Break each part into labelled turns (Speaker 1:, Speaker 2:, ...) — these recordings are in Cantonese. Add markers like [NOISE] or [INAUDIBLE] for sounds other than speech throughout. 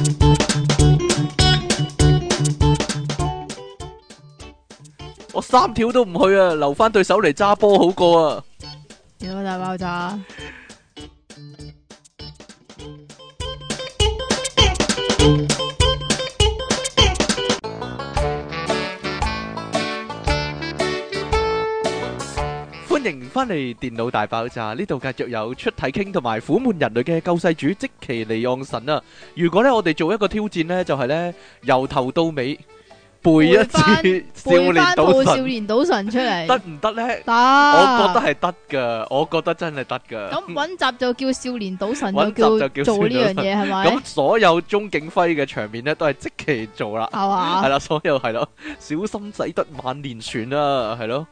Speaker 1: [LAUGHS] 三條都唔去啊，留翻對手嚟揸波好過啊！
Speaker 2: 電腦大爆
Speaker 1: [LAUGHS]
Speaker 2: 炸，
Speaker 1: 歡迎翻嚟《電腦大爆炸》呢度，繼續有出體傾同埋苦悶人類嘅救世主即其尼昂神啊！如果咧我哋做一個挑戰呢，就係呢由頭到尾背一次少
Speaker 2: 背
Speaker 1: 年
Speaker 2: 翻套
Speaker 1: 賭
Speaker 2: 少
Speaker 1: 神，
Speaker 2: 年賭神出嚟，
Speaker 1: 得
Speaker 2: 得，
Speaker 1: 唔得呢？我覺得
Speaker 2: 我
Speaker 1: 係得噶，我覺得真係得噶。
Speaker 2: 咁揾集就叫少年賭神，
Speaker 1: 搵集就
Speaker 2: 就
Speaker 1: 叫
Speaker 2: 叫做呢樣嘢係咪？
Speaker 1: 咁所有鍾景輝嘅場面呢，都係即其做啦。
Speaker 2: 係嘛
Speaker 1: 系？啦，所有系咯，小心使得萬年船啊，系咯，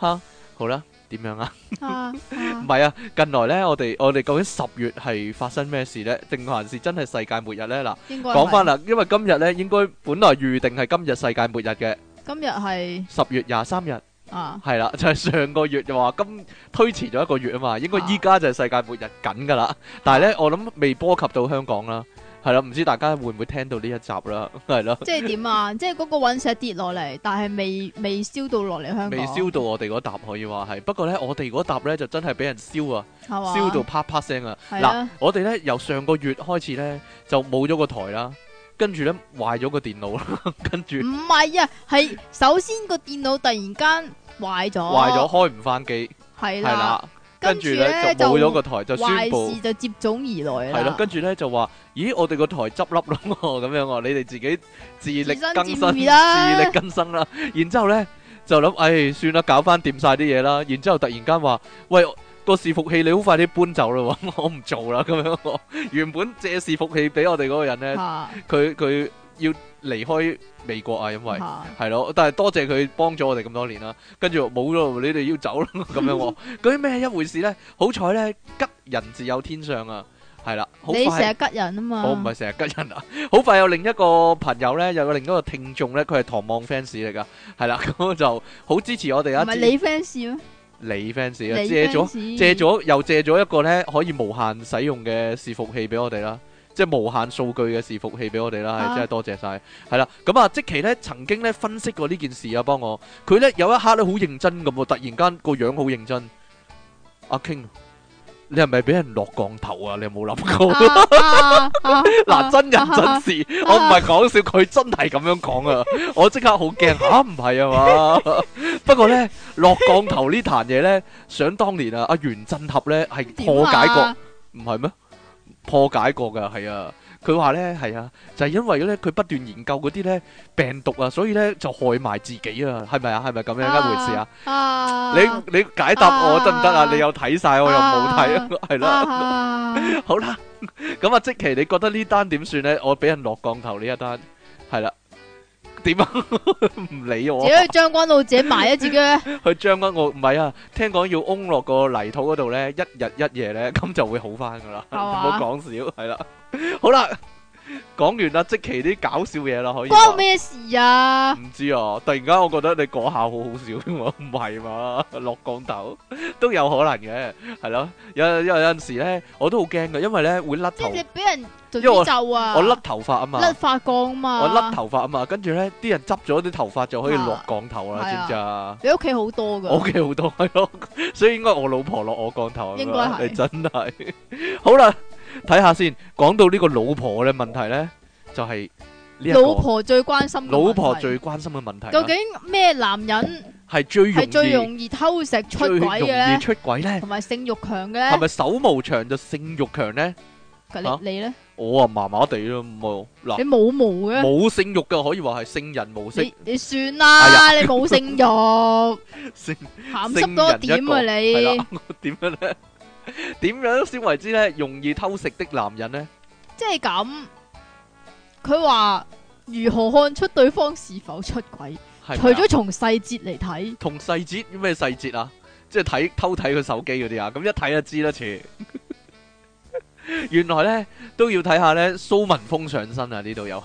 Speaker 1: 吓好啦，點樣啊？
Speaker 2: 啊
Speaker 1: 唔
Speaker 2: 啊
Speaker 1: 係啊，近來呢，我哋我哋究竟十月係發生咩事呢？定還是真係世界末日呢？嗱，
Speaker 2: 應該
Speaker 1: 講翻
Speaker 2: 啦，
Speaker 1: 啦，因為今日呢，應該本來預定係今日世界末日嘅，
Speaker 2: 今日係
Speaker 1: 十月廿三日
Speaker 2: 啊
Speaker 1: 係啦， [LAUGHS] 就係、上個月就話今推遲咗一個月啊嘛，應該依家就係世界末日緊噶啦。但
Speaker 2: 啊
Speaker 1: 係呢，我諗未波及到香港啦，係啦，唔知大家會唔會聽到呢一集啦，係咯。
Speaker 2: 即係點啊？即係嗰個隕石跌落嚟，但係未未燒到落嚟香港，
Speaker 1: 未燒到我哋嗰沓可以話係，不過呢，我哋嗰沓呢就真係俾人燒啊，
Speaker 2: 係嘛？
Speaker 1: 燒到啪啪聲啊！
Speaker 2: 係
Speaker 1: 嗱
Speaker 2: 啊，
Speaker 1: 我哋呢由上個月開始呢，就冇咗個台啦，跟住呢壞咗個電腦啦， [LAUGHS] 跟住
Speaker 2: 唔係啊，係首先個電腦突然間壞咗，
Speaker 1: 壞咗開唔翻機，
Speaker 2: 哦係
Speaker 1: 係
Speaker 2: 啦，
Speaker 1: 啦，跟住呢
Speaker 2: 呢
Speaker 1: 就冇咗個台，就宣
Speaker 2: 壞
Speaker 1: 布
Speaker 2: 事就接踵而來
Speaker 1: 係咯，
Speaker 2: 啦。
Speaker 1: 跟住呢就話：咦，我哋個台執笠 [LAUGHS] 啦喎，咁樣喎，你哋自己自力
Speaker 2: 自生
Speaker 1: 更
Speaker 2: 自
Speaker 1: 生，
Speaker 2: 滅啦
Speaker 1: 自力更生啦。然之後呢，就諗，唉，算啦，搞翻掂晒啲嘢啦。然之後突然間話：喂，個伺服器你好快啲搬走啦 [LAUGHS] 喎，我唔做啦咁樣喎。原本借伺服器俾我哋嗰個人呢，
Speaker 2: 嚇
Speaker 1: 佢佢要離開美國啊，因為。
Speaker 2: 嚇
Speaker 1: 係咯，但係多謝佢幫咗我哋咁多年啦。跟住冇咯，你哋要走啦 [LAUGHS] 咁樣喎。究竟咩一回事呢？好彩呢，吉人自有天相啊，係啦，好
Speaker 2: 你成
Speaker 1: 快
Speaker 2: 日。吉人啊嘛，
Speaker 1: 我唔係成日吉人啊！ [LAUGHS] 好快有另一個朋友呢，有另一個聽眾呢，佢係唐望 fans 嚟噶，係啦，咁就好支持我哋啊！
Speaker 2: 唔係
Speaker 1: 支
Speaker 2: 你 fans 咩？
Speaker 1: 你 fans 啊，
Speaker 2: 你
Speaker 1: 借咗
Speaker 2: fans
Speaker 1: 借咗又借咗一個呢可以無限使用嘅伺服器俾我哋啦，即係無限數據嘅伺服器俾我哋啦，係
Speaker 2: 啊
Speaker 1: 真係多謝晒。係啦，咁啊，即其呢曾經呢分析過呢件事啊，幫我佢呢有一刻呢好認真咁喎，突然間個樣好認真。阿 King，你係咪俾人落降頭啊？你有冇諗過？
Speaker 2: 啊啊啊
Speaker 1: [LAUGHS] 嗱，真人真
Speaker 2: [LAUGHS] 啊
Speaker 1: 事，我唔係講笑，佢真係咁樣講
Speaker 2: [LAUGHS]
Speaker 1: 啊！我即刻好驚吓，唔係啊嘛？ [LAUGHS] 不過呢，落降頭呢壇嘢呢，想當年啊，阿袁振合呢係
Speaker 2: 啊
Speaker 1: 破解過，，唔係咩？破解過㗎，係啊。佢話呢，係啊，就係因為呢，佢不斷研究嗰啲呢病毒啊，所以呢就害埋自己啊，係咪啊？係咪咁樣一回事啊？
Speaker 2: 啊啊
Speaker 1: 你你解答我得唔得啊？
Speaker 2: 啊
Speaker 1: 你有睇晒，我又冇睇啊，係啦。
Speaker 2: 啊
Speaker 1: 好啦， [LAUGHS] 咁啊，即期你覺得呢單點算呢？我俾人落降頭呢一單，係啦，點啊？ [LAUGHS] 唔理
Speaker 2: 自
Speaker 1: 我
Speaker 2: 己，去將軍澳自己埋啊自己，
Speaker 1: [LAUGHS] 去將軍澳唔係啊，聽講要翁落個泥土嗰度呢，一日一夜呢， [LAUGHS] 咁就會好翻噶啦，唔
Speaker 2: 係嘛
Speaker 1: 好講笑，係啦，好啦，講完啦，即期啲搞笑嘢啦，可以話
Speaker 2: 關我咩事啊？
Speaker 1: 唔知啊，突然間我覺得你嗰下好好笑喎， [LAUGHS] 唔係嘛？落降頭都有可能嘅，係咯，有有有陣時呢，我都好驚嘅，因為呢會甩
Speaker 2: 即係
Speaker 1: 頭
Speaker 2: 你。俾人做
Speaker 1: 因為我
Speaker 2: 詛咒啊！
Speaker 1: 我甩頭髮啊嘛，
Speaker 2: 甩發光嘛，
Speaker 1: 我甩頭髮啊嘛，跟住咧啲人執咗啲頭髮就可以落降頭啦，
Speaker 2: 啊
Speaker 1: 知唔知啊？
Speaker 2: 你屋企好多噶
Speaker 1: 我，屋企好多係咯，所以應該我老婆落我降頭
Speaker 2: 應該
Speaker 1: 啊，
Speaker 2: 係
Speaker 1: 你真係 [LAUGHS] 好啦，睇下先。講到呢個老婆嘅問題咧，就係呢一個
Speaker 2: 老婆最關心嘅問題，
Speaker 1: 老婆最關心嘅問題
Speaker 2: 究
Speaker 1: 啦，
Speaker 2: 竟咩男人
Speaker 1: 係最容
Speaker 2: 係最
Speaker 1: 易
Speaker 2: 容易偷食出
Speaker 1: 最
Speaker 2: 軌
Speaker 1: 容
Speaker 2: 嘅
Speaker 1: 易
Speaker 2: 咧，
Speaker 1: 出軌咧，
Speaker 2: 同埋性慾強嘅
Speaker 1: 係
Speaker 2: 咧？
Speaker 1: 咪手毛長就性慾強咧？嚇
Speaker 2: 你你咧？
Speaker 1: 我啊麻麻地咯，冇
Speaker 2: 你
Speaker 1: 嗱
Speaker 2: 冇毛嘅？
Speaker 1: 冇性慾嘅可以話係聖人模式
Speaker 2: 你你算
Speaker 1: 哎
Speaker 2: 啦，你冇
Speaker 1: [LAUGHS]
Speaker 2: 性慾，
Speaker 1: 性。
Speaker 2: 鹹濕多點啊
Speaker 1: 係
Speaker 2: 你
Speaker 1: 啦！ [LAUGHS] 點樣咧？點樣先為之咧？容易偷食的男人咧？
Speaker 2: [LAUGHS] 即係咁。佢話如何看出對方是否出軌？
Speaker 1: 係
Speaker 2: 除
Speaker 1: 咪啊
Speaker 2: 咗從細節嚟睇，
Speaker 1: 同細節咩細節啊？即係睇偷睇佢手機嗰啲啊？咁一睇就知啦，似 [LAUGHS] 原來咧都要睇下咧蘇文峰上身啊！呢度又係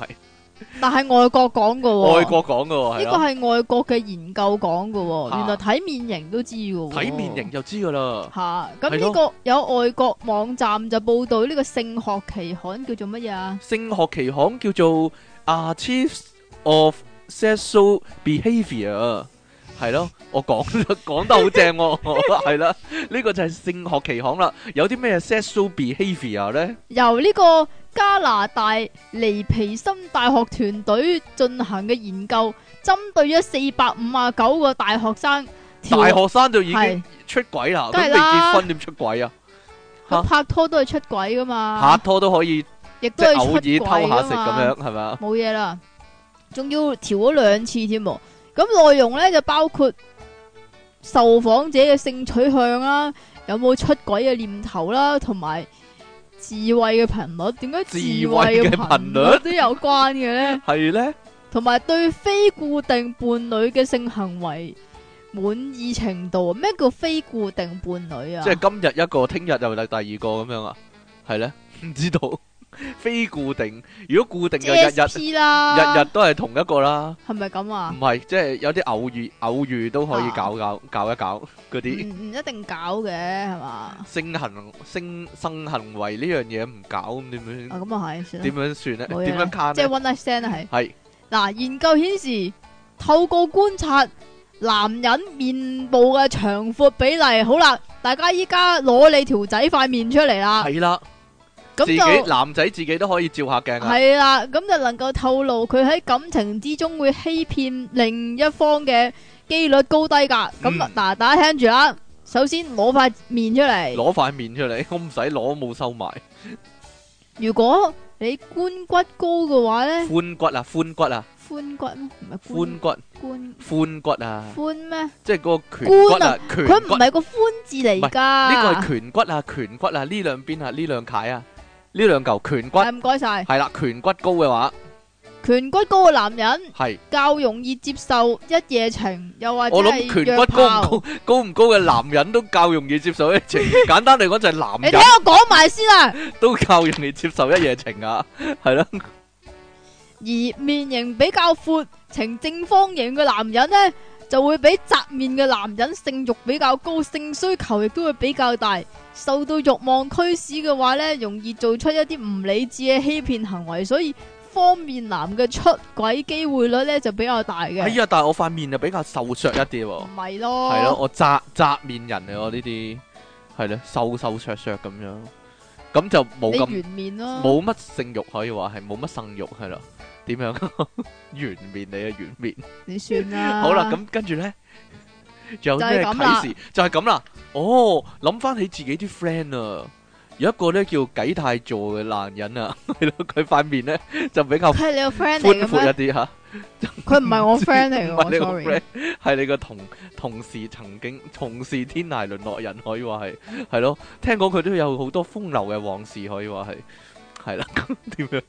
Speaker 2: 但係外國講噶喎，
Speaker 1: 外國講嘅喎，係
Speaker 2: 呢個
Speaker 1: 咯，
Speaker 2: 係外國嘅研究講嘅喎，
Speaker 1: 嚇
Speaker 2: 原來睇面型都知嘅喎。
Speaker 1: 睇面型就知噶啦。
Speaker 2: 嚇，咁
Speaker 1: 係
Speaker 2: 呢個有外國網站就報道呢個性學期刊叫做乜嘢啊？
Speaker 1: 性學期刊叫做《Archives of Sexual Behavior》，系咯，我 [LAUGHS] 講講得好正喎， [LAUGHS] 係啦，呢個就係性學期刊啦。有啲咩 sexual behaviour 咧？
Speaker 2: 由呢個加拿大尼皮森大學團隊進行嘅研究，針對咗四百五啊九個大學生條，
Speaker 1: 大學生就已經
Speaker 2: 係
Speaker 1: 出軌啦，
Speaker 2: 梗
Speaker 1: 咁
Speaker 2: 係
Speaker 1: 未
Speaker 2: 啦
Speaker 1: 結婚點出軌啊？
Speaker 2: 咁拍拖都係出軌
Speaker 1: 拍
Speaker 2: 噶嘛，
Speaker 1: 拖都可以即
Speaker 2: 亦啊都
Speaker 1: 係
Speaker 2: 係
Speaker 1: 偶
Speaker 2: 出軌
Speaker 1: 爾偷下食
Speaker 2: 㗎嘛
Speaker 1: 咁樣，係咪啊？
Speaker 2: 冇嘢啦，仲要調咗兩次添喎。咁內容咧就包括受訪者嘅性取向啦，有冇出軌嘅念頭啦，同埋智慧嘅頻率。點解
Speaker 1: 自
Speaker 2: 智
Speaker 1: 慰
Speaker 2: 慧
Speaker 1: 嘅
Speaker 2: 嘅
Speaker 1: 頻
Speaker 2: 頻
Speaker 1: 率
Speaker 2: 率都有關嘅咧？
Speaker 1: 係咧，
Speaker 2: 同埋對非固定伴侶嘅性行為滿意程度，咩叫非固定伴侶啊？
Speaker 1: 即係今日一個，聽日又第第二個咁樣啊？係咧， [LAUGHS] 唔知道非固定。如果固定就日日
Speaker 2: SP 啦，
Speaker 1: 日日都係同一個啦，
Speaker 2: 係咪咁
Speaker 1: 唔
Speaker 2: 啊？
Speaker 1: 係即係有啲偶遇偶遇都可以
Speaker 2: 啊
Speaker 1: 搞搞搞一搞嗰
Speaker 2: 唔
Speaker 1: 啲。
Speaker 2: 唔嗯一定搞嘅係嘛？啊
Speaker 1: 性行性性行為呢樣嘢唔搞咁點樣
Speaker 2: 咁啊係，
Speaker 1: 嗯
Speaker 2: 算啦
Speaker 1: 點樣算咧？
Speaker 2: 冇嘢
Speaker 1: 點
Speaker 2: 啦
Speaker 1: 樣卡
Speaker 2: 即係
Speaker 1: 咧？
Speaker 2: one night stand 啦，係。
Speaker 1: 係
Speaker 2: 嗱，研究顯示，透過觀察男人面部嘅長闊比例，好啦，大家依家攞你條仔塊面出嚟啦，
Speaker 1: 係啦，
Speaker 2: 咁
Speaker 1: 自己
Speaker 2: 就
Speaker 1: 男仔自己都可以照下鏡啊！
Speaker 2: 係啦，咁就能夠透露佢喺感情之中會欺騙另一方嘅機率高低㗎。咁嗱、
Speaker 1: 嗯
Speaker 2: 大家聽住啦，首先攞塊面出嚟，
Speaker 1: 攞塊面出嚟， [LAUGHS] 我唔使攞，冇收埋。
Speaker 2: 如果你官骨高嘅話咧，
Speaker 1: 髋骨啊，髋骨啊，
Speaker 2: 寬骨咩？唔係
Speaker 1: 髋
Speaker 2: 官
Speaker 1: 骨，
Speaker 2: 官
Speaker 1: 髋骨啊，
Speaker 2: 寬咩？
Speaker 1: 即係嗰個拳骨啊，拳
Speaker 2: 佢
Speaker 1: 骨
Speaker 2: 唔。係個寬字嚟㗎。
Speaker 1: 呢個係拳骨啊，拳骨啊，呢兩邊啊，呢兩塊啊，呢兩嚿拳骨
Speaker 2: 係唔該晒，
Speaker 1: 係啦，拳骨高嘅話
Speaker 2: 颧骨高嘅男人
Speaker 1: 係，
Speaker 2: 較容易接受一夜情，又或者
Speaker 1: 我
Speaker 2: 啊係
Speaker 1: 諗拳
Speaker 2: 約
Speaker 1: 骨高
Speaker 2: 炮
Speaker 1: 唔高，高唔高嘅男人都較容易接受一
Speaker 2: [LAUGHS]
Speaker 1: 情。簡單嚟講就係男
Speaker 2: 你
Speaker 1: 人
Speaker 2: 聽。我講埋先啊啦。
Speaker 1: 都靠人哋接受一夜情啊，系咯，
Speaker 2: 而面型比較闊、呈正方形嘅男人呢，就會比窄面嘅男人性慾比較高，性需求亦都會比較大。受到慾望驅使嘅話呢，容易做出一啲唔理智嘅欺騙行為，所以方面男嘅出軌機會率呢就比較大嘅。
Speaker 1: 哎呀，但系我塊面就比較瘦削一啲喎，
Speaker 2: 唔係咯，
Speaker 1: 係咯，我窄窄面人嚟我呢啲，係咯，瘦瘦削削咁樣，咁就冇
Speaker 2: 你
Speaker 1: 咁
Speaker 2: 圓面咯，
Speaker 1: 冇乜性慾可以話係冇乜性慾係啦，點樣 [LAUGHS] 圓面你啊圓面，
Speaker 2: 你算啦。
Speaker 1: 好啦，咁跟住咧。仲有
Speaker 2: 啊就
Speaker 1: 啲
Speaker 2: 係
Speaker 1: 咩
Speaker 2: 咁啦
Speaker 1: 啟示？就係咁啦。哦，諗翻起自己啲 friend 啊，有一個咧叫啟泰座嘅男人啊， [LAUGHS] 係咯，佢塊面咧就比較
Speaker 2: 佢系你個 friend
Speaker 1: 寬
Speaker 2: 嚟
Speaker 1: 闊
Speaker 2: 嘅
Speaker 1: 一
Speaker 2: 咩？
Speaker 1: 啲嚇。
Speaker 2: 佢唔係我 friend 嚟
Speaker 1: 唔係你
Speaker 2: 嘅
Speaker 1: 個
Speaker 2: 我，sorry
Speaker 1: friend。係你個同同事曾經同事天涯淪落人，可以話係係咯。聽講佢都有好多風流嘅往事，可以話係係啦。咁點樣？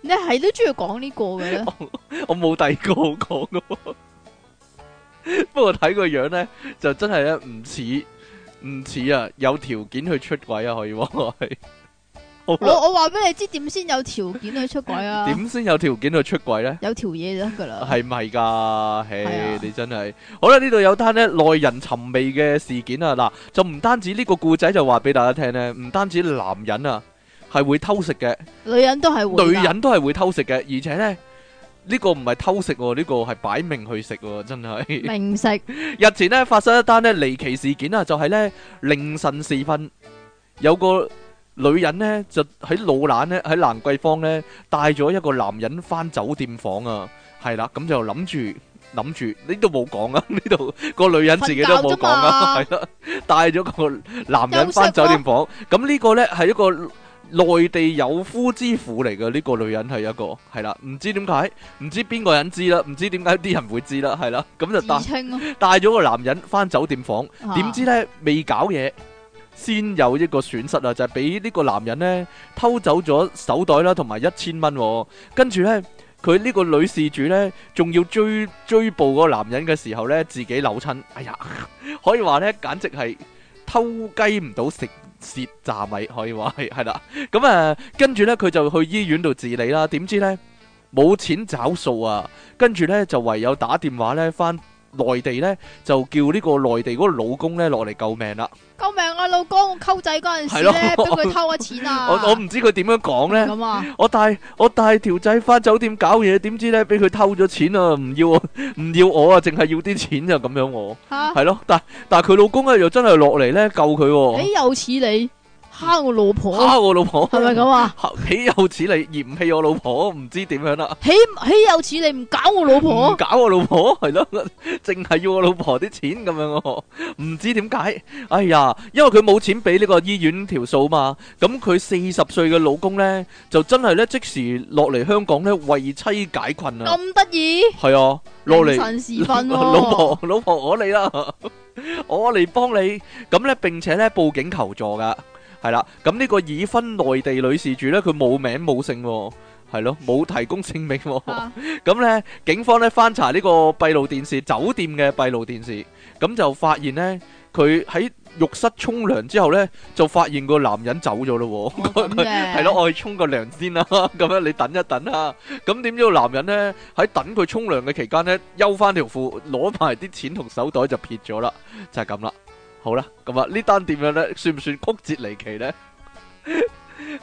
Speaker 2: 你係都中意講呢個嘅
Speaker 1: [LAUGHS]
Speaker 2: 咧？
Speaker 1: 我冇第二個好講嘅喎。不過睇個樣咧，就真係咧唔似唔似啊，有條件去出軌啊，可以話係。好
Speaker 2: 我
Speaker 1: 啦，
Speaker 2: 我话俾你知點先有條件去出軌啊？
Speaker 1: 點先有條件去出軌咧？
Speaker 2: 有條嘢就得噶啦。
Speaker 1: 系咪噶？唉、
Speaker 2: 啊係啊
Speaker 1: 你真係好啦！呢度有單咧耐人尋味嘅事件啊！嗱，就唔單止呢個故仔就話俾大家聽咧，唔單止男人啊係會偷食嘅，
Speaker 2: 女人都係會㗎
Speaker 1: 女人都係會偷食嘅，而且咧呢、個唔係偷食喎，呢、個係擺明去食喎，真係。[LAUGHS]
Speaker 2: 明食
Speaker 1: 日前咧發生一單咧離奇事件啊，就係、咧凌晨時分，有個女人咧就喺老蘭咧喺蘭桂坊咧帶咗一個男人翻酒店房啊，係啦，咁就諗住諗住呢度冇講啊， [LAUGHS] 呢度個女人自己都冇講啊，
Speaker 2: 瞓
Speaker 1: 係啦，帶咗個男人翻酒店房，咁呢個咧係一個。內地有夫之婦嚟嘅呢個女人係一個係啦，唔知點解，唔知邊個人知啦，唔知點解啲人會知啦，係啦，咁就帶
Speaker 2: 自
Speaker 1: [LAUGHS]
Speaker 2: 稱咯。
Speaker 1: 帶咗個男人翻酒店房，
Speaker 2: 啊
Speaker 1: 點知呢？未搞嘢，先有一個損失啊，就係俾呢個男人呢偷走咗手袋啦，同埋一千蚊喎，跟住呢，佢呢個女事主呢，仲要追追捕嗰個男人嘅時候呢，自己扭親，哎呀， [LAUGHS] 可以話呢，簡直係偷雞唔到食。蝕炸米可以話 [LAUGHS] 係係啦，咁啊，跟住呢，佢就去醫院度治理啦。點知呢？冇錢找數啊，跟住呢，就唯有打電話呢，翻。內地咧就叫呢個內地嗰個老公咧落嚟救命啦。
Speaker 2: 救命啊，老公！我溝仔嗰陣時
Speaker 1: 係
Speaker 2: 咧，俾
Speaker 1: 咯
Speaker 2: 佢偷咗錢
Speaker 1: [LAUGHS]
Speaker 2: 啊！
Speaker 1: 我我唔知佢點樣講咧。
Speaker 2: 咁啊，
Speaker 1: 我帶我帶條仔翻酒店搞嘢，點知咧俾佢偷咗錢啊！唔要我唔要我啊，淨係要啲錢就咁樣我
Speaker 2: 吓
Speaker 1: 係咯。但但佢老公咧又真係落嚟咧救佢喎，
Speaker 2: 你又似你蝦哎我
Speaker 1: [LAUGHS]
Speaker 2: 老婆，
Speaker 1: 蝦我老婆
Speaker 2: 係咪咁啊？
Speaker 1: 嚇 [LAUGHS] 豈有此理，嫌棄我老婆，唔知點樣啦，
Speaker 2: 岂豈有此理唔搞我老
Speaker 1: 唔
Speaker 2: 婆？
Speaker 1: 搞我老婆係咯，淨係要我老婆啲錢咁樣喎，唔知點解。哎呀，因為佢冇錢俾呢個醫院條數嘛，咁佢四十歲嘅老公咧就真係咧即時落嚟香港咧為妻解困啊！
Speaker 2: 咁得意，
Speaker 1: 系啊，落嚟
Speaker 2: 凌晨時
Speaker 1: [LAUGHS]
Speaker 2: 分喎
Speaker 1: 老婆老婆我嚟啦，我嚟幫你。咁咧，並且咧報警求助噶，係啦。咁呢個已婚內地女事主咧，佢冇名冇姓喎，係咯，冇提供姓名喎。
Speaker 2: 啊
Speaker 1: 咁咧，警方咧翻查呢個閉路電視，酒店嘅閉路電視，咁就發現咧，佢喺浴室沖涼之後咧，就發現個男人走咗咯 [LAUGHS]
Speaker 2: 哦
Speaker 1: 喎。
Speaker 2: 咁嘅
Speaker 1: 係咯，我去沖個涼先啦， [LAUGHS] 咁樣你等一等啦。咁點知個男人呢？喺等佢沖涼嘅期間呢，休翻條褲，攞埋啲錢同手袋就撇咗啦，就係咁啦。好啦，咁啊呢單點樣呢？算唔算曲折離奇呢？ [LAUGHS]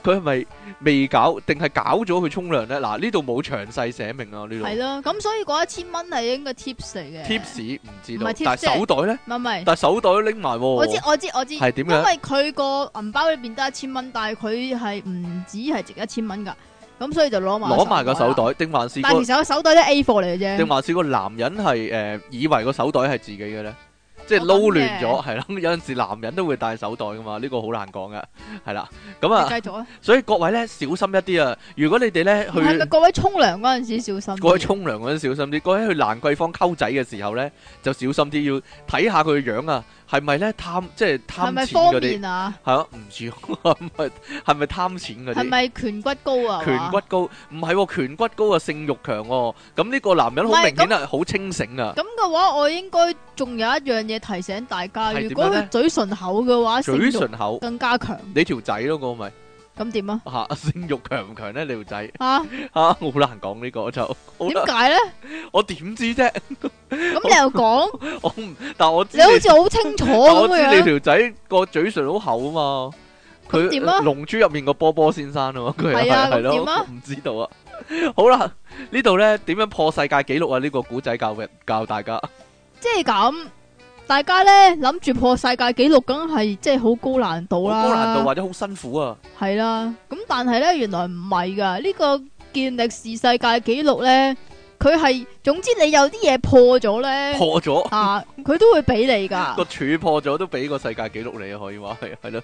Speaker 1: 佢係咪未搞定係搞咗佢沖涼呢？嗱，呢度冇詳細寫明啊，呢
Speaker 2: 係
Speaker 1: 度
Speaker 2: 咯，咁所以嗰一千蚊係應該 tips 嚟嘅。
Speaker 1: tips 唔知
Speaker 2: 唔
Speaker 1: 道
Speaker 2: 係，tips，
Speaker 1: 但係手袋呢？
Speaker 2: 唔係唔係，
Speaker 1: 但係手袋拎埋
Speaker 2: 我知
Speaker 1: 喎，
Speaker 2: 我知我知，
Speaker 1: 係點
Speaker 2: 因
Speaker 1: 樣？
Speaker 2: 為佢個銀包裏邊得一千蚊，但係佢係唔止係值一千蚊㗎，咁所以就攞埋
Speaker 1: 攞埋個手
Speaker 2: 啦。
Speaker 1: 袋，定還是個
Speaker 2: 啊
Speaker 1: 啊
Speaker 2: 但其實個手袋都係 A 貨嚟嘅啫
Speaker 1: 定。還是個男人係誒、呃以為個手袋係自己嘅咧？即係
Speaker 2: 我
Speaker 1: 撈
Speaker 2: 咁
Speaker 1: 亂
Speaker 2: 嘅
Speaker 1: 咗，係啦。 [LAUGHS] 有陣時男人都會帶手袋噶嘛，呢、個好難講嘅，係啦。咁
Speaker 2: 你
Speaker 1: 啊，
Speaker 2: 繼續啊，
Speaker 1: 所以各位咧小心一啲啊！如果你哋咧去
Speaker 2: 係咪
Speaker 1: [LAUGHS]
Speaker 2: 各位沖涼嗰陣時小心啲？
Speaker 1: 各位沖涼嗰陣小心啲，各位去蘭桂坊溝仔嘅時候咧就小心啲，要睇下佢嘅樣啊，係咪咧貪即係
Speaker 2: 係
Speaker 1: 貪
Speaker 2: 咪
Speaker 1: 錢
Speaker 2: 方
Speaker 1: 嗰啲？
Speaker 2: 便啊？
Speaker 1: 係啊，唔知 [LAUGHS] 係咪係咪貪錢嗰
Speaker 2: 係
Speaker 1: 啲？
Speaker 2: 咪拳骨高啊？
Speaker 1: 拳骨高唔係喎，拳骨高啊，性慾強喎。咁呢個男人好
Speaker 2: 唔係
Speaker 1: 明顯係好清醒啊！
Speaker 2: 咁嘅話，我應該仲有一樣嘢提醒大家，
Speaker 1: 係
Speaker 2: 如果
Speaker 1: 點樣呢
Speaker 2: 佢嘴唇厚嘅話，
Speaker 1: 嘴
Speaker 2: 性慾
Speaker 1: 唇厚，
Speaker 2: 更加強。
Speaker 1: 你條仔咯，嗰個咪
Speaker 2: 咁點啊？
Speaker 1: 吓 [LAUGHS] 性慾強唔強咧？你條仔
Speaker 2: 啊，
Speaker 1: 吓好難講呢個就好
Speaker 2: 點
Speaker 1: 啦。
Speaker 2: 解
Speaker 1: [LAUGHS]
Speaker 2: 咧？
Speaker 1: 我點知啫？
Speaker 2: 咁你又講，
Speaker 1: 我唔，但我知
Speaker 2: 你好似好清楚
Speaker 1: 但我
Speaker 2: 咁
Speaker 1: 知
Speaker 2: 嘅
Speaker 1: 你
Speaker 2: 樣。
Speaker 1: 條仔個嘴唇好厚啊嘛。佢
Speaker 2: 咁點啊
Speaker 1: 龍珠入面個波波先生啊嘛，佢係
Speaker 2: 係啊
Speaker 1: 係
Speaker 2: 咁點啊
Speaker 1: 咯，唔知道啊。好啦，呢度咧點樣破世界紀錄啊？呢個古仔教嘅教大家
Speaker 2: 即係咁，大家咧諗住破世界紀錄，梗係即係好高難
Speaker 1: 好
Speaker 2: 度啦，
Speaker 1: 高難度或者好辛苦啊。
Speaker 2: 係啦。咁但係咧，原來唔係噶，呢、個健力士世界紀錄咧，佢係總之你有啲嘢破咗咧，
Speaker 1: 破咗
Speaker 2: 啊，佢都會俾你噶
Speaker 1: [LAUGHS] 個。柱破咗都俾個世界紀錄你啊，可以話係係咯，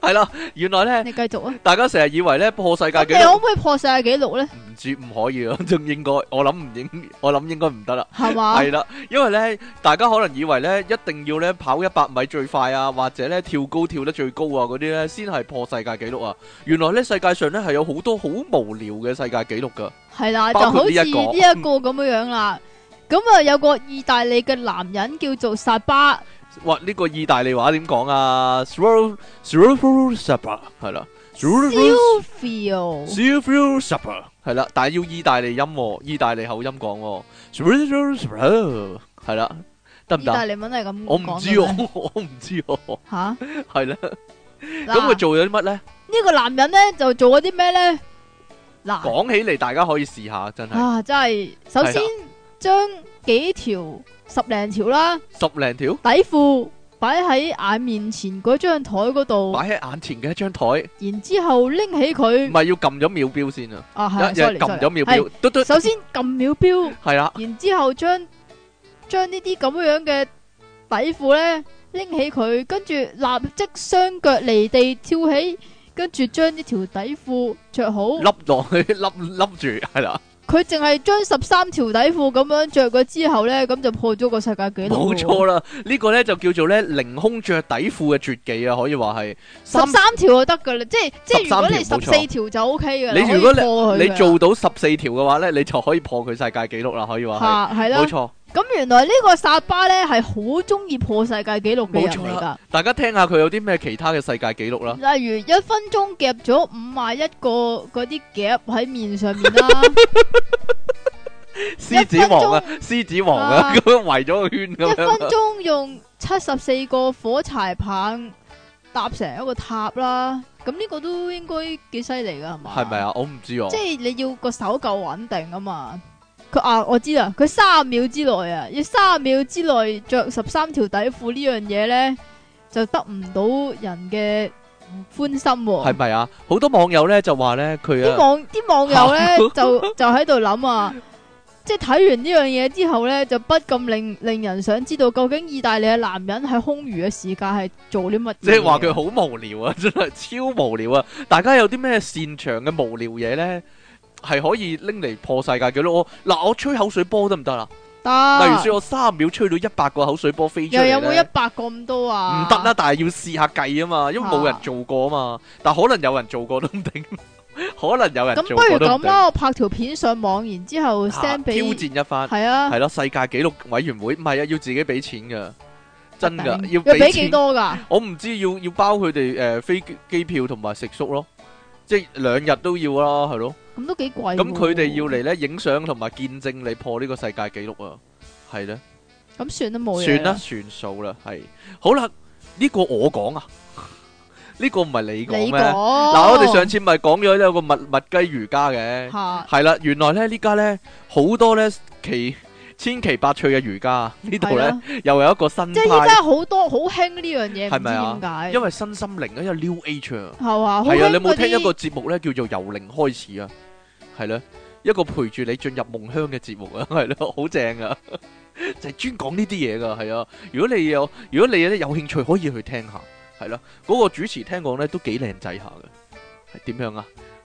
Speaker 1: 係啦。原來咧。
Speaker 2: 你繼續啊，
Speaker 1: 大家成日以為咧破世界
Speaker 2: 咁
Speaker 1: 紀
Speaker 2: 你可
Speaker 1: 錄
Speaker 2: 唔可以破世界紀錄咧？
Speaker 1: 唔知唔可以啊，仲應該我諗唔應，我諗應該唔得啦，
Speaker 2: 係嘛？
Speaker 1: 係啦，因為咧大家可能以為咧一定要咧跑一百米最快啊，或者咧跳高跳得最高啊嗰啲咧先係破世界紀錄啊，原來咧世界上咧係有好多好無聊嘅世界紀錄噶，
Speaker 2: 系啦，就
Speaker 1: 包括
Speaker 2: 好
Speaker 1: 呢
Speaker 2: 似
Speaker 1: 一個
Speaker 2: 呢一個咁樣样啦。咁啊，有個意大利嘅男人叫做薩
Speaker 1: [LAUGHS]
Speaker 2: 巴，
Speaker 1: 哇呢個意大利話點講啊 s r o s r o s a p a 係啦 s r o
Speaker 2: Silvio，
Speaker 1: s r o s a p a 係啦，但係要意大利音喎，意大利口音講喎 s r o s a p a 係啦，得唔
Speaker 2: 意
Speaker 1: 得啊
Speaker 2: 大？利文係咁
Speaker 1: 我唔知
Speaker 2: 講嘅咩
Speaker 1: 喎， [LAUGHS] 我唔知喎，
Speaker 2: 吓。
Speaker 1: 係啦。咁
Speaker 2: 咁
Speaker 1: 佢做咗啲乜咧？
Speaker 2: 呢個男人咧就做咗啲咩咧？嗱
Speaker 1: 講起嚟，大家可以試下，真係
Speaker 2: 啊，真係首
Speaker 1: 係
Speaker 2: 先將幾條十零條啦
Speaker 1: 十零條
Speaker 2: 底褲擺喺眼面前嗰張台嗰度，
Speaker 1: 擺喺眼前嘅一張台，唔
Speaker 2: 然之后拎起佢
Speaker 1: 係要撳咗秒表先啊！
Speaker 2: 啊，
Speaker 1: 一
Speaker 2: 係啊
Speaker 1: 嘢
Speaker 2: sorry，
Speaker 1: 撳
Speaker 2: sorry，
Speaker 1: 咗秒表
Speaker 2: 係，
Speaker 1: 嘟嘟，
Speaker 2: 首先撳秒表。
Speaker 1: 係啦，
Speaker 2: 然之后将将呢啲咁样嘅底裤咧拎起佢，跟住立即双脚离地跳起，跟住将呢条底裤着好。
Speaker 1: 笠落去， [LAUGHS] 笠笠住，係啦，
Speaker 2: 佢净系将十三条底裤咁样着咗之后咧，咁就破咗个世界纪录。
Speaker 1: 冇錯，啦。呢個咧就叫做咧凌空着底褲嘅絕技啊，可以話係
Speaker 2: 十三條就得噶啦，即系即系如果你
Speaker 1: 13條
Speaker 2: 十
Speaker 1: 冇錯
Speaker 2: 四條就 O K 噶啦，
Speaker 1: 你如果
Speaker 2: 可以破佢
Speaker 1: 你
Speaker 2: 㗎
Speaker 1: 做到十四條嘅話咧，你就可以破佢世界紀錄啦，可以話
Speaker 2: 吓係
Speaker 1: 啊係。
Speaker 2: 啦
Speaker 1: 冇，錯，
Speaker 2: 咁原來呢個薩巴咧係好中意破世界紀錄嘅人
Speaker 1: 冇錯
Speaker 2: 嚟㗎。
Speaker 1: 大家聽下佢有啲咩其他嘅世界紀錄啦。
Speaker 2: 例如一分鐘
Speaker 1: [LAUGHS]
Speaker 2: 夾咗五廿一個嗰啲夾喺面上面啦，
Speaker 1: 獅子王啊，獅子王啊，[LAUGHS]
Speaker 2: 啊
Speaker 1: 咁樣圍咗個圈
Speaker 2: 一
Speaker 1: 咁
Speaker 2: 分
Speaker 1: 樣。啊
Speaker 2: 鐘用七十四個火柴棒搭成一個塔啦，咁呢個都應該幾犀利噶，係嘛？
Speaker 1: 係咪？啊？我唔知喎
Speaker 2: 即。係你要個手夠穩定啊嘛。佢啊，我知啦，佢三秒之內啊，要三秒之內着十三條底褲呢樣嘢咧，就得唔到人嘅歡心喎、
Speaker 1: 係咪啊？好多網友咧就話咧佢
Speaker 2: 啲
Speaker 1: 啊，
Speaker 2: 網啲網友咧
Speaker 1: 嚇
Speaker 2: 就就喺度諗啊，即係睇完呢樣嘢之後咧，就不禁令令人想知道究竟意大利嘅男人喺空餘嘅時間係做啲乜嘢？
Speaker 1: 即係話佢好無聊啊， [LAUGHS] 真係超無聊啊！大家有啲咩擅長嘅無聊嘢咧，係可以拎嚟破世界紀錄？我嗱，我吹口水波得唔得啊？例如
Speaker 2: 得，
Speaker 1: 說我三秒吹到一百個口水波飛出嚟
Speaker 2: 又有冇
Speaker 1: 咧
Speaker 2: 一百個咁多啊？
Speaker 1: 唔得啦，，但係要試下計啊嘛，因為冇人做過啊嘛，但可能有人做過都唔定， [LAUGHS] 可能有人
Speaker 2: 咁
Speaker 1: 做
Speaker 2: 不
Speaker 1: 過
Speaker 2: 如
Speaker 1: 都唔
Speaker 2: 咁
Speaker 1: 定。
Speaker 2: 啦，我拍條片上網，然之後
Speaker 1: 嚇
Speaker 2: send 俾
Speaker 1: 挑戰一番，
Speaker 2: 係啊，
Speaker 1: 係咯，世界紀錄委員會唔係啊，要自己俾錢噶，真噶，
Speaker 2: 頂
Speaker 1: 要
Speaker 2: 要俾
Speaker 1: 俾
Speaker 2: 幾
Speaker 1: 錢。
Speaker 2: 多㗎？
Speaker 1: 我唔知要要包佢哋誒飛機機票同埋食宿咯，即係兩日都要啦，係咯。
Speaker 2: 咁都幾貴喎。
Speaker 1: 咁佢哋要嚟咧影相同埋見證你破呢個世界紀錄啊，係咧。
Speaker 2: 咁算都冇嘢。
Speaker 1: 算啦，，算數啦，係好啦，呢、個我講啊，呢、個唔係你講
Speaker 2: 你
Speaker 1: 咩？
Speaker 2: 講
Speaker 1: 嗱、我哋上次咪講咗有個蜜蜜雞瑜伽嘅，
Speaker 2: 嚇
Speaker 1: 係啦，原來咧呢家咧好多咧奇千奇百趣嘅瑜伽，呢度
Speaker 2: 係
Speaker 1: 咧
Speaker 2: 啊
Speaker 1: 又有一個新
Speaker 2: 即係依
Speaker 1: 派，
Speaker 2: 家好多好興呢樣嘢，
Speaker 1: 係咪啊
Speaker 2: 唔知點解
Speaker 1: 因為新心靈啊，因為 New Age 啊，
Speaker 2: 係嘛？好
Speaker 1: 係啊，
Speaker 2: 興
Speaker 1: 你有冇
Speaker 2: 嗰啲
Speaker 1: 聽一個節目咧叫做由零開始啊？係咧，一個陪住你進入夢鄉嘅節目啊， [LAUGHS] 係咯，好正啊！就係專講呢啲嘢噶，係啊！如果你有，如果你咧有興趣，可以去聽下，係啦。嗰、個主持聽講咧都幾靚仔下嘅，係點樣啊？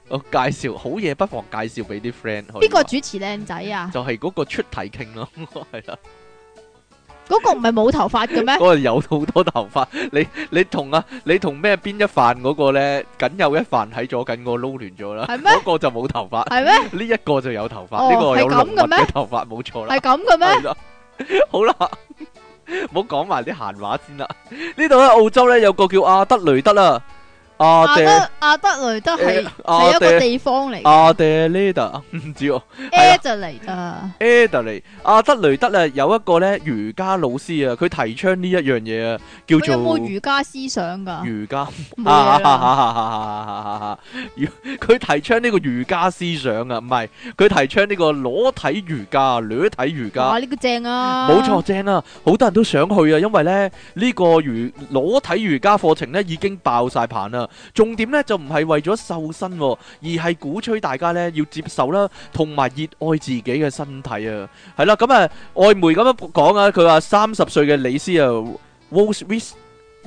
Speaker 1: 我介紹好嘢，不妨介紹俾啲 friend 可以
Speaker 2: 邊個
Speaker 1: 話
Speaker 2: 主持靚仔啊？
Speaker 1: 就係嗰個出體傾咯， [LAUGHS] 係啦，
Speaker 2: 嗰個唔係冇頭髮嘅
Speaker 1: [LAUGHS] 嗰
Speaker 2: 咩？
Speaker 1: 個有好多頭髮。你你同啊，你同咩邊一範嗰個咧，僅有一範喺左緊，我撈亂咗啦。
Speaker 2: 係咩？
Speaker 1: 嗰個就冇頭髮。
Speaker 2: 係咩？
Speaker 1: 呢一個就有頭髮，
Speaker 2: 哦
Speaker 1: 呢個有濃密
Speaker 2: 係咁嘅咩
Speaker 1: 嘅頭髮，冇錯啦
Speaker 2: 係。咁嘅咩？
Speaker 1: 係啦，好啦，唔好講埋啲閒話先啦。呢度咧澳洲咧有個叫阿德雷德啦，阿
Speaker 2: 阿
Speaker 1: 德
Speaker 2: 德阿德雷德係
Speaker 1: 誒阿
Speaker 2: 係一個
Speaker 1: 德
Speaker 2: 地方嚟
Speaker 1: 阿德雷 [LAUGHS] 德唔知喎係啊
Speaker 2: a d e l a i d 啊，
Speaker 1: ，Adelaide 阿德雷德啊有一個咧瑜伽老師啊，佢提倡呢一樣嘢啊，叫
Speaker 2: 佢有
Speaker 1: 做
Speaker 2: 冇儒家思想㗎？
Speaker 1: 瑜伽。
Speaker 2: 冇
Speaker 1: 啊
Speaker 2: 嘢
Speaker 1: 哈
Speaker 2: 啦，
Speaker 1: 哈哈哈哈哈哈！如佢提倡呢個瑜伽思想啊，唔係佢提倡呢個裸體瑜伽、裸體瑜伽。
Speaker 2: 哇！呢個正啊，
Speaker 1: 冇錯，，正啊！好多人都想去啊，因為咧呢、個瑜裸體瑜伽課程咧已經爆晒棚啦。重點咧就唔係為咗瘦身、喎，而係鼓吹大家咧要接受啦，同埋熱愛自己嘅身體啊。係啦，咁啊，外媒咁樣講啊，佢話三十歲嘅李斯啊，Rose w i s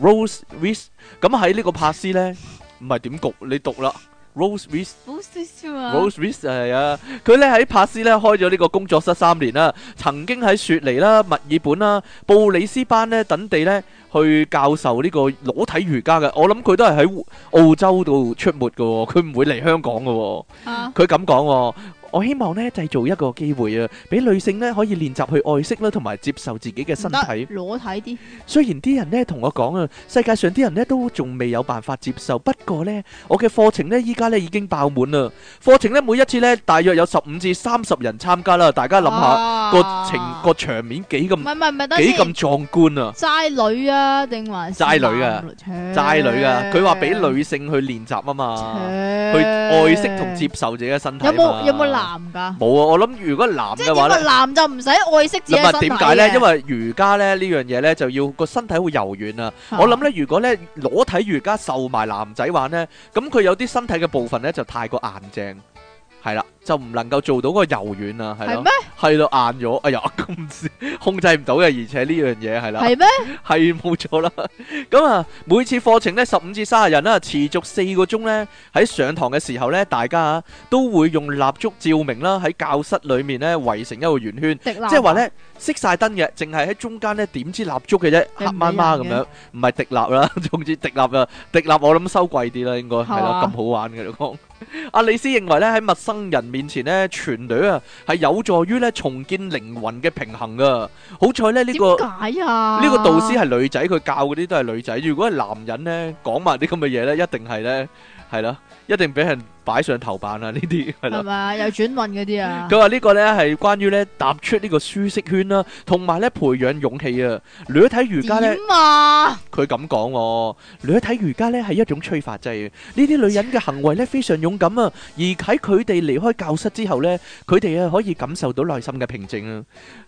Speaker 1: Rose w i s 咁喺呢個柏斯咧，唔係點焗你讀啦，Rose w i s
Speaker 2: 好少少啊。
Speaker 1: Rose r i s 係啊，佢咧喺帕斯咧開咗呢個工作室三年啦，曾經喺雪梨啦、墨爾本啦、布里斯班咧等地咧去教授呢個裸體瑜伽嘅。我諗佢都係喺澳洲度出沒嘅喎，佢唔會嚟香港嘅喎。
Speaker 2: 啊
Speaker 1: 佢咁講喎，我希望咧製造一個機會啊，俾女性咧可以練習去愛惜啦，同埋接受自己嘅身
Speaker 2: 唔得
Speaker 1: 體。
Speaker 2: 裸體啲，
Speaker 1: 雖然啲人咧同我講啊，世界上啲人咧都仲未有辦法接受，不過呢，我嘅課程呢，依家呢已經爆滿啦。課程呢，每一次呢，大約有十五至三十人參加啦，大家諗下
Speaker 2: 下
Speaker 1: 個情個場面幾
Speaker 2: 唔
Speaker 1: 咁
Speaker 2: 係唔係唔係，等
Speaker 1: 幾
Speaker 2: 先
Speaker 1: 咁壯觀啊！
Speaker 2: 齋女啊，定還是
Speaker 1: 齋女啊
Speaker 2: 男？
Speaker 1: 齋女啊，佢話俾
Speaker 2: 切
Speaker 1: 女性去練習啊嘛，去
Speaker 2: 去
Speaker 1: 愛惜同接受自己嘅身體啊
Speaker 2: 有
Speaker 1: 嘛。
Speaker 2: 冇有冇？男㗎？
Speaker 1: 冇啊！我諗如果男
Speaker 2: 即係
Speaker 1: 嘅話
Speaker 2: 因
Speaker 1: 呢。
Speaker 2: 為男就唔使愛惜自己
Speaker 1: 咁
Speaker 2: 身
Speaker 1: 啊，
Speaker 2: 體
Speaker 1: 點解呢？因為瑜伽咧呢樣嘢呢，就要個身體會柔軟啊。
Speaker 2: 啊
Speaker 1: 我諗呢，如果呢裸體瑜伽受埋男仔玩呢，咁佢有啲身體嘅部分呢，就太過硬淨，係啦，就唔能夠做到嗰個柔軟啊，係
Speaker 2: 係
Speaker 1: 咯
Speaker 2: 咩，？
Speaker 1: 係咯，硬咗。哎呀，咁唔知控制唔到嘅，而且呢樣嘢係啦。
Speaker 2: 係咩？
Speaker 1: 係冇錯啦。咁啊，每次課程呢，十五至三十人啦，持續四個鐘呢。喺上堂嘅時候呢，大家啊都會用蠟燭照明啦，喺教室裏面呢，圍成一個圓圈。
Speaker 2: 迪立
Speaker 1: 即係話，咧，熄晒燈嘅，淨係喺中間咧點支蠟燭嘅啫，黑
Speaker 2: 你唔理
Speaker 1: 麻麻咁
Speaker 2: 人
Speaker 1: 樣，唔係滴蠟啦， [LAUGHS] 總之滴蠟啊，滴蠟我諗收貴啲啦，應該係
Speaker 2: 係
Speaker 1: 啦，
Speaker 2: 嘛
Speaker 1: 咁好玩嘅你講。阿李斯認為咧喺陌生人面前咧，全女啊係有助於咧重建靈魂嘅平衡噶。好彩咧呢、
Speaker 2: 點
Speaker 1: 個
Speaker 2: 解啊？
Speaker 1: 呢個導師係女仔，佢教嗰啲都係女仔。如果係男人咧，講埋啲咁嘅嘢咧，一定係咧系啦，一定俾人擺上頭版啦呢啲係啦
Speaker 2: 系。咪啊？又转运嗰啲啊？
Speaker 1: 佢話呢個呢係關於呢踏出呢個舒適圈啦，同埋呢培養勇氣啊。女睇瑜伽呢，
Speaker 2: 点啊？
Speaker 1: 佢咁講喎，女睇瑜伽呢係一種催化劑啊。呢啲女人嘅行為呢非常勇敢啊，而喺佢哋離開教室之後呢，佢哋啊可以感受到內心嘅平靜啊。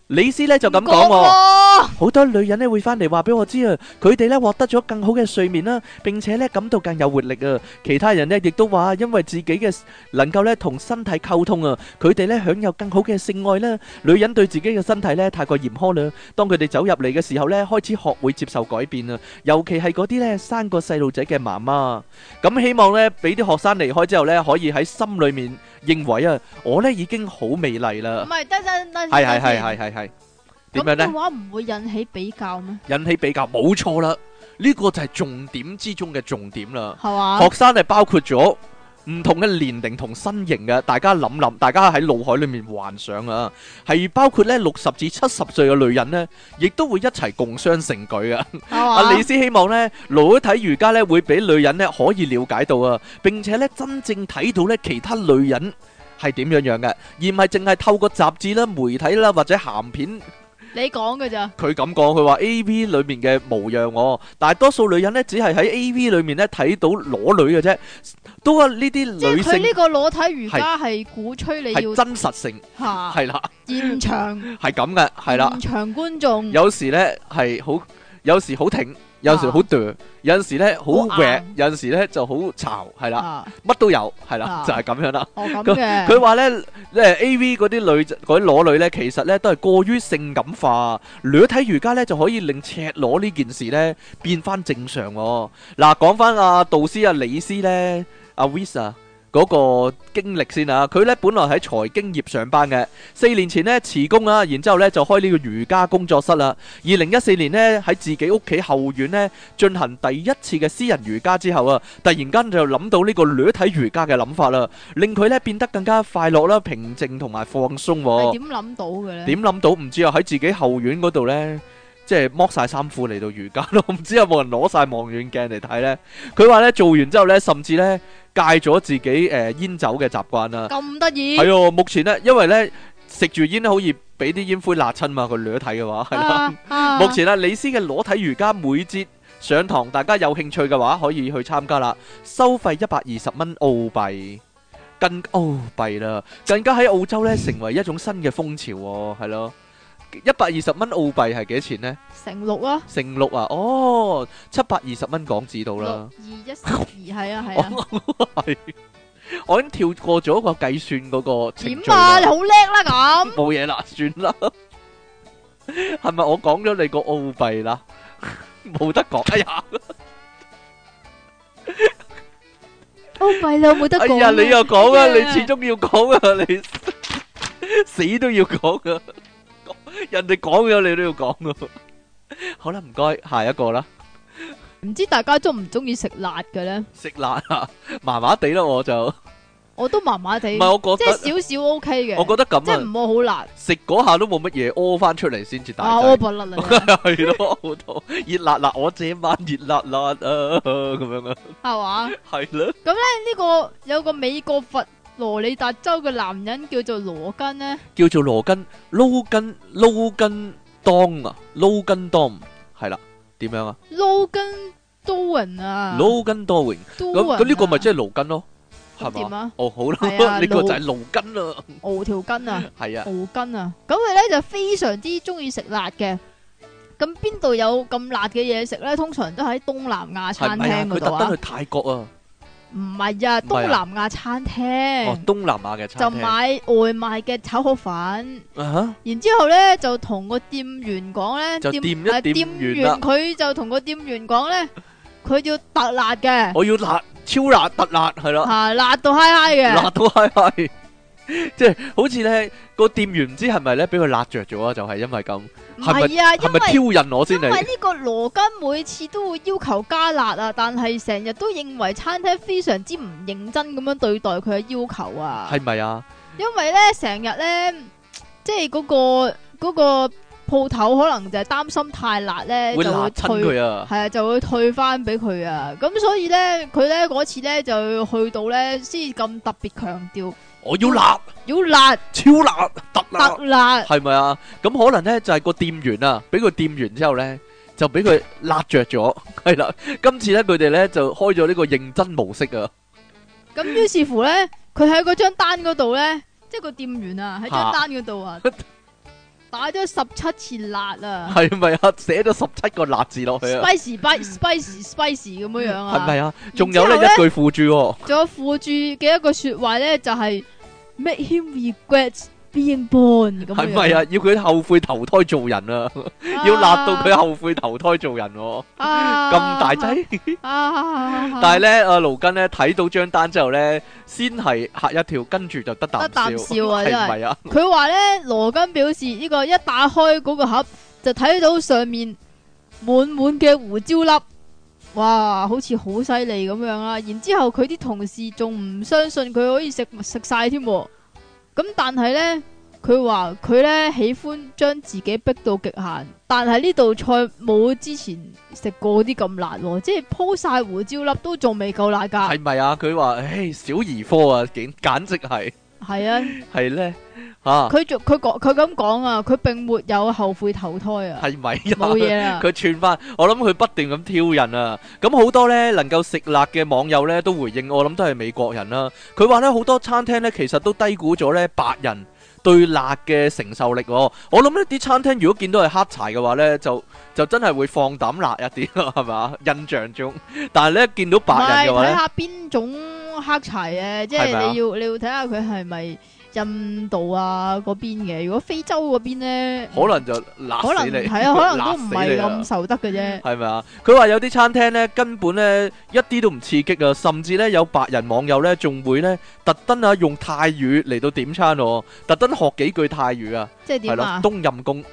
Speaker 1: 李斯呢就咁講喎。
Speaker 2: 喎，
Speaker 1: 好多女人咧會翻嚟話俾我知啊，佢哋咧獲得咗更好嘅睡眠啦，並且咧感到更有活力啊。其他人咧亦都話，因為自己嘅能夠咧同身體溝通啊，佢哋咧享有更好嘅性愛啦。女人對自己嘅身體咧太過嚴苛啦，當佢哋走入嚟嘅時候咧，開始學會接受改變啊。尤其係嗰啲咧生過細路仔嘅媽媽，咁希望咧俾啲學生離開之後咧，可以喺心裏面認為啊，我咧已經好美麗啦
Speaker 2: 唔。系得得得，
Speaker 1: 係係係係係係，點樣
Speaker 2: 咁
Speaker 1: 咧
Speaker 2: 嘅？话唔会引起比较咩？
Speaker 1: 引起比較，冇錯啦。呢、個就係重點之中嘅重點啦。
Speaker 2: 系嘛
Speaker 1: 學？生係包括咗唔同嘅年齡同身形嘅，大家諗諗，大家喺腦海裏面幻想啊，係包括呢六十至七十歲嘅女人呢，亦都會一齊共襄盛舉啊！
Speaker 2: 系嘛？
Speaker 1: 阿李斯希望呢，裸體瑜伽呢會俾女人呢可以了解到啊，並且呢真正睇到呢其他女人係點樣樣嘅，而唔係淨係透過雜誌啦、媒體啦或者鹹片。
Speaker 2: 你讲嘅咋？
Speaker 1: 佢咁講，佢話 A.V. 裏面嘅模樣喎，但係多數女人呢，只係喺 A.V. 裏面呢睇到裸女嘅啫，都係呢
Speaker 2: 即
Speaker 1: 啲
Speaker 2: 係
Speaker 1: 女
Speaker 2: 佢
Speaker 1: 性
Speaker 2: 呢個裸體瑜伽係鼓吹你
Speaker 1: 係
Speaker 2: 要啊
Speaker 1: 真實性，
Speaker 2: 吓
Speaker 1: 係啦，
Speaker 2: 現場
Speaker 1: 係咁嘅，係啦
Speaker 2: 現，場觀眾
Speaker 1: 有時呢係好，有時好挺，有時好嗲，有時呢好
Speaker 2: 啊好硬
Speaker 1: 搲，有時呢就好嘈，係啦，
Speaker 2: 啊，
Speaker 1: 乜都有，係啦
Speaker 2: 啊，
Speaker 1: 就係咁樣啦。
Speaker 2: 哦咁嘅，
Speaker 1: 佢話咧，誒 A.V. 嗰啲女嗰啲裸女咧，其實咧都係過於性感化。裸體瑜伽咧就可以令赤裸呢件事咧變翻正常喎。嗱，講翻阿導師阿李斯咧，阿啊 Visa 嗰個經歷先啊。佢咧本來喺財經業上班嘅，四年前咧辭工啦，然之後咧就開呢個瑜伽工作室啦。二零一四年咧喺自己屋企後院咧進行第一次嘅私人瑜伽之後啊，突然間就諗到呢個裸體瑜伽嘅諗法啦。令佢咧變得更加快樂啦、平靜同埋放鬆喎。
Speaker 2: 係點諗到嘅咧？
Speaker 1: 點諗到唔知啊？喺自己後院嗰度呢，即係剝晒衫褲嚟到瑜伽咯。唔 [LAUGHS] 知有冇人攞晒望遠鏡嚟睇呢？佢話呢，做完之後呢，甚至呢，戒咗自己誒、呃、煙酒嘅習慣啦。
Speaker 2: 咁得意
Speaker 1: 啊係哦，目前呢，因為呢，食住煙好易俾啲煙灰辣親嘛，佢掠睇嘅話係啦。
Speaker 2: 啊啊
Speaker 1: [LAUGHS] 目前啊，李斯嘅裸體瑜伽每節上堂，大家有興趣嘅話可以去參加啦，收費一百二十蚊澳幣。更澳幣啦，更加喺澳洲咧成為一種新嘅風潮喎、係咯。一百二十蚊澳幣係幾錢呢？
Speaker 2: 成六啊，
Speaker 1: 乘六啊，哦，七百二十蚊港紙到 [LAUGHS]
Speaker 2: 六
Speaker 1: 啦
Speaker 2: 二。一十二係啊係啊，
Speaker 1: 係我已經跳過咗個計算嗰個程
Speaker 2: 點
Speaker 1: 序
Speaker 2: 啊？
Speaker 1: 啦
Speaker 2: 你好叻啦咁，
Speaker 1: 冇嘢啦，算啦。系咪我講咗你個澳幣啦？冇得講，哎呀，
Speaker 2: [LAUGHS] 哦弊啦，冇得
Speaker 1: 哎
Speaker 2: 講
Speaker 1: 呀，
Speaker 2: 啊。
Speaker 1: 你又講啊，
Speaker 2: 哎
Speaker 1: 你
Speaker 2: 呀
Speaker 1: 始終要講啊， [LAUGHS] 你死都要講啊，人哋講咗你都要講啊。好啦，唔該，下一個啦，
Speaker 2: 唔知大家中唔中意食辣嘅咧？
Speaker 1: 食 [LAUGHS] 辣啊，麻麻地啦，我就唔
Speaker 2: 我都麻麻地，
Speaker 1: 係，我覺
Speaker 2: 即
Speaker 1: 得
Speaker 2: 係少少 OK 嘅，
Speaker 1: 我覺得
Speaker 2: 即
Speaker 1: 咁
Speaker 2: 係
Speaker 1: 啊，
Speaker 2: 唔好好辣
Speaker 1: 食嗰下都冇乜嘢，屙翻出嚟先至大
Speaker 2: 啊，
Speaker 1: 劑 [LAUGHS]
Speaker 2: 屙。不甩啦，
Speaker 1: 係咯，好多熱辣辣，我這晚熱辣辣啊，咁樣啊，
Speaker 2: 係嘛？哎
Speaker 1: 係啦。
Speaker 2: 呢個有個美國佛羅里達州嘅男人叫做羅根呢，
Speaker 1: 叫做羅根撈根撈根當啊，撈根當係啦，點樣啊？
Speaker 2: 羅根多人啊，
Speaker 1: 撈根多榮
Speaker 2: 多
Speaker 1: 咁
Speaker 2: 人
Speaker 1: 咁呢個咪即
Speaker 2: 係
Speaker 1: 係勞根咯，
Speaker 2: 啊咁
Speaker 1: 係
Speaker 2: 點
Speaker 1: 嘛
Speaker 2: 啊？
Speaker 1: 哦，好
Speaker 2: 係
Speaker 1: 啦，[LAUGHS]
Speaker 2: 啊
Speaker 1: 呢個
Speaker 2: 勞
Speaker 1: 就係勞根啦，
Speaker 2: 熬條筋啊，
Speaker 1: 係啊，
Speaker 2: 熬筋啊，咁佢呢就非常之中意食辣嘅。咁邊度有咁辣嘅嘢食呢？通常都喺東南亞
Speaker 1: 係
Speaker 2: 餐
Speaker 1: 咪啊？
Speaker 2: 廳
Speaker 1: 佢
Speaker 2: 嗰
Speaker 1: 特
Speaker 2: 度啊
Speaker 1: 登去，泰國啊，
Speaker 2: 唔係啊，
Speaker 1: 唔係
Speaker 2: 東
Speaker 1: 啊
Speaker 2: 南亞餐
Speaker 1: 哦，
Speaker 2: 廳
Speaker 1: 東南亞嘅
Speaker 2: 就
Speaker 1: 餐
Speaker 2: 買
Speaker 1: 廳
Speaker 2: 外賣嘅炒河粉。
Speaker 1: 啊
Speaker 2: 然之后咧就同個店員講咧，
Speaker 1: 就
Speaker 2: 店
Speaker 1: 掂一
Speaker 2: 啊
Speaker 1: 掂
Speaker 2: 店
Speaker 1: 完
Speaker 2: 員
Speaker 1: 啦
Speaker 2: 佢就同個店員講咧，佢要特辣
Speaker 1: 吓，
Speaker 2: 嘅，
Speaker 1: 我要辣超辣特辣係啦。
Speaker 2: 吓辣到嗨嗨
Speaker 1: 辣
Speaker 2: 嘅，
Speaker 1: 到嗨嗨， [LAUGHS] 即係好似咧個店員唔知係咪咧俾佢辣着咗啊？就係因為咁，
Speaker 2: 唔係啊，
Speaker 1: 係
Speaker 2: 因
Speaker 1: 咪
Speaker 2: 為
Speaker 1: 挑釁我先
Speaker 2: 因為
Speaker 1: 嚟？
Speaker 2: 呢個羅根每次都會要求加辣啊，但係成日都認為餐廳非常之唔認真咁樣對待佢嘅要求啊，
Speaker 1: 係咪啊？
Speaker 2: 因為咧成日咧即係嗰個嗰個鋪頭可能就係擔心太辣咧，
Speaker 1: 會
Speaker 2: 就會
Speaker 1: 辣親
Speaker 2: 退。
Speaker 1: 佢啊！
Speaker 2: 係啊，就會退翻俾佢啊，咁所以咧，佢咧嗰次咧就去到咧，先咁特別強調
Speaker 1: 我要辣，
Speaker 2: 要辣
Speaker 1: 超辣，特辣
Speaker 2: 特。辣，
Speaker 1: 系咪啊？咁可能咧就係個店員啊，俾佢掂完之後咧，就俾佢辣着咗， [LAUGHS] 係啦。今次咧佢哋咧就開咗呢個認真模式啊， [LAUGHS]
Speaker 2: 咁於是乎咧，佢喺嗰張單嗰度咧，即係個店員啊喺張單嗰度啊，打咗十七次辣啊
Speaker 1: 係咪啊？寫咗十七個辣字落去啊，
Speaker 2: ，spicy spicy spicy 咁樣樣
Speaker 1: 係
Speaker 2: 啊，
Speaker 1: 咪啊？
Speaker 2: 之後
Speaker 1: 仲有咧
Speaker 2: 呢
Speaker 1: 一句附注喎，
Speaker 2: 仲有附注嘅一句说話咧，就係 make him regret being born 咁樣
Speaker 1: 係咪啊？要佢後悔投胎做人啊，
Speaker 2: 啊？
Speaker 1: 要辣到佢後悔投胎做人喎，
Speaker 2: 啊
Speaker 1: 咁大劑。
Speaker 2: 啊！
Speaker 1: 但係咧，阿盧根咧睇到張單之後咧，先係嚇一跳，跟住就得啖
Speaker 2: 得啖笑啊
Speaker 1: 係
Speaker 2: 真係
Speaker 1: 咪啊？
Speaker 2: 佢話咧，羅根表示呢個一打開嗰個盒就睇到上面滿滿嘅胡椒粒，哇，好似好犀利咁樣啦。然之後佢啲同事仲唔相信佢可以食食晒添喎，咁但係咧，佢話佢咧喜歡將自己逼到極限，但係呢道菜冇之前食過啲咁辣喎，即係鋪晒胡椒粒都仲未夠辣㗎。
Speaker 1: 係咪啊？佢話：，唉，小兒科啊，簡簡直係。
Speaker 2: 係啊，
Speaker 1: 系咧吓，
Speaker 2: 佢仲佢講佢咁講啊，佢並沒有後悔投胎啊。
Speaker 1: 系咪
Speaker 2: 冇
Speaker 1: 啊？
Speaker 2: 嘢
Speaker 1: [LAUGHS]
Speaker 2: 啦。
Speaker 1: 佢串翻，我諗佢不斷咁挑釁啊！咁好多咧能夠食辣嘅網友咧都回應，我諗都係美國人啦。佢話咧好多餐廳咧其實都低估咗咧白人對辣嘅承受力、喎。我諗呢啲餐廳如果見到係黑柴嘅話咧，就就真係會放膽辣一啲咯，係嘛？印象中，但係咧見到
Speaker 2: 唔
Speaker 1: 白
Speaker 2: 係
Speaker 1: 人嘅話
Speaker 2: 睇
Speaker 1: 咧，
Speaker 2: 下邊種黑柴嘅，即係
Speaker 1: 係咪啊
Speaker 2: 你要你要睇下佢係咪印度啊嗰邊嘅。如果非洲嗰邊咧，
Speaker 1: 可能就辣
Speaker 2: 可
Speaker 1: 死
Speaker 2: 能
Speaker 1: 你， [LAUGHS]
Speaker 2: 係啊，可能
Speaker 1: 辣
Speaker 2: 都唔
Speaker 1: 死
Speaker 2: 係
Speaker 1: 你啊
Speaker 2: 咁受得嘅啫。
Speaker 1: 系咪啊？佢話有啲餐廳咧根本咧一啲都唔刺激啊，甚至咧有白人網友咧仲會咧特登啊用泰語嚟到點餐喎，特登學幾句泰語啊，
Speaker 2: 即係
Speaker 1: 係
Speaker 2: 點
Speaker 1: 啦
Speaker 2: 啊，？
Speaker 1: 冬陰功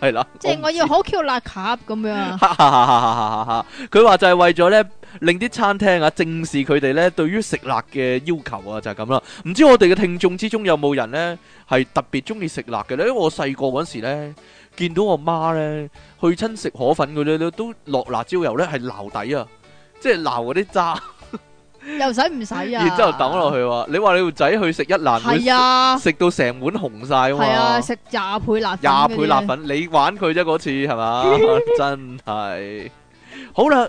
Speaker 1: 係啦，
Speaker 2: 即係我要
Speaker 1: 唔知。
Speaker 2: 好 Q 辣卡咁
Speaker 1: [LAUGHS]
Speaker 2: 樣啊！
Speaker 1: 哈哈哈哈哈哈哈！佢話就係為咗咧令啲餐廳啊正視佢哋咧對於食辣嘅要求啊，就係咁啦。唔知我哋嘅聽眾之中有冇人咧係特別中意食辣嘅咧？因為我細個嗰時咧見到我媽咧去親食河粉嗰啲咧都落辣椒油咧係撈底啊，即係撈嗰啲渣，
Speaker 2: 又使唔使啊？
Speaker 1: 然之後抌落去喎。你話你個仔去食一蘭會
Speaker 2: 係啊，
Speaker 1: 食到成碗紅晒啊
Speaker 2: 係啊，
Speaker 1: 嘛？
Speaker 2: 食廿倍辣粉嗰啲
Speaker 1: 廿
Speaker 2: 呢
Speaker 1: 倍辣粉，你玩佢啫嗰次係
Speaker 2: [LAUGHS]
Speaker 1: 嘛？真係好啦。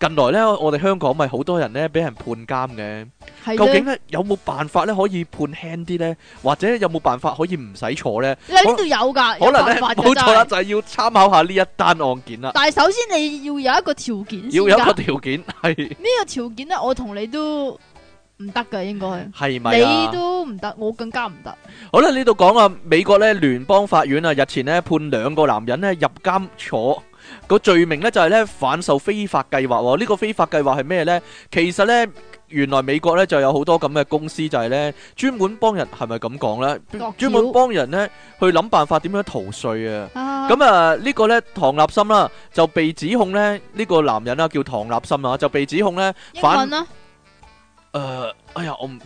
Speaker 1: 近來咧，我哋香港咪好多人咧俾人判監嘅。
Speaker 2: 係啊
Speaker 1: 究
Speaker 2: 啫
Speaker 1: 竟咧有冇辦法咧可以判輕啲咧，或者有冇辦法可以唔使坐咧？
Speaker 2: 你呢度有㗎，
Speaker 1: 可能咧
Speaker 2: 有辦法㗎
Speaker 1: 冇錯啦，
Speaker 2: 真係
Speaker 1: 就係要參考下呢一單案件啦。
Speaker 2: 但係首先你要有一個條件先
Speaker 1: 要有一個
Speaker 2: 㗎。
Speaker 1: 條件係
Speaker 2: 呢個條件咧，我同你都唔得㗎，應該。
Speaker 1: 係咪啊
Speaker 2: 你？都唔得，我更加唔得。
Speaker 1: 好啦，呢度講啊，美國咧聯邦法院啊，日前咧判兩個男人咧入監坐，個罪名咧就係咧反受非法計劃哦喎。呢、個非法計劃係咩咧？其實咧。原來美國咧就有好多咁嘅公司，就係咧專門幫人係咪咁講咧？
Speaker 2: 落
Speaker 1: 專
Speaker 2: 橋
Speaker 1: 門幫人咧去諗辦法點樣逃税啊！
Speaker 2: 啊
Speaker 1: 咁啊，呢個呢，唐立森啦，就被指控呢，呢、個男人啦，叫唐立森啊，就被指控呢，
Speaker 2: 英
Speaker 1: 反
Speaker 2: 文啦，啊
Speaker 1: 誒、哎呀，我唔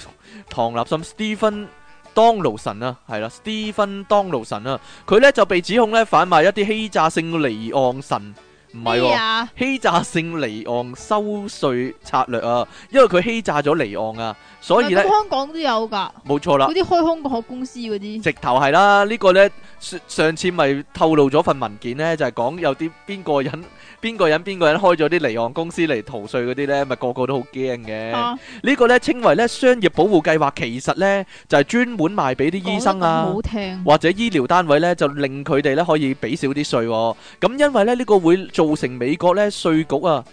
Speaker 1: 唐立森 Stephen Donaldson 啊，係啦，Stephen Donaldson 啊，佢呢就被指控呢，販賣一啲欺詐性離岸神，唔係
Speaker 2: 咩
Speaker 1: 喎。
Speaker 2: 啊？
Speaker 1: 欺詐性離岸收税策略啊，因為佢欺詐咗離岸啊，所以呢
Speaker 2: 咁，香港都有㗎，
Speaker 1: 冇錯啦
Speaker 2: 嗰，啲開空殼公司嗰啲，
Speaker 1: 直頭係啦，呢、個呢，上上次咪透露咗份文件呢，就係、講有啲邊個人邊個人邊個人開咗啲離岸公司嚟逃税嗰啲呢，咪個個都好驚嘅。
Speaker 2: 啊
Speaker 1: 呢個呢，稱為呢商業保護計劃，其實呢，就係、專門賣俾啲醫生啊。
Speaker 2: 講得咁好聽，
Speaker 1: 或者醫療單位呢，就令佢哋呢可以俾少啲税、喎。咁因為咧呢、呢個會造成美國呢税局啊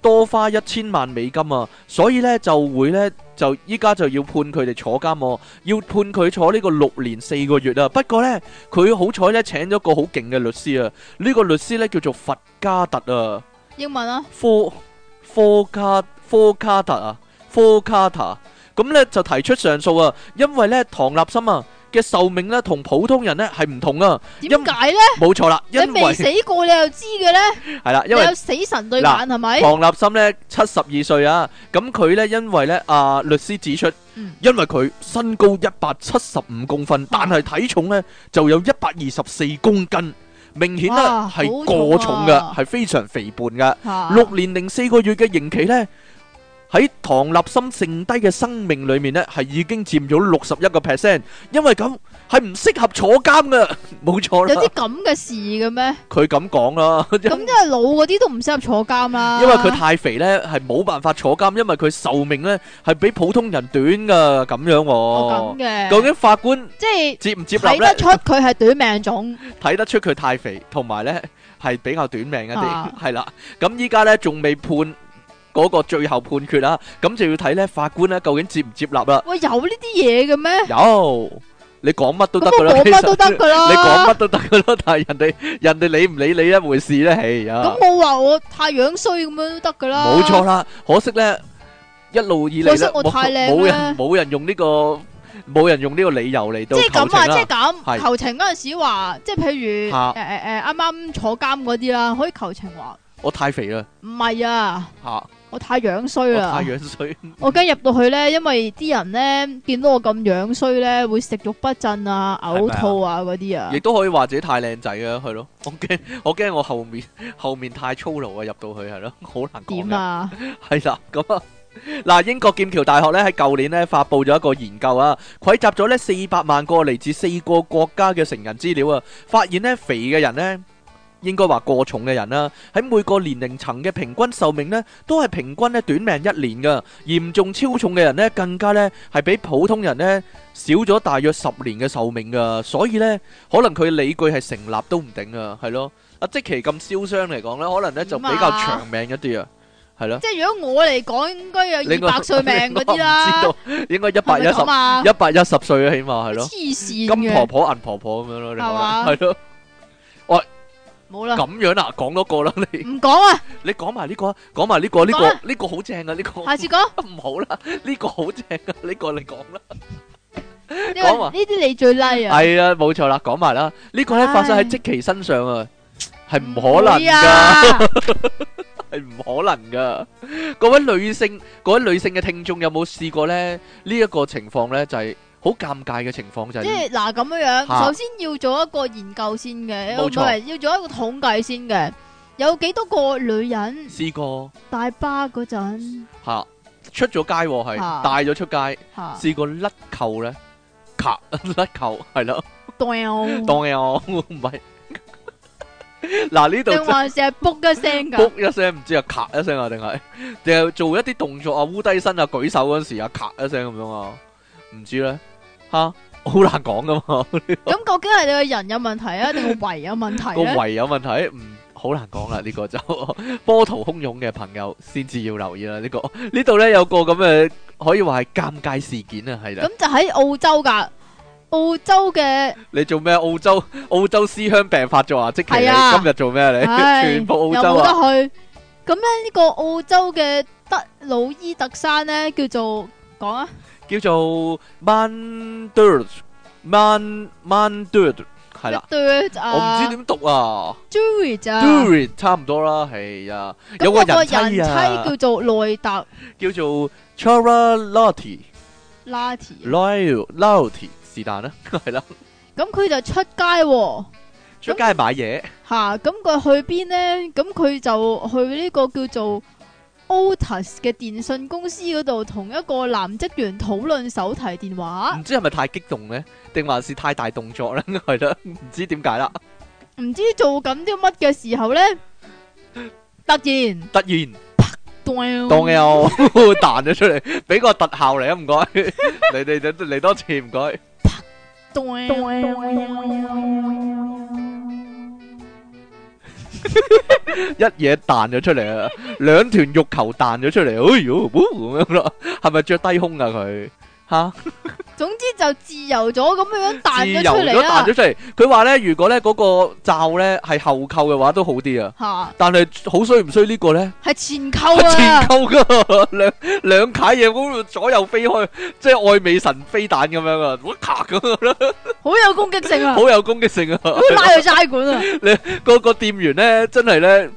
Speaker 1: 多花一千萬美金啊，所以呢就會呢，就依家就要判佢哋坐監、喎，要判佢坐呢個六年四個月啊。不過呢，佢好彩呢請咗個好勁嘅律師啊，呢、個律師呢叫做佛加特啊。
Speaker 2: 英文啊，
Speaker 1: 科科卡科卡特啊，科卡特咁呢就提出上訴啊，因為呢唐立森啊。嘅壽命咧同普通人咧係唔同啊，
Speaker 2: 點解咧？
Speaker 1: 冇錯啦，因
Speaker 2: 你未
Speaker 1: 為
Speaker 2: 死過你又知嘅咧？
Speaker 1: [LAUGHS] 係啦，
Speaker 2: 你
Speaker 1: 因為
Speaker 2: 有死神對眼
Speaker 1: 嗱
Speaker 2: 係咪？
Speaker 1: 唐立森咧七十二歲啊，咁佢咧因為咧啊律師指出
Speaker 2: 嗯，
Speaker 1: 因為佢身高一百七十五公分，但係體重咧就有一百二十四公斤，明顯咧
Speaker 2: 哇
Speaker 1: 係
Speaker 2: 好重
Speaker 1: 過重
Speaker 2: 啊
Speaker 1: 嘅，係非常肥胖噶。
Speaker 2: 嚇
Speaker 1: 六年零四個月嘅刑期呢，喺唐立森剩低嘅生命裏面呢，係已經佔咗六十一個 percent，因為咁係唔適合坐監噶， [LAUGHS] 冇錯
Speaker 2: 有
Speaker 1: 啦
Speaker 2: 啲。咁嘅事嘅咩？
Speaker 1: 佢咁講啦，
Speaker 2: 咁即係老嗰啲都唔適合坐監啦。
Speaker 1: 因為佢太肥呢，係冇辦法坐監，因為佢壽命呢，係比普通人短噶，咁樣
Speaker 2: 哦咁
Speaker 1: 喎。
Speaker 2: 嘅，
Speaker 1: 究竟法官
Speaker 2: 即係
Speaker 1: 接唔接納
Speaker 2: 睇
Speaker 1: 呢
Speaker 2: 得？出佢係短命種。
Speaker 1: 睇得出佢太肥，同埋咧係比較短命一
Speaker 2: 啊
Speaker 1: [LAUGHS] 啲，係啦、咁依家咧仲未判嗰個最後判決啦，咁就要睇咧法官咧究竟接唔接
Speaker 2: [LAUGHS]
Speaker 1: 納啦。
Speaker 2: 喂，有呢啲嘢嘅咩？
Speaker 1: 有你講乜都
Speaker 2: 咁
Speaker 1: 得噶
Speaker 2: 我
Speaker 1: 啦，
Speaker 2: 講
Speaker 1: 其
Speaker 2: 乜
Speaker 1: 實
Speaker 2: 都得噶啦。
Speaker 1: 你講乜？都得噶啦，但係人哋 [LAUGHS] 人哋理唔理你一回事咧，哎呀，
Speaker 2: 咁我話我太樣衰咁樣都得噶啦。
Speaker 1: 冇錯啦。可惜咧，一路以嚟
Speaker 2: 可惜
Speaker 1: 咧，
Speaker 2: 我
Speaker 1: 冇
Speaker 2: 太靚
Speaker 1: 冇
Speaker 2: 啦
Speaker 1: 人冇人用呢個冇人用呢個理由嚟到
Speaker 2: 即係
Speaker 1: 求
Speaker 2: 咁啊！
Speaker 1: 情
Speaker 2: 即係
Speaker 1: 啦。
Speaker 2: 咁，
Speaker 1: 係
Speaker 2: 求情嗰陣時話，即係譬如
Speaker 1: 嚇
Speaker 2: 誒誒誒，啱啱坐監嗰啲啦，可以求情話
Speaker 1: 我太肥啦，
Speaker 2: 唔係啊，
Speaker 1: 吓
Speaker 2: 我太樣衰
Speaker 1: 我
Speaker 2: 啦
Speaker 1: 太，樣衰，
Speaker 2: 我驚入到去咧，因為啲人咧見到我咁樣衰咧，會食欲不振啊、
Speaker 1: 係
Speaker 2: 嘔
Speaker 1: 咪啊
Speaker 2: 吐啊嗰啲啊
Speaker 1: 亦。都可以話自己太靚仔啊，係咯，我驚我驚我後面後面太粗魯啊，入到去係咯，好難講
Speaker 2: 點
Speaker 1: 噶，
Speaker 2: 啊？
Speaker 1: 係啦，咁啊。嗱，英國劍橋大學咧喺舊年咧發布咗一個研究啊，蒐集咗咧四百萬個嚟自四個國家嘅成人資料啊，發現咧肥嘅人咧，應該話過重嘅人啦，喺每個年齡層嘅平均壽命咧，都係平均咧短命一年噶，嚴重超重嘅人咧，更加咧係比普通人咧少咗大約十年嘅壽命噶，所以咧可能佢理據係成立都唔定啊，係咯，阿即其咁燒傷嚟講咧，可能咧就比較長命一啲啊，係咯。
Speaker 2: 即係如果我嚟講，應該有
Speaker 1: 你個
Speaker 2: 二百歲命嗰啲啦，
Speaker 1: 我唔知道應該一
Speaker 2: 係
Speaker 1: 百一
Speaker 2: 咪咁
Speaker 1: 十
Speaker 2: 啊？
Speaker 1: 一百一十歲啊，起碼係咯，
Speaker 2: 黐線
Speaker 1: 金婆
Speaker 2: 嘅，
Speaker 1: 婆銀婆婆咁樣咯，你可
Speaker 2: 係嘛
Speaker 1: 能係咯
Speaker 2: 冇啦，
Speaker 1: 咁樣啦，講多個啦，你
Speaker 2: 唔講啊，
Speaker 1: 你講埋呢個啊，講埋呢個呢
Speaker 2: 講啊
Speaker 1: 個呢個好正啊，呢個
Speaker 2: 下
Speaker 1: [LAUGHS]
Speaker 2: 次講
Speaker 1: 唔好啦，呢個好正啊，呢個你講啦，
Speaker 2: 呢個
Speaker 1: 講啊
Speaker 2: 呢啲你最 like 啊，
Speaker 1: 係啊，冇錯啦，講埋啦，呢個咧
Speaker 2: 唉
Speaker 1: 發生喺積淇身上啊，係唔可能 [LAUGHS]
Speaker 2: 會
Speaker 1: 㗎。
Speaker 2: 啊。
Speaker 1: 系唔可能噶。各位女性，各位女性嘅聽眾有冇試過咧？呢、一個情況咧，就係好尷尬嘅情況，就係
Speaker 2: 即係嗱咁樣样，
Speaker 1: 嚇
Speaker 2: 首先要做一個研究先嘅，
Speaker 1: 冇
Speaker 2: 唔
Speaker 1: 錯
Speaker 2: 係要做一個統計先嘅。有幾多個女人
Speaker 1: 試過
Speaker 2: 大巴嗰陣
Speaker 1: 吓、嚇出咗街喎，係
Speaker 2: 嚇
Speaker 1: 帶咗出街，
Speaker 2: 吓
Speaker 1: 試過甩扣咧，咔 [LAUGHS] 甩扣係咯， [LAUGHS]
Speaker 2: 掉，
Speaker 1: 當然我唔係 [LAUGHS] 嗱呢度
Speaker 2: 定還是係卜一聲㗎？
Speaker 1: 卜一聲唔知啊，咔一聲啊，定係定係做一啲動作啊，烏低身啊，舉手嗰陣時啊，咔一聲咁樣啊，唔知咧吓，好難講噶嘛。
Speaker 2: 咁究竟係啊你個人有問題啊，定個胃有問題
Speaker 1: [LAUGHS] 個
Speaker 2: 咧？
Speaker 1: 胃有問題，唔好難講啦。呢、個就 [LAUGHS] 波濤洶湧嘅朋友先至要留意啦。呢、個呢度呢，有個咁嘅可以話係尷尬事件啊，係啦
Speaker 2: 咁。就喺澳洲㗎，澳
Speaker 1: [LAUGHS]
Speaker 2: 洲嘅
Speaker 1: 你做咩？澳洲澳洲思鄉病發作啊！即其你
Speaker 2: 係啊
Speaker 1: 今日做咩？你
Speaker 2: 唉
Speaker 1: [LAUGHS] 全部
Speaker 2: 又
Speaker 1: 澳洲
Speaker 2: 冇
Speaker 1: 啊！
Speaker 2: 得去。咁咧呢個澳洲嘅德魯伊特山咧叫做講啊，
Speaker 1: 叫做 Mandurd Man Mandurd 係啦，我
Speaker 2: 對
Speaker 1: 唔知
Speaker 2: 啊
Speaker 1: 點讀啊
Speaker 2: j u r i 咋？
Speaker 1: ，Durid 差唔多啦，係啊，
Speaker 2: 咁
Speaker 1: 有個
Speaker 2: 個
Speaker 1: 人
Speaker 2: 人
Speaker 1: 妻啊，
Speaker 2: 妻叫做內特。
Speaker 1: 叫做 Chara Lottie
Speaker 2: 拉提，啊
Speaker 1: Loyal Lottie 是但啦， [LAUGHS] 係啦。
Speaker 2: 咁佢就出街喎、
Speaker 1: 出街買嘢，
Speaker 2: 吓咁佢去邊呢？咁佢就去呢個叫做 Otis 嘅電信公司嗰度，同一個男職員討論手提電話。
Speaker 1: 唔知係咪太激動呢？定還是太大動作呢？ [LAUGHS] 係啦，唔知點解啦。嗯
Speaker 2: 唔知做緊啲乜嘅時候呢，突然
Speaker 1: 突然
Speaker 2: 當
Speaker 1: 當又 [LAUGHS] 彈咗出嚟，俾個特效嚟啊！唔該， [LAUGHS] 你你你嚟多次唔該。一嘢彈咗出嚟啊，兩團肉球彈咗出嚟，哎呦，咁樣咯，係咪着低胸啊佢？吓，
Speaker 2: 总之就自由咗咁样弹
Speaker 1: 自
Speaker 2: 咗
Speaker 1: 由
Speaker 2: 出
Speaker 1: 咗
Speaker 2: 嚟啊
Speaker 1: 彈
Speaker 2: 啦
Speaker 1: 咗，出嚟。佢話咧，如果咧嗰個罩咧係後扣嘅話都好啲啊。
Speaker 2: 吓
Speaker 1: 但係好衰唔衰呢個咧？
Speaker 2: 系前扣
Speaker 1: 係前
Speaker 2: 啊，
Speaker 1: 扣噶， [LAUGHS] 兩兩楷嘢咁樣左右飛開，即係愛美神飛彈咁樣啊，哇咔咁樣啦，
Speaker 2: 好有攻击
Speaker 1: [LAUGHS]
Speaker 2: 性啊，
Speaker 1: 好有攻擊性啊！ [LAUGHS]
Speaker 2: 好拉去差馆啊，
Speaker 1: 個個店員咧，真係咧，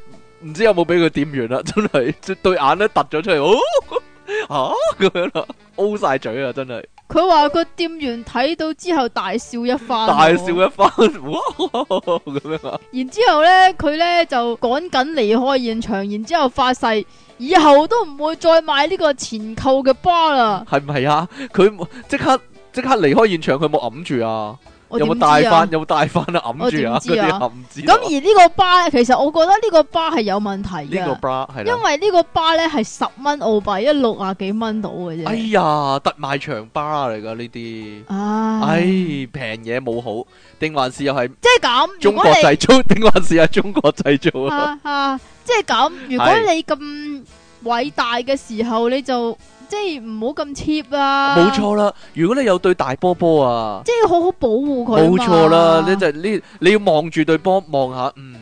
Speaker 1: 唔知有冇俾佢店員啦， [LAUGHS] 真係對眼咧突咗出嚟，哦， [LAUGHS] 吓咁樣啦，O 晒嘴啊，真係
Speaker 2: 佢话个店员睇到之后大笑一番，
Speaker 1: 大笑一番， [LAUGHS] 哇咁樣啊！
Speaker 2: 然之后咧，佢咧就趕緊離開現場，然之后发誓以後都唔會再買呢個前扣嘅巴啦。
Speaker 1: 系咪啊？佢冇即刻即刻離開現場，佢有冇揞住啊？
Speaker 2: 我
Speaker 1: 有
Speaker 2: 點
Speaker 1: 冇
Speaker 2: 知啊
Speaker 1: 帶翻？有冇帶翻啊？ [LAUGHS] 揞
Speaker 2: 我點
Speaker 1: 住啊？嗰
Speaker 2: 知啊
Speaker 1: 啲揞住。
Speaker 2: 咁而呢個巴，其實我覺得呢個巴係有問題嘅，
Speaker 1: 呢個 bra 係
Speaker 2: 啊因
Speaker 1: 啦。
Speaker 2: 為呢個巴咧係十蚊澳幣，一六啊幾蚊到嘅啫。
Speaker 1: 哎呀，特賣長 bra 嚟噶呢啲。
Speaker 2: 唉，
Speaker 1: 唉，平嘢冇好，定還是又係
Speaker 2: 即係咁。如
Speaker 1: 中
Speaker 2: 果
Speaker 1: 國
Speaker 2: 你
Speaker 1: 製造？ [LAUGHS] 定還是係中國製造啊？
Speaker 2: 啊啊，即係咁，如果
Speaker 1: 係
Speaker 2: 你咁偉大嘅時候，你就即係唔好咁 cheap 啦。
Speaker 1: 冇，錯啦，如果你有對大波波啊，
Speaker 2: 即係好好保護佢。啊
Speaker 1: 冇錯啦，呢就呢你要望住對波望下，嗯，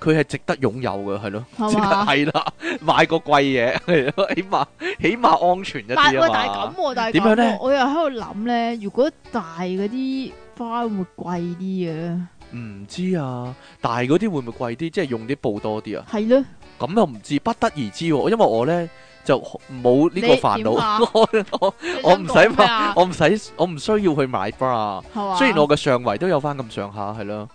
Speaker 1: 佢係值得擁有嘅，係咯。
Speaker 2: 係
Speaker 1: 即刻 [LAUGHS]
Speaker 2: 嘛？
Speaker 1: 係啦，買個貴嘢，係咯起碼起碼安全一
Speaker 2: 但
Speaker 1: 啲
Speaker 2: 喂，
Speaker 1: 啊
Speaker 2: 但係咁
Speaker 1: 嘛。
Speaker 2: 喎，但係
Speaker 1: 點
Speaker 2: 咁
Speaker 1: 樣呢
Speaker 2: 喎我又喺度諗咧，如果大嗰啲花會唔會貴啲嘅？
Speaker 1: 唔知啊，但係嗰啲會唔會貴啲？即係用啲布多啲啊？
Speaker 2: 係咯，
Speaker 1: 咁又唔知，不得而知喎。因為我咧就冇呢個
Speaker 2: 你
Speaker 1: 煩惱，
Speaker 2: 點啊
Speaker 1: [LAUGHS] 我我我唔使
Speaker 2: 咩啊
Speaker 1: 買，？我唔使我唔需要去買 bra。
Speaker 2: 係嘛？
Speaker 1: 雖然我嘅上圍都有翻咁上下，係咯。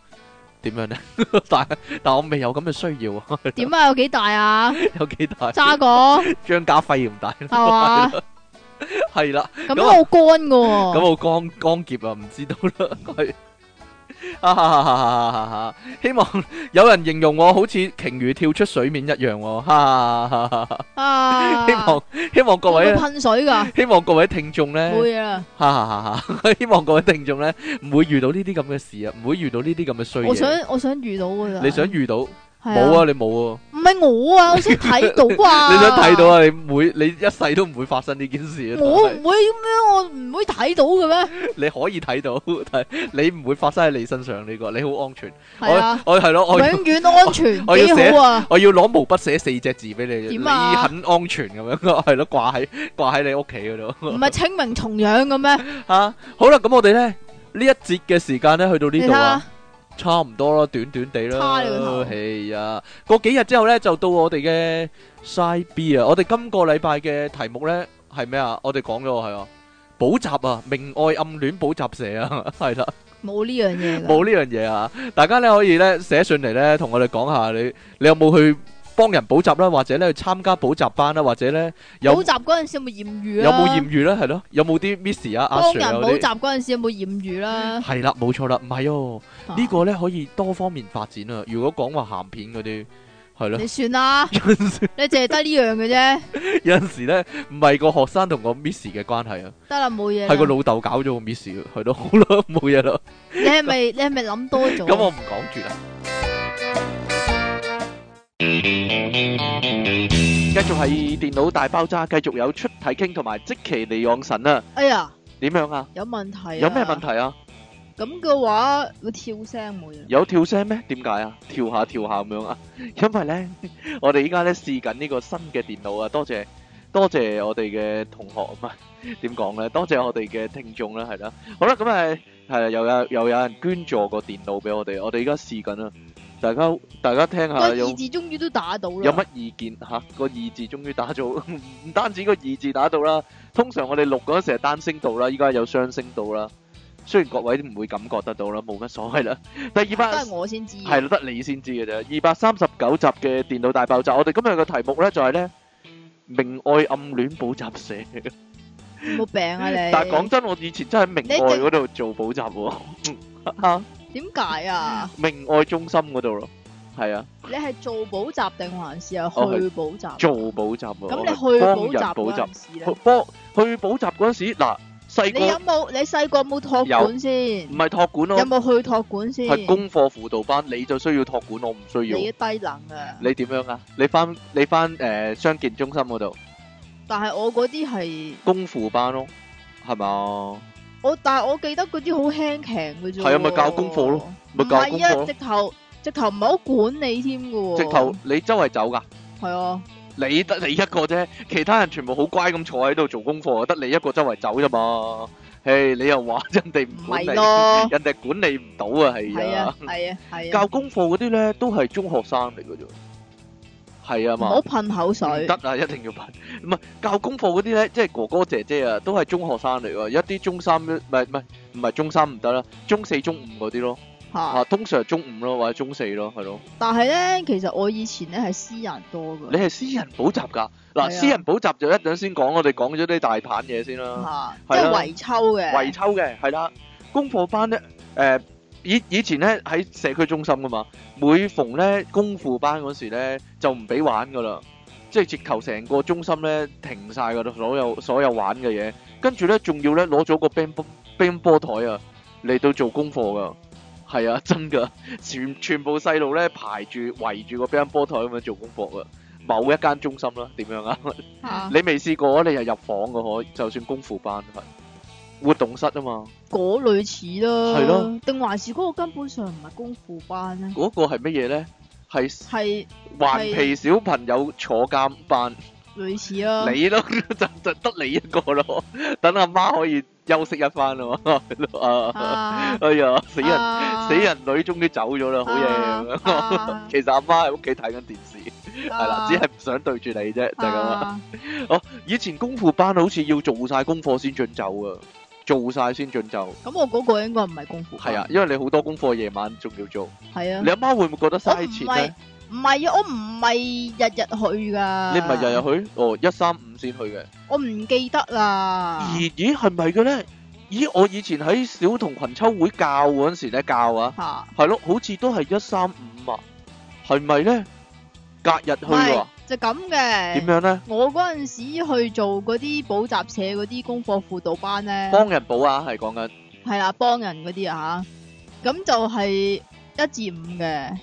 Speaker 1: 點樣咧？ [LAUGHS] 但但我未有咁嘅需要啊！[LAUGHS]
Speaker 2: [LAUGHS] 點啊？有幾大啊？
Speaker 1: 有幾大？[LAUGHS]
Speaker 2: 揸過
Speaker 1: 張家輝咁大， [LAUGHS]
Speaker 2: 係嘛？
Speaker 1: 係啦。
Speaker 2: 咁啊好乾
Speaker 1: 咁
Speaker 2: 嘅喎，
Speaker 1: 我光光劫啊，唔知道啦， [LAUGHS] 係啊，希望 [LAUGHS] 有人形容我好似鯨魚跳出水面一樣喎，哈，
Speaker 2: 啊，
Speaker 1: 希望希望各
Speaker 2: 會
Speaker 1: 位哎
Speaker 2: 唔會，噴
Speaker 1: [LAUGHS]
Speaker 2: 水㗎，啊
Speaker 1: 希望各位聽眾
Speaker 2: 冇
Speaker 1: 咧，
Speaker 2: 嘢啦。
Speaker 1: 哈， [LAUGHS] 希望各位聽眾咧唔會遇到呢啲咁嘅事啊，唔會遇到呢啲咁嘅衰
Speaker 2: 我想
Speaker 1: 嘢。
Speaker 2: 我想遇到㗎啦。
Speaker 1: 你想遇到
Speaker 2: 係
Speaker 1: 冇啊？？你冇
Speaker 2: 唔係我
Speaker 1: [LAUGHS]
Speaker 2: 啊，我想睇到
Speaker 1: 啊？
Speaker 2: 啊。
Speaker 1: 你想睇到？啊？你唔會，你一世都唔會發生呢件事啊！
Speaker 2: 我
Speaker 1: 但係
Speaker 2: 唔會咁樣，我唔會睇到嘅咩？
Speaker 1: 你可以睇到，但係你唔會發生喺你身上呢個，你好安全。
Speaker 2: 係啊，
Speaker 1: 我我係咯，我
Speaker 2: 永遠安全，
Speaker 1: 我要
Speaker 2: 幾好啊！
Speaker 1: 我要攞毛筆寫四隻字俾你，
Speaker 2: 點啊
Speaker 1: 你很安全咁樣， [LAUGHS] 係咯，掛喺掛喺你屋企嗰度。 [LAUGHS]
Speaker 2: 唔係清明重陽嘅咩？
Speaker 1: 吓，好啦，咁我哋咧呢一節嘅時間咧去到
Speaker 2: 你
Speaker 1: 呢
Speaker 2: 睇
Speaker 1: 度
Speaker 2: 下
Speaker 1: 啊，。差唔多啦，短短地啦。
Speaker 2: 差你個頭
Speaker 1: 係啊，過幾日之後咧就到我哋嘅 side B 啊，我哋今個禮拜嘅題目咧係咩啊？我哋講咗係啊。補習啊，明愛暗戀補習社啊， [LAUGHS] 係啦，
Speaker 2: 冇呢樣嘢㗎，
Speaker 1: 冇呢樣嘢啊！大家咧可以咧寫信嚟咧，同我哋講下你你有冇去幫人補習啦，或者咧去參加補習班啦，或者咧有
Speaker 2: 補習嗰陣時有冇豔遇啦？
Speaker 1: 有冇豔遇咧？係咯，有冇啲 miss 啊、阿
Speaker 2: 幫
Speaker 1: Sir
Speaker 2: 人
Speaker 1: 啊
Speaker 2: 補
Speaker 1: 嗰啲？
Speaker 2: 習嗰陣時有冇豔遇啦？
Speaker 1: 係啦，冇錯啦，唔係哦，
Speaker 2: 啊
Speaker 1: 呢個咧可以多方面發展啊。如果講話鹹片嗰啲，係咯，
Speaker 2: 你算啦，
Speaker 1: [LAUGHS] 有陣時
Speaker 2: 你淨係得呢樣嘅啫，
Speaker 1: 有陣時咧唔係個學生同個 miss 嘅關係啊，
Speaker 2: 得啦冇嘢啦。
Speaker 1: 係個老豆搞咗個 miss 啊係咯， [LAUGHS] 好啦，冇嘢啦。
Speaker 2: 你係咪你係咪諗多咗？
Speaker 1: 咁我唔講住啦。繼續係電腦大爆炸，繼續有出體傾同埋即其利昂神啊？
Speaker 2: 哎呀
Speaker 1: 點樣啊？
Speaker 2: 有問題啊，
Speaker 1: 有咩問題啊？
Speaker 2: 咁嘅話會跳聲冇嘢。
Speaker 1: 有跳聲咩？點解啊？跳下跳下咁樣啊？ [LAUGHS] 因為咧，我哋依家咧試緊呢個新嘅電腦啊！多謝多謝我哋嘅同學 [LAUGHS] 唔係點講咧？多謝我哋嘅聽眾啦，係啦。好啦，咁誒係啊，又有又有人捐助個電腦俾我哋，我哋依家試緊啊！大家大家聽下
Speaker 2: 個
Speaker 1: 啊有
Speaker 2: 意字終於都打到啦。
Speaker 1: 有乜意見嚇？個二字終於打到， [LAUGHS] 唔單止個二字打到啦。通常我哋錄嗰陣時係單聲道啦，依家有雙聲道啦。雖然各位都唔會感覺得到啦，冇乜所謂啦。第二
Speaker 2: 都
Speaker 1: 百
Speaker 2: 係我先知。啊
Speaker 1: 係啦，得你先知嘅啫。二百三十九集嘅電腦大爆炸，我哋今日嘅題目咧就係咧明愛暗戀補習社。
Speaker 2: 有冇病啊你？
Speaker 1: 但係講真，我以前真係明愛嗰度做補習喎， [LAUGHS] 嚇
Speaker 2: 點解啊？
Speaker 1: 明愛中心嗰度咯，係啊，
Speaker 2: 你係做補習定還是係
Speaker 1: 我係
Speaker 2: 去補習？
Speaker 1: 做補習喎。
Speaker 2: 咁你去
Speaker 1: 幫
Speaker 2: 補
Speaker 1: 人
Speaker 2: 習
Speaker 1: 補
Speaker 2: 嗰
Speaker 1: 習，
Speaker 2: 陣時咧？
Speaker 1: 去幫去補習嗰陣時，嗱細
Speaker 2: 你有
Speaker 1: 個
Speaker 2: 冇你细个有冇托管先？
Speaker 1: 唔係托管
Speaker 2: 有
Speaker 1: 咯，
Speaker 2: 冇去托管先？
Speaker 1: 係功課輔導班，你就需要托管，我唔需
Speaker 2: 你
Speaker 1: 要。
Speaker 2: 嘅低能啊！
Speaker 1: 你點樣啊？你翻你翻誒相見中心嗰度
Speaker 2: 但系我嗰啲系
Speaker 1: 功輔班咯，係嘛？
Speaker 2: 我但系我記得嗰啲好輕強嘅啫喎。
Speaker 1: 係啊咪教功課咯咪
Speaker 2: 唔
Speaker 1: 教功
Speaker 2: 係
Speaker 1: 課
Speaker 2: 啊，
Speaker 1: 咯
Speaker 2: 直頭直頭唔係好管你添嘅喎。
Speaker 1: 直頭你周圍走㗎，
Speaker 2: 係啊，
Speaker 1: 你得你一個啫，其他人全部好乖咁坐喺度做功課，得你一個周圍走啫嘛。唉，你又話人哋唔
Speaker 2: 唔
Speaker 1: 管理，
Speaker 2: 係
Speaker 1: 人
Speaker 2: 咯，
Speaker 1: 哋管理唔到啊，係
Speaker 2: 係
Speaker 1: 啊
Speaker 2: 啊，。係啊，係啊
Speaker 1: 教，功課嗰啲咧都係中學生嚟嘅啫，係啊
Speaker 2: 唔
Speaker 1: 嘛。
Speaker 2: 好噴口
Speaker 1: 唔
Speaker 2: 水
Speaker 1: 得。啊，一定要拍。唔係教功課嗰啲咧，即係哥哥姐姐啊，都係中學生嚟喎。一啲中三，唔係唔係唔係中三唔得啦，中四、中五嗰啲咯。
Speaker 2: 吓
Speaker 1: 啊，，通常係中五咯，或者中四咯，係咯。
Speaker 2: 但係咧，其實我以前咧係私人多
Speaker 1: 你
Speaker 2: 嘅。
Speaker 1: 係私人補習㗎？
Speaker 2: 係
Speaker 1: 嗱，
Speaker 2: 啊
Speaker 1: 私人補習就一陣先講，我哋講咗啲大棒嘢先啦。
Speaker 2: 吓，
Speaker 1: 係
Speaker 2: 即
Speaker 1: 啦
Speaker 2: 係圍抽嘅。
Speaker 1: 圍抽嘅係啦，功課班咧，誒、以以前咧喺社區中心噶嘛，每逢咧功課班嗰時咧就唔俾玩噶啦，即係直頭成個中心咧停晒噶啦，所有所有玩嘅嘢，跟住咧仲要咧攞咗個乒乓乒乓波台啊嚟到做功課噶。係啊， [LAUGHS] 真噶，全全部細路咧排住圍住個乒乓波台咁樣做功課噶，某一間中心啦，點樣啊？
Speaker 2: 嚇
Speaker 1: 你未試過，你係入房嘅可，就算功夫班係活動室啊嘛，
Speaker 2: 嗰類似咯。
Speaker 1: 係咯。
Speaker 2: 定還是嗰個根本上唔係功夫班咧？
Speaker 1: 嗰、個係乜嘢咧？係
Speaker 2: 係
Speaker 1: 頑皮小朋友坐監班，
Speaker 2: 類似啊。
Speaker 1: 你咯， [LAUGHS] 就就得你一個咯，等阿媽可以休息一番 [LAUGHS] 啊嘛，啊，
Speaker 2: 啊
Speaker 1: 哎呀， [LAUGHS] 死人、
Speaker 2: 啊
Speaker 1: 死人女終於走咗啦，好嘢咁樣。
Speaker 2: 啊
Speaker 1: 其實阿媽喺屋企睇緊電視， [LAUGHS] 係啦、
Speaker 2: 啊
Speaker 1: 只係唔想對住你啫，就係咁啦。
Speaker 2: 啊
Speaker 1: 以前功夫班好似要做晒功課先進走啊，做晒先進走。
Speaker 2: 咁我嗰個應該唔係功夫。
Speaker 1: 係啊，，因為你好多功課夜晚仲要做，
Speaker 2: 係啊
Speaker 1: 你。阿媽會唔會覺得嘥錢
Speaker 2: 我唔係
Speaker 1: 咧？
Speaker 2: 唔係啊，我唔係日日去噶。
Speaker 1: 你唔係日日去？哦，一三五先去嘅。
Speaker 2: 我唔記得啦。
Speaker 1: 咦咦，係咪嘅咧？咦，我以前喺小童群秋會教嗰陣時咧教啊，
Speaker 2: 吓，
Speaker 1: 係咯，好似都係一三五啊，係咪咧？隔日去
Speaker 2: 唔係
Speaker 1: 喎，
Speaker 2: 就咁嘅。
Speaker 1: 點？樣咧？
Speaker 2: 我嗰陣時去做嗰啲補習社嗰啲功課輔導班咧，
Speaker 1: 幫人補啊，係講緊
Speaker 2: 係啦，幫人嗰啲啊吓，咁就係一至五嘅，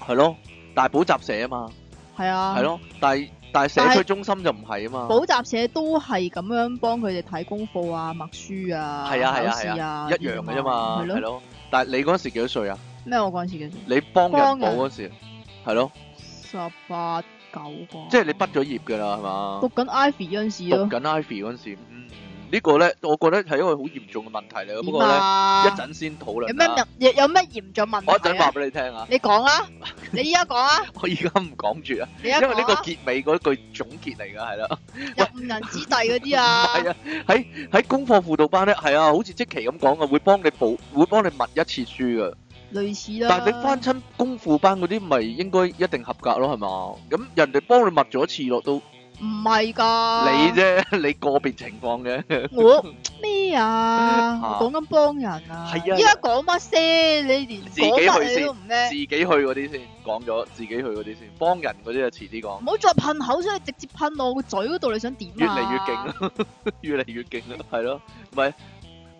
Speaker 1: 係咯，但係補習社啊嘛，
Speaker 2: 係啊，
Speaker 1: 係，咯，但係但係
Speaker 2: 但
Speaker 1: 社
Speaker 2: 係
Speaker 1: 區中心就唔係啊嘛。
Speaker 2: 補習社都係咁樣幫佢哋睇功課啊、默書啊、
Speaker 1: 係啊係啊
Speaker 2: 考試啊，
Speaker 1: 一樣嘅啫嘛，
Speaker 2: 係
Speaker 1: 係
Speaker 2: 咯，
Speaker 1: 咯。但係你嗰陣時幾多歲啊？
Speaker 2: 咩我嗰陣時嘅
Speaker 1: 你幫人
Speaker 2: 幫
Speaker 1: 補
Speaker 2: 人
Speaker 1: 嗰時係咯，
Speaker 2: 十八九啩，
Speaker 1: 即係你畢咗業㗎啦，係嘛？
Speaker 2: 讀緊 Ivy 嗰陣時
Speaker 1: 讀
Speaker 2: 咯，
Speaker 1: 緊 Ivy 嗰陣時，嗯，呢個咧，我覺得係一個好嚴重嘅問題嚟嘅。不過咧，一
Speaker 2: 一
Speaker 1: 陣先討
Speaker 2: 啊有
Speaker 1: 論
Speaker 2: 咩
Speaker 1: 啦。
Speaker 2: 入有咩嚴重問題啊？
Speaker 1: 我一陣話俾你聽啊， [LAUGHS]
Speaker 2: 你講啊，你依家講啊，
Speaker 1: 我而家唔講住啊，
Speaker 2: 你一
Speaker 1: 因為呢個
Speaker 2: 講啊，
Speaker 1: 結尾嗰句總結嚟㗎，係啦。
Speaker 2: 有誤人子弟嗰啲
Speaker 1: 唔
Speaker 2: 啊
Speaker 1: [LAUGHS] 係。啊，喺喺功課輔導班咧，係啊，好似即期咁講啊，會幫你補，會幫你默一次書㗎。
Speaker 2: 類似啦。
Speaker 1: 但係你翻親功課班嗰啲，咪應該一定合格咯，係嘛？咁人哋幫你默咗一次咯，都
Speaker 2: 唔係㗎，
Speaker 1: 你啫， [LAUGHS] 你個別情況嘅。
Speaker 2: 我咩
Speaker 1: [LAUGHS]
Speaker 2: 啊？
Speaker 1: 啊
Speaker 2: 我講緊幫人啊。
Speaker 1: 係啊
Speaker 2: 依家講乜先？你連
Speaker 1: 自己去
Speaker 2: 講乜你
Speaker 1: 先
Speaker 2: 都唔咩
Speaker 1: 自？己去嗰啲先講咗，自己去嗰啲先，幫人嗰啲就遲啲講
Speaker 2: 唔，好再噴口水，直接噴我個嘴嗰度，你想點啊？
Speaker 1: 越嚟越勁啦， [LAUGHS] 越嚟越勁啦，係咯，唔係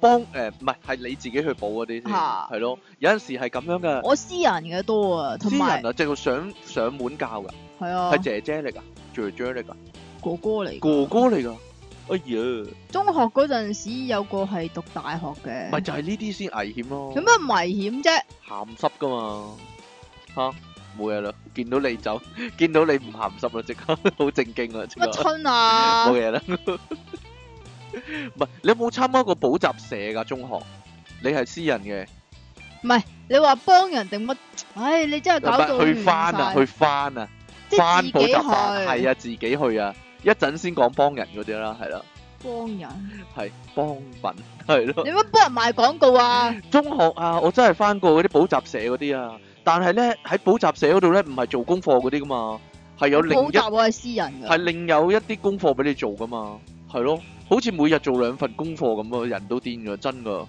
Speaker 1: 幫誒唔係係你自己去補嗰啲先，
Speaker 2: 嚇
Speaker 1: 係咯，有陣時係咁樣嘅，
Speaker 2: 我私人嘅多啊，同
Speaker 1: 私人
Speaker 2: 埋
Speaker 1: 啊，直到上上門教㗎，
Speaker 2: 係啊
Speaker 1: 係，姐姐嚟㗎，姐姐嚟㗎，
Speaker 2: 哥哥嚟㗎。
Speaker 1: 哥哥嚟㗎，哎呀，
Speaker 2: 中學嗰陣時有個係讀大學嘅，
Speaker 1: 咪就係呢啲先危險咯
Speaker 2: 有，咩唔危
Speaker 1: [LAUGHS]
Speaker 2: 險啫？
Speaker 1: 鹹濕㗎嘛，嚇冇嘢啦，見到你走， [LAUGHS] 見到你唔鹹濕啦，即刻 [LAUGHS] 好正經啦，即刻
Speaker 2: 乜。春啊
Speaker 1: 冇？嘢啦。 [LAUGHS] 唔係，你有冇參加過補習社噶？中學你係私人嘅，
Speaker 2: 你話幫人定乜？唉，你真係搞到
Speaker 1: 唔係去翻
Speaker 2: 翻
Speaker 1: 啊，去翻啊，
Speaker 2: 即係
Speaker 1: 翻
Speaker 2: 自己
Speaker 1: 補
Speaker 2: 去
Speaker 1: 習班係啊，自己去啊。一陣先講幫人嗰啲啦，係啦，
Speaker 2: 幫人。
Speaker 1: 係幫品係咯
Speaker 2: 你。乜幫人賣廣告啊？
Speaker 1: 中學啊，我真係翻過嗰啲補習社嗰啲啊，但係咧喺補習社嗰度咧，唔係做功課嗰啲噶嘛，係有另
Speaker 2: 補
Speaker 1: 一
Speaker 2: 習我係私人
Speaker 1: 係
Speaker 2: 㗎，
Speaker 1: 另有一啲功課俾你做噶嘛，係咯，好似每日做兩份功課咁啊，人都癲噶，真噶，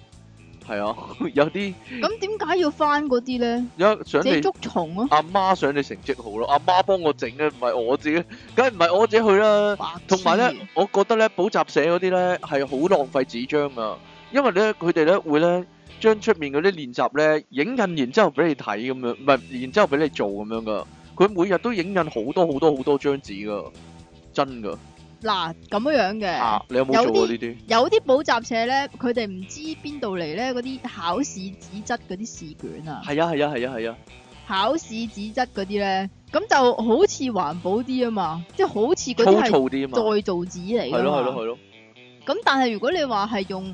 Speaker 1: 係啊， [LAUGHS] 有啲。
Speaker 2: 咁點解要翻嗰啲咧？
Speaker 1: 有想
Speaker 2: 自己
Speaker 1: 你
Speaker 2: 捉蟲啊咯，
Speaker 1: 阿媽想你成績好咯，阿媽幫我整嘅，唔係我自己，梗係唔係我自己去啦。
Speaker 2: 白痴
Speaker 1: 同埋咧，我覺得咧補習社嗰啲咧係好浪費紙張啊，因為咧佢哋咧會咧將出面嗰啲練習咧影印，然之後俾你睇咁樣，唔係然之後俾你做咁樣噶。佢每日都影印好多好多好多張紙噶，真噶。
Speaker 2: 嗱咁樣樣嘅。
Speaker 1: 啊，你有冇
Speaker 2: 有
Speaker 1: 做過
Speaker 2: 啲
Speaker 1: 呢啲？
Speaker 2: 有啲補習社咧，佢哋唔知邊度嚟咧，嗰啲考試紙質嗰啲試卷啊，
Speaker 1: 係啊係啊係啊係啊，
Speaker 2: 考試紙質嗰啲咧，咁就好似環保啲啊嘛，即係好似嗰
Speaker 1: 粗
Speaker 2: 啲係
Speaker 1: 糙啲啊嘛，
Speaker 2: 再造紙嚟
Speaker 1: 係
Speaker 2: 㗎
Speaker 1: 咯係
Speaker 2: 嘛。
Speaker 1: 咯係咯，
Speaker 2: 咁但係如果你話係用，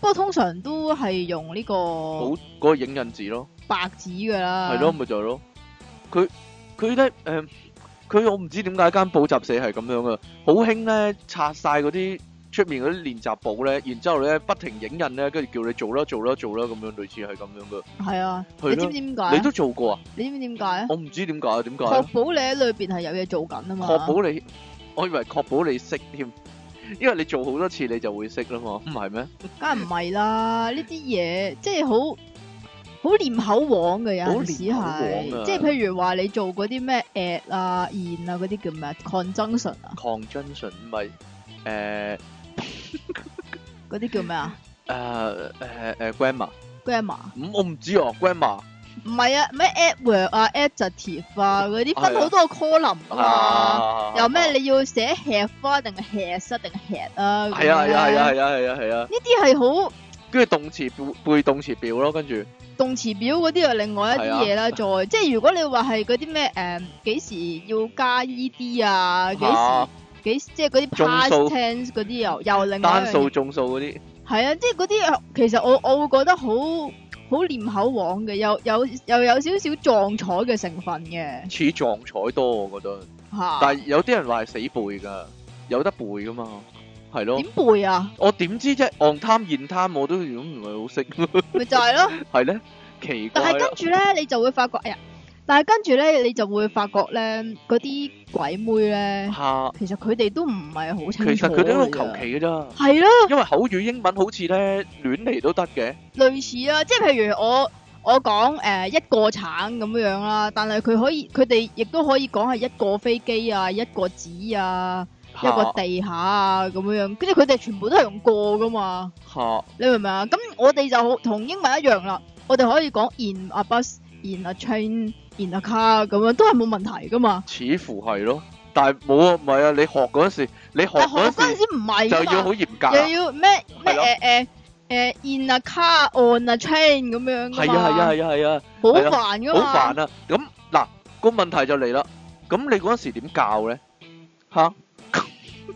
Speaker 2: 不過通常都係用呢
Speaker 1: 好
Speaker 2: 個
Speaker 1: 嗰個影印字咯。
Speaker 2: 白紙㗎啦。
Speaker 1: 系咯，，咪就係咯。佢佢咧诶，佢、我唔知點解間補習社係咁樣噶，好興咧拆晒嗰啲出面嗰啲練習簿咧，然之後咧不停影印咧，跟住叫你做啦做啦做啦咁樣，類似係咁樣噶。
Speaker 2: 係啊，
Speaker 1: 係咯
Speaker 2: 你知唔知點解
Speaker 1: 你
Speaker 2: 啊？
Speaker 1: 都做過啊？
Speaker 2: 你知唔知點解啊？
Speaker 1: 我唔知點解啊，點解
Speaker 2: 確
Speaker 1: 啊？
Speaker 2: 保你喺裏邊係有嘢做緊啊嘛。
Speaker 1: 確保你，我以為確保你識添，因為你做好多次你就會識啦嘛，唔係咩？
Speaker 2: 梗係唔係啦，呢啲嘢即係好好念口簧嘅，有
Speaker 1: 好
Speaker 2: 陣時
Speaker 1: 念口簧啊
Speaker 2: 係，即係譬如話你做嗰啲咩 at 啊、in 啊嗰啲叫咩啊 conjunction 啊，
Speaker 1: 抗真信唔係呃誒
Speaker 2: 嗰啲叫咩啊
Speaker 1: 誒誒誒呃 grammar，
Speaker 2: grammar，
Speaker 1: 咁我唔知啊 grammar。
Speaker 2: 唔係啊，咩 at word 啊、adjective 啊嗰啲分好多個 column 噶嘛，
Speaker 1: 啊
Speaker 2: 有咩你要寫 have 啊定係 has 啊定係 had 啊，
Speaker 1: 系啊系啊系啊
Speaker 2: 呢
Speaker 1: 系啊系啊系啊，
Speaker 2: 啲係好
Speaker 1: 跟住動詞背背動詞表咯，跟
Speaker 2: 啊
Speaker 1: 住
Speaker 2: 動詞表嗰啲又啊另外一啲
Speaker 1: 啊
Speaker 2: 嘢啦，
Speaker 1: [LAUGHS]
Speaker 2: 再即係如果你話係嗰啲咩誒幾時要加 ed 啊，幾時
Speaker 1: 啊？
Speaker 2: 幾即係嗰啲
Speaker 1: 眾
Speaker 2: past
Speaker 1: 數
Speaker 2: tense 嗰啲又又另外
Speaker 1: 單
Speaker 2: 一樣
Speaker 1: 數
Speaker 2: 嘢
Speaker 1: 眾數嗰啲
Speaker 2: 係啊，即係嗰啲呃其實我我會覺得好好念口簧嘅，又有又有少少撞彩嘅成分嘅
Speaker 1: 似撞彩多，我覺得。
Speaker 2: 吓。
Speaker 1: 但係有啲人話係死背㗎，有得背噶嘛，係咯
Speaker 2: 點。背啊？
Speaker 1: 我點知啫？on time 現 time 我都咁唔係好識， [LAUGHS]
Speaker 2: 咪就係咯。
Speaker 1: 係咧奇怪啊
Speaker 2: 但係
Speaker 1: 啦
Speaker 2: 跟。住咧，你就會發覺，哎呀！但係跟住咧，你就會發覺咧，嗰啲鬼妹咧，
Speaker 1: 嚇，
Speaker 2: 其實佢哋都唔係好
Speaker 1: 其
Speaker 2: 清楚。
Speaker 1: 實佢哋都求。其㗎咋，
Speaker 2: 嗯係咯，啊
Speaker 1: 因為口語英文好似咧亂嚟都得嘅，
Speaker 2: 類似啊，即係譬如我我講誒、呃一個橙咁樣啦，但係佢可以佢哋亦都可以講係一個飛機啊，一個紙啊，一
Speaker 1: 嚇
Speaker 2: 個地下啊咁樣樣，跟住佢哋全部都係用個噶嘛，
Speaker 1: 嚇
Speaker 2: 你明唔明啊？咁我哋就好同英文一樣啦，我哋可以講 in a bus、in a train、in a car 咁樣都係冇問題噶嘛。
Speaker 1: 似乎係咯，但係冇啊，唔係啊，你學嗰陣時，你學哦
Speaker 2: 但係
Speaker 1: 嗰
Speaker 2: 學嗰陣
Speaker 1: 陣時
Speaker 2: 時唔係
Speaker 1: 就
Speaker 2: 㗎
Speaker 1: 要
Speaker 2: 嘛，
Speaker 1: 好嚴格啊
Speaker 2: 又。要咩咩
Speaker 1: 係咯
Speaker 2: 誒誒誒 in a car on a train 咁樣㗎
Speaker 1: 係啊係啊
Speaker 2: 嘛，
Speaker 1: 係啊係啊。
Speaker 2: 好
Speaker 1: 係啊
Speaker 2: 煩㗎
Speaker 1: 好
Speaker 2: 嘛。
Speaker 1: 煩啊！咁嗱，個問題就嚟啦，咁你嗰陣時點教咧？ [LAUGHS] 吓，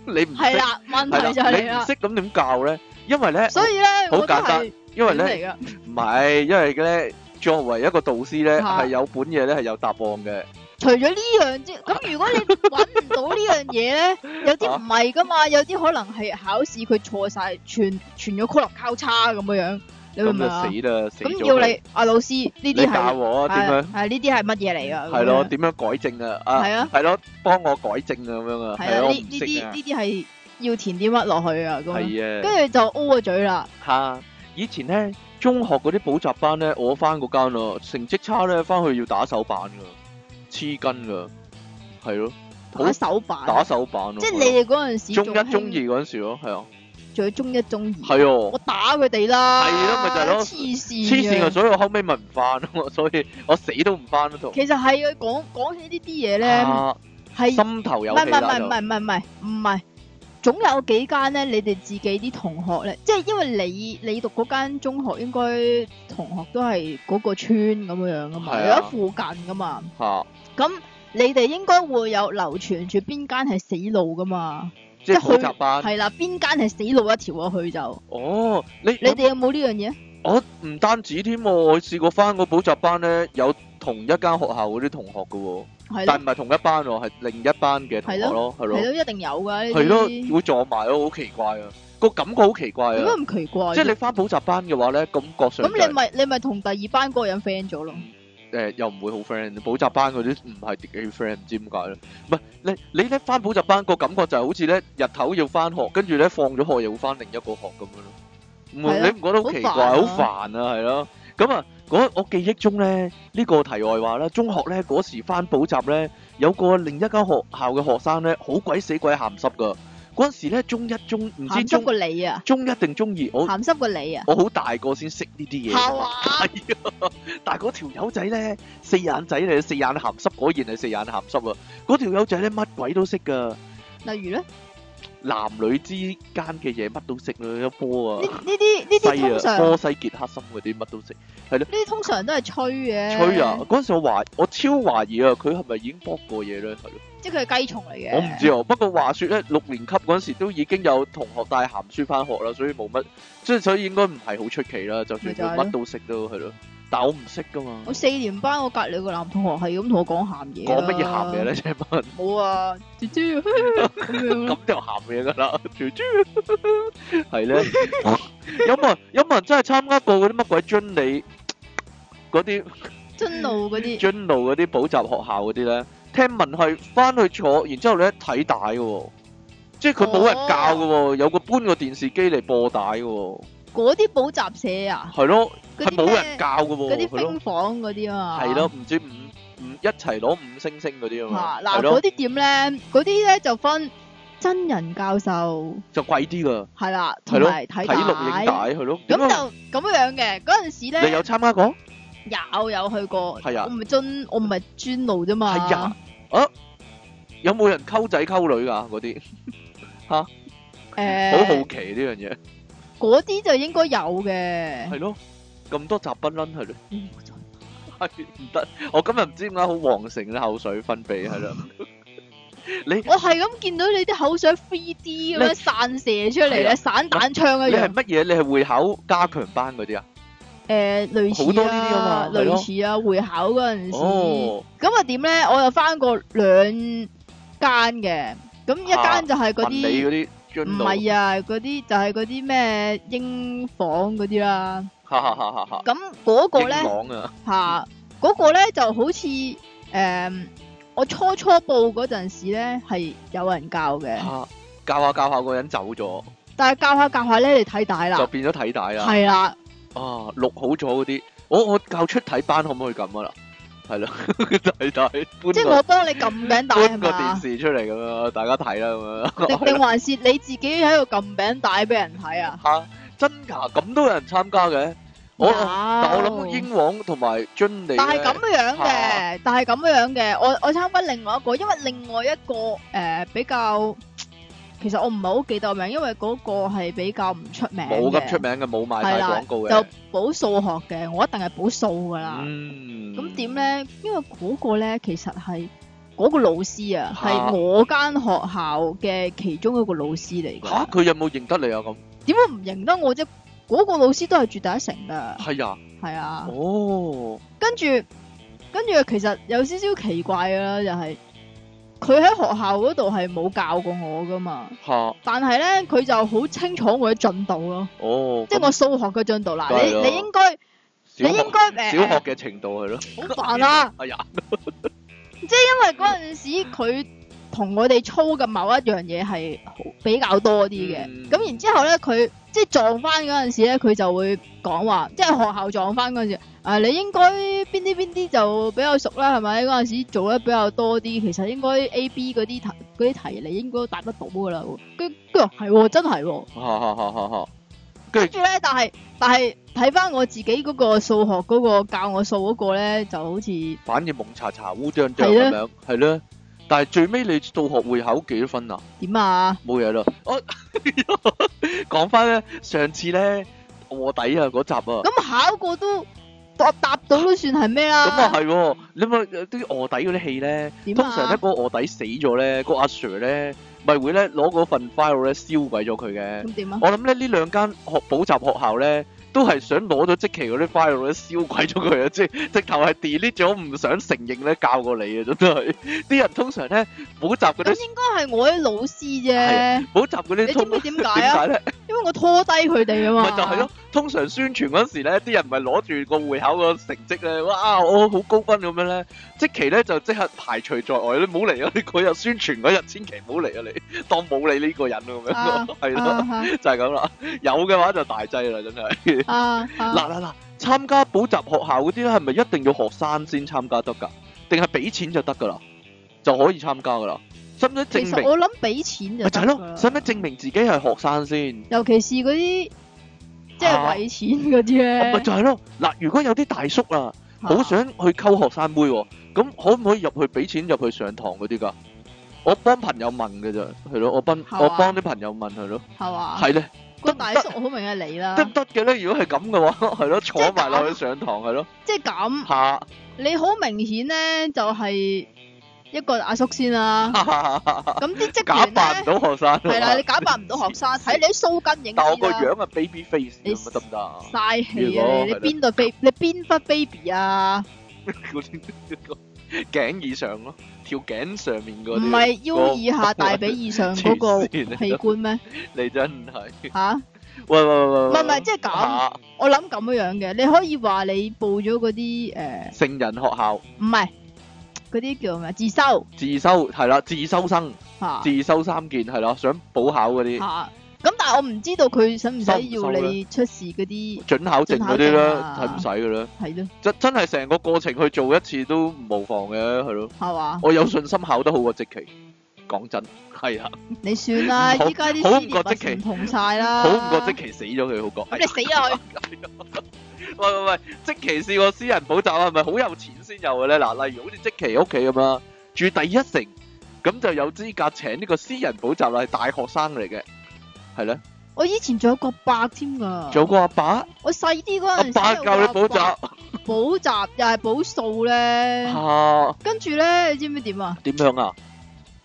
Speaker 1: 你唔
Speaker 2: 系
Speaker 1: 識
Speaker 2: 啦，問題就
Speaker 1: 係啦，
Speaker 2: 係
Speaker 1: 你唔
Speaker 2: 啦，
Speaker 1: 識咁點教咧？因為咧，
Speaker 2: 所以咧，
Speaker 1: 好
Speaker 2: 我都
Speaker 1: 簡單
Speaker 2: 係
Speaker 1: 因為
Speaker 2: 亂
Speaker 1: 咧
Speaker 2: 嚟噶，
Speaker 1: 唔係，因為咧作為一個導師咧
Speaker 2: 嚇
Speaker 1: 係有本嘢咧係有答案嘅，
Speaker 2: 除咗呢樣
Speaker 1: 啊
Speaker 2: 之，咁如果你揾唔到呢樣嘢咧，有啲唔係噶
Speaker 1: 啊
Speaker 2: 嘛，有啲可能係考試佢錯晒，全全咗 c o 交叉咁樣樣，你明
Speaker 1: 咁
Speaker 2: 唔明啊？
Speaker 1: 就死啦，死
Speaker 2: 咁
Speaker 1: 咗
Speaker 2: 要
Speaker 1: 佢
Speaker 2: 你阿老師呢
Speaker 1: 你
Speaker 2: 啲
Speaker 1: 教
Speaker 2: 係
Speaker 1: 我啊點
Speaker 2: 係
Speaker 1: 樣？
Speaker 2: 係呢啲係乜嘢嚟噶？
Speaker 1: 係咯，
Speaker 2: 咁樣，
Speaker 1: 點樣改正啊？啊，
Speaker 2: 係啊
Speaker 1: 係咯，幫我改正啊咁樣啊，
Speaker 2: 係啊，
Speaker 1: 係我
Speaker 2: 呢
Speaker 1: 唔
Speaker 2: 呢
Speaker 1: 識
Speaker 2: 啲
Speaker 1: 啊，
Speaker 2: 呢啲係要填啲乜落去啊？咁樣，
Speaker 1: 係啊。
Speaker 2: 跟住就 O 個嘴啦，
Speaker 1: 吓，以前咧中學嗰啲補習班咧，我翻嗰間咯，成績差咧翻去要打手板噶，黐筋噶，係咯，好
Speaker 2: 打手板，啊
Speaker 1: 打手板咯。
Speaker 2: 即係你哋嗰陣時
Speaker 1: 中
Speaker 2: 仲
Speaker 1: 一、中
Speaker 2: 興，
Speaker 1: 二嗰陣時咯，係啊，
Speaker 2: 仲有中一中二。啊
Speaker 1: 係哦
Speaker 2: 我，打佢哋啦，
Speaker 1: 係咯咪就係咯
Speaker 2: 黐線
Speaker 1: 黐線啊！
Speaker 2: 嘅。
Speaker 1: 所以我後尾咪唔翻咯， [LAUGHS] 所以我死都唔翻咯，同
Speaker 2: 其實係佢講講起呢啲嘢咧，
Speaker 1: 啊
Speaker 2: 係唔
Speaker 1: 心頭有
Speaker 2: 係
Speaker 1: 氣
Speaker 2: 唔係
Speaker 1: 啦
Speaker 2: 唔
Speaker 1: 就
Speaker 2: 係唔係唔係唔係，總有幾間咧，你哋自己啲同學咧，即係因為你你讀嗰間中學，應該同學都係嗰個村咁樣樣噶嘛，
Speaker 1: 係
Speaker 2: 有
Speaker 1: 啊
Speaker 2: 喺附近噶嘛，
Speaker 1: 嚇，
Speaker 2: 咁你哋應該會有流傳住邊間係死路噶嘛，
Speaker 1: 即係
Speaker 2: 即係
Speaker 1: 補
Speaker 2: 去
Speaker 1: 習班。
Speaker 2: 係啦，邊間係死路一條啊，佢就
Speaker 1: 哦，你
Speaker 2: 你哋有冇呢樣嘢？
Speaker 1: 我唔單止添喎，我試過翻個補習班咧，有同一間學校嗰啲同學噶喎。
Speaker 2: 係
Speaker 1: 但唔
Speaker 2: 咯
Speaker 1: 係同一班喎，係另一班嘅同學咯，係咯，
Speaker 2: 係咯，一定有噶呢
Speaker 1: 係
Speaker 2: 啲
Speaker 1: 咯，，會撞埋咯，好奇怪啊！個感覺好奇怪
Speaker 2: 點
Speaker 1: 啊！
Speaker 2: 解咁奇怪嘅？
Speaker 1: 即係你翻補習班嘅話咧，感覺上就
Speaker 2: 咁
Speaker 1: 係
Speaker 2: 你咪你咪同第二班嗰個人 friend 咗咯？
Speaker 1: 誒又唔會好 friend，補習班嗰啲唔係幾 friend，唔知點解咧。唔係你你咧翻補習班個感覺就係好似咧日頭要翻學，跟住咧放咗學又要翻另一個學咁樣咯。唔
Speaker 2: 係啊
Speaker 1: 你唔覺得好奇怪，
Speaker 2: 好煩
Speaker 1: 好
Speaker 2: 啊
Speaker 1: 煩啊，係咯。咁啊，嗰我記憶中咧呢個題外話啦，中學咧嗰時翻補習咧，有個另一間學校嘅學生咧，好鬼死鬼鹹濕噶。嗰陣時咧中一中唔知
Speaker 2: 鹹濕
Speaker 1: 中
Speaker 2: 過你啊！
Speaker 1: 中一定中二，我
Speaker 2: 鹹濕過你啊！
Speaker 1: 我好大個先識呢啲嘢㗎嘛。 [LAUGHS]
Speaker 2: 嚇
Speaker 1: 係
Speaker 2: 話
Speaker 1: 啊，但係嗰條友仔咧，四眼仔嚟，四眼鹹濕，果然係四眼鹹濕啊！嗰條友仔咧乜鬼都識噶，
Speaker 2: 例如咧，
Speaker 1: 男女之間嘅嘢乜都識啦，一波啊
Speaker 2: 呢，呢啲呢啲
Speaker 1: 西
Speaker 2: 通
Speaker 1: 啊，
Speaker 2: 常
Speaker 1: 波
Speaker 2: 呢
Speaker 1: 西傑克森嗰啲乜都識。
Speaker 2: 啲通常都係吹嘅，
Speaker 1: 吹啊！，嗰陣時我懷，我超懷疑啊，佢係咪已經搏過嘢咧？係咯。
Speaker 2: 即係佢係雞蟲嚟嘅。
Speaker 1: 我唔知啊，不過話説咧，六年級嗰陣時都已經有同學帶鹹書翻學啦，所以冇乜，即係所以應該唔係好出奇啦。就算
Speaker 2: 咪就係
Speaker 1: 佢
Speaker 2: 咯
Speaker 1: 乜都識都係咯，但我唔識噶嘛
Speaker 2: 我。四年班我隔離個男同學係咁同我講鹹嘢，啊
Speaker 1: 講乜嘢鹹 [LAUGHS] 嘢？咧？請問
Speaker 2: 冇啊，豬豬咁樣咯
Speaker 1: [LAUGHS] 咁就鹹嘢噶啦，豬 [LAUGHS] 豬係咧。有冇人有冇人真係參加過嗰啲乜鬼遵理嗰啲？
Speaker 2: 真路嗰啲，
Speaker 1: 津路嗰啲補習學校嗰啲咧，聽聞係翻去坐，然之後咧睇帶嘅喎，即係佢冇人教嘅喎，有個搬個電視機嚟播帶嘅喎，
Speaker 2: 嗰啲補習社啊，
Speaker 1: 係咯，
Speaker 2: 嗰
Speaker 1: 係
Speaker 2: 啲
Speaker 1: 冇人
Speaker 2: 咩？
Speaker 1: 教嘅
Speaker 2: 嗰
Speaker 1: 喎，
Speaker 2: 啲
Speaker 1: 係咯
Speaker 2: 冰，房嗰啲啊，
Speaker 1: 係咯，唔知五五一齊攞五星星嗰啲啊嘛
Speaker 2: 嚇，，
Speaker 1: 係
Speaker 2: 嗱
Speaker 1: 咯
Speaker 2: 嗰，啲點咧？嗰啲咧就分真人教授
Speaker 1: 就貴啲㗎，
Speaker 2: 係啦，
Speaker 1: 係
Speaker 2: 同
Speaker 1: 咯
Speaker 2: 埋睇
Speaker 1: 睇錄影帶
Speaker 2: 帶。
Speaker 1: 係咯，
Speaker 2: 咁
Speaker 1: 點啊
Speaker 2: 就咁樣嘅嗰陣時
Speaker 1: 你
Speaker 2: 咧，
Speaker 1: 有參加過？
Speaker 2: 有有去過，
Speaker 1: 係啊
Speaker 2: 我唔係專我唔係專路啫嘛。
Speaker 1: 係啊，啊有冇人溝仔溝女㗎嗰啲？好好
Speaker 2: [LAUGHS] 誒，
Speaker 1: 奇呢樣嘢，
Speaker 2: 嗰啲就應該有嘅。
Speaker 1: 係咯，咁多雜不撚係咯。
Speaker 2: 嗯
Speaker 1: 係唔得，我今日唔知點解好旺盛咧口水分
Speaker 2: [LAUGHS]
Speaker 1: 泌係啦，
Speaker 2: 我係咁見到你啲口水 3D 咁
Speaker 1: 你
Speaker 2: 樣散射出
Speaker 1: 係啊
Speaker 2: 嚟咧，散彈槍
Speaker 1: 你
Speaker 2: 一
Speaker 1: 係
Speaker 2: 樣。
Speaker 1: 乜嘢？你係會考加強班嗰啲啊？
Speaker 2: 誒，類似
Speaker 1: 好多呢啲啊
Speaker 2: 啊，
Speaker 1: 嘛係咯
Speaker 2: 類似啊，會考嗰陣時。
Speaker 1: 哦，
Speaker 2: 咁啊點咧？我又翻過兩間嘅，咁一
Speaker 1: 啊
Speaker 2: 間就係嗰
Speaker 1: 文理
Speaker 2: 啲
Speaker 1: 嗰啲
Speaker 2: 唔
Speaker 1: 進路，
Speaker 2: 係啊，嗰啲就係嗰啲咩英房嗰啲啦。
Speaker 1: 哈哈哈哈哈！
Speaker 2: 咁嗰個咧
Speaker 1: 英朗啊，
Speaker 2: 吓，嗰、個咧就好似誒、嗯我初初報嗰陣時咧係有人教嘅，
Speaker 1: 嚇教下教下個人走咗，
Speaker 2: 但係教下教下咧你睇大
Speaker 1: 就
Speaker 2: 啦，
Speaker 1: 變咗睇帶啦。
Speaker 2: 係啦，
Speaker 1: 啊，錄好咗嗰啲，我我教出體班可唔可以咁啊啦？係啦， [LAUGHS] 睇帶搬
Speaker 2: 即係
Speaker 1: 個
Speaker 2: 我幫你撳餅帶係
Speaker 1: 搬個
Speaker 2: 嘛
Speaker 1: 電？視出嚟咁樣，大家睇啦咁
Speaker 2: 定
Speaker 1: 樣。 [LAUGHS]
Speaker 2: 定還是你自己喺度撳餅帶俾人睇啊？
Speaker 1: 嚇真㗎，咁都有人參加嘅，我
Speaker 2: 有
Speaker 1: 但我諗英皇同埋津理
Speaker 2: 但係
Speaker 1: 呢
Speaker 2: 咁樣
Speaker 1: 嚇
Speaker 2: 嘅，但係咁樣嘅，我我參加另外一個，因為另外一個誒、呃比較，其實我唔係好記得個名，因為嗰個係比較唔出名
Speaker 1: 冇咁
Speaker 2: 嘅
Speaker 1: 出名嘅，冇賣
Speaker 2: 係
Speaker 1: 晒
Speaker 2: 啦
Speaker 1: 廣告嘅
Speaker 2: 就。補數學嘅，我一定係補數噶啦。
Speaker 1: 嗯，
Speaker 2: 咁點？咧？因為嗰個咧其實係嗰個老師啊，
Speaker 1: 嚇
Speaker 2: 係我間學校嘅其中一個老師嚟
Speaker 1: 吓，
Speaker 2: 嘅。
Speaker 1: 佢有冇認得你啊？咁
Speaker 2: 點會唔認得我啫？嗰個老師都係絕第一成噶，
Speaker 1: 係啊，
Speaker 2: 係啊。
Speaker 1: 哦，
Speaker 2: 跟住跟住，其實有少少奇怪噶啦，就係佢喺學校嗰度係冇教過我噶嘛，
Speaker 1: 吓，
Speaker 2: 但係咧佢就好清楚我嘅進度咯，
Speaker 1: 哦，
Speaker 2: 即係
Speaker 1: 咁
Speaker 2: 我數學嘅進度啦。
Speaker 1: 梗係
Speaker 2: 你
Speaker 1: 啦
Speaker 2: 你應該你
Speaker 1: 小學
Speaker 2: 應該誒
Speaker 1: 小學嘅程度係咯。
Speaker 2: 好煩啊！
Speaker 1: 哎呀，
Speaker 2: 因為嗰陣時佢同我哋操嘅某一樣嘢係好比較多啲嘅，
Speaker 1: 嗯
Speaker 2: 咁、然之後咧佢即係撞翻嗰陣時咧，佢就會講話，即係學校撞翻嗰陣時，啊你應該邊啲邊啲就比較熟啦，係咪？嗰陣時做得比較多啲，其實應該 A、B 嗰啲題嗰啲題你應該答得到噶啦。跟跟住係喎，真係喎、
Speaker 1: 哈哈哈哈哈！
Speaker 2: 跟住咧，但係但係睇翻我自己嗰個數學嗰、個教我數嗰個咧，就好似
Speaker 1: 反應蒙查查、烏張張咁
Speaker 2: 係
Speaker 1: 樣，係咧。但係最尾你到學會考幾多分啊？
Speaker 2: 點啊？
Speaker 1: 冇嘢啦。我 [LAUGHS] 講翻咧，上次咧卧底啊嗰集啊。
Speaker 2: 咁考過都答答到都算係咩啦？
Speaker 1: 咁啊係喎，你咪有啲卧底嗰啲戲咧，
Speaker 2: 點
Speaker 1: 通常咧
Speaker 2: 啊？
Speaker 1: 個卧底死咗咧，個阿 Sir 咧咪會咧攞嗰份 file 咧燒鬼咗佢嘅。
Speaker 2: 咁點啊？
Speaker 1: 我諗咧呢兩間學補習學校咧，都係想攞咗即期嗰啲 file 咧燒鬼咗佢啊！即直頭係 delete 咗，唔想承認咧教過你啊！真係啲人通常咧補習嗰
Speaker 2: 咁
Speaker 1: 啲
Speaker 2: 應該係我啲老師啫，
Speaker 1: 補習嗰
Speaker 2: 你
Speaker 1: 啲
Speaker 2: 知
Speaker 1: 啊通
Speaker 2: 唔知點解
Speaker 1: 點
Speaker 2: 啊？
Speaker 1: 解咧？
Speaker 2: 因為我拖低佢哋
Speaker 1: 咪
Speaker 2: 啊嘛。
Speaker 1: 就係咯，通常宣傳嗰時咧，啲人咪攞住個會考個成績咧，哇，我好高分咁樣咧，即期咧就即刻排除在外，你唔好嚟啊！你嗰日宣傳嗰日，千祈唔好嚟啊！你 [LAUGHS] 當冇你呢個人啊咁樣
Speaker 2: 啊
Speaker 1: 咯，係咯，
Speaker 2: 啊
Speaker 1: 就係咁啦。有嘅話就大劑啦，真係。
Speaker 2: 啊啊啊！
Speaker 1: 嗱嗱嗱，參加補習學校嗰啲咧，係咪一定要學生先參加得㗎？定係俾錢就得㗎啦，就可以參加㗎啦？使唔使
Speaker 2: 其
Speaker 1: 證
Speaker 2: 實
Speaker 1: 明？
Speaker 2: 我諗俾錢就
Speaker 1: 咪
Speaker 2: 得
Speaker 1: 就
Speaker 2: 㗎
Speaker 1: 係
Speaker 2: 啦
Speaker 1: 咯，使唔使證明自己係學生先？
Speaker 2: 尤其是嗰啲即係為錢嗰啲
Speaker 1: 啊咪
Speaker 2: 咧，
Speaker 1: 就係咯，嗱，如果有啲大叔啊，好想去溝學生妹喎，咁可唔可以入去俾錢入去上堂嗰啲㗎？我幫朋友問嘅啫，係咯，我幫
Speaker 2: 係嘛
Speaker 1: 我幫啲朋友問係咯，
Speaker 2: 系嘛？
Speaker 1: 係咧，
Speaker 2: 個
Speaker 1: 得唔
Speaker 2: 大
Speaker 1: 得
Speaker 2: 叔好明係你啦
Speaker 1: 得，唔得嘅咧？如果係咁嘅話， [LAUGHS] 係咯，坐埋落去上堂係咯，
Speaker 2: 即係咁，
Speaker 1: 嚇
Speaker 2: 你好明顯咧就係一個阿叔先啦。咁啲
Speaker 1: 啊假
Speaker 2: 職員
Speaker 1: 扮唔
Speaker 2: 咧
Speaker 1: 到學生，
Speaker 2: [LAUGHS] 係啦，你假扮唔到學
Speaker 1: [LAUGHS]
Speaker 2: 生，睇你啲鬚根影
Speaker 1: 啊但我個
Speaker 2: 知啦。
Speaker 1: 樣係 baby face
Speaker 2: 你
Speaker 1: 咁啊得唔得啊？
Speaker 2: 嘥氣
Speaker 1: 如
Speaker 2: 啊！
Speaker 1: 果
Speaker 2: 你你
Speaker 1: 係啦
Speaker 2: 邊度 baby？你邊忽 baby 啊？
Speaker 1: 嗰啲頸以上咯，條頸上面嗰啲，
Speaker 2: 唔係腰以
Speaker 1: [LAUGHS]
Speaker 2: 下大髀以上嗰個
Speaker 1: 黐
Speaker 2: 器
Speaker 1: 線
Speaker 2: 官
Speaker 1: [LAUGHS]
Speaker 2: 咩？
Speaker 1: 你真係，
Speaker 2: 吓？
Speaker 1: 喂喂喂喂，
Speaker 2: 唔
Speaker 1: 喂
Speaker 2: 係唔係，即係咁。
Speaker 1: 嚇
Speaker 2: 我諗咁樣樣嘅，你可以話你報咗嗰啲诶，
Speaker 1: 成人學校
Speaker 2: 唔係嗰啲叫咩自修
Speaker 1: 自修係啦，自修生
Speaker 2: 吓
Speaker 1: 自修三件係啦，想補考嗰啲。
Speaker 2: 吓。咁但係我唔知道佢使唔使
Speaker 1: 收唔收
Speaker 2: 要你出示嗰啲
Speaker 1: 準考證嗰啲啦，
Speaker 2: 準
Speaker 1: 睇唔
Speaker 2: 考啊
Speaker 1: 使噶啦，
Speaker 2: 係咯，
Speaker 1: 真真係成個過程去做一次都唔無妨嘅，係咯。
Speaker 2: 係嘛？
Speaker 1: 我有信心考得好過積淇，講真係啊，
Speaker 2: 你算啦，
Speaker 1: 好
Speaker 2: 依家啲
Speaker 1: 好唔
Speaker 2: C 列
Speaker 1: 覺得奇
Speaker 2: 物唔同晒啦，
Speaker 1: 好唔過積淇死咗佢好過。哎
Speaker 2: 咁你死啊啦佢！
Speaker 1: 喂喂喂，積淇試過私人補習啊，係咪好有錢先有嘅咧？嗱，例如好似積淇屋企咁啦，住第一城，咁就有資格請呢個私人補習啦，係大學生嚟嘅，係咧。
Speaker 2: 我以前仲有個伯添噶，
Speaker 1: 仲有個阿爸，
Speaker 2: 我細啲
Speaker 1: 阿
Speaker 2: 嗰陣時
Speaker 1: 爸
Speaker 2: 有
Speaker 1: 教你
Speaker 2: 個
Speaker 1: 補習啊
Speaker 2: 補習又係補數咧，
Speaker 1: 嚇，
Speaker 2: 跟住咧你知唔知點啊？
Speaker 1: 點樣啊？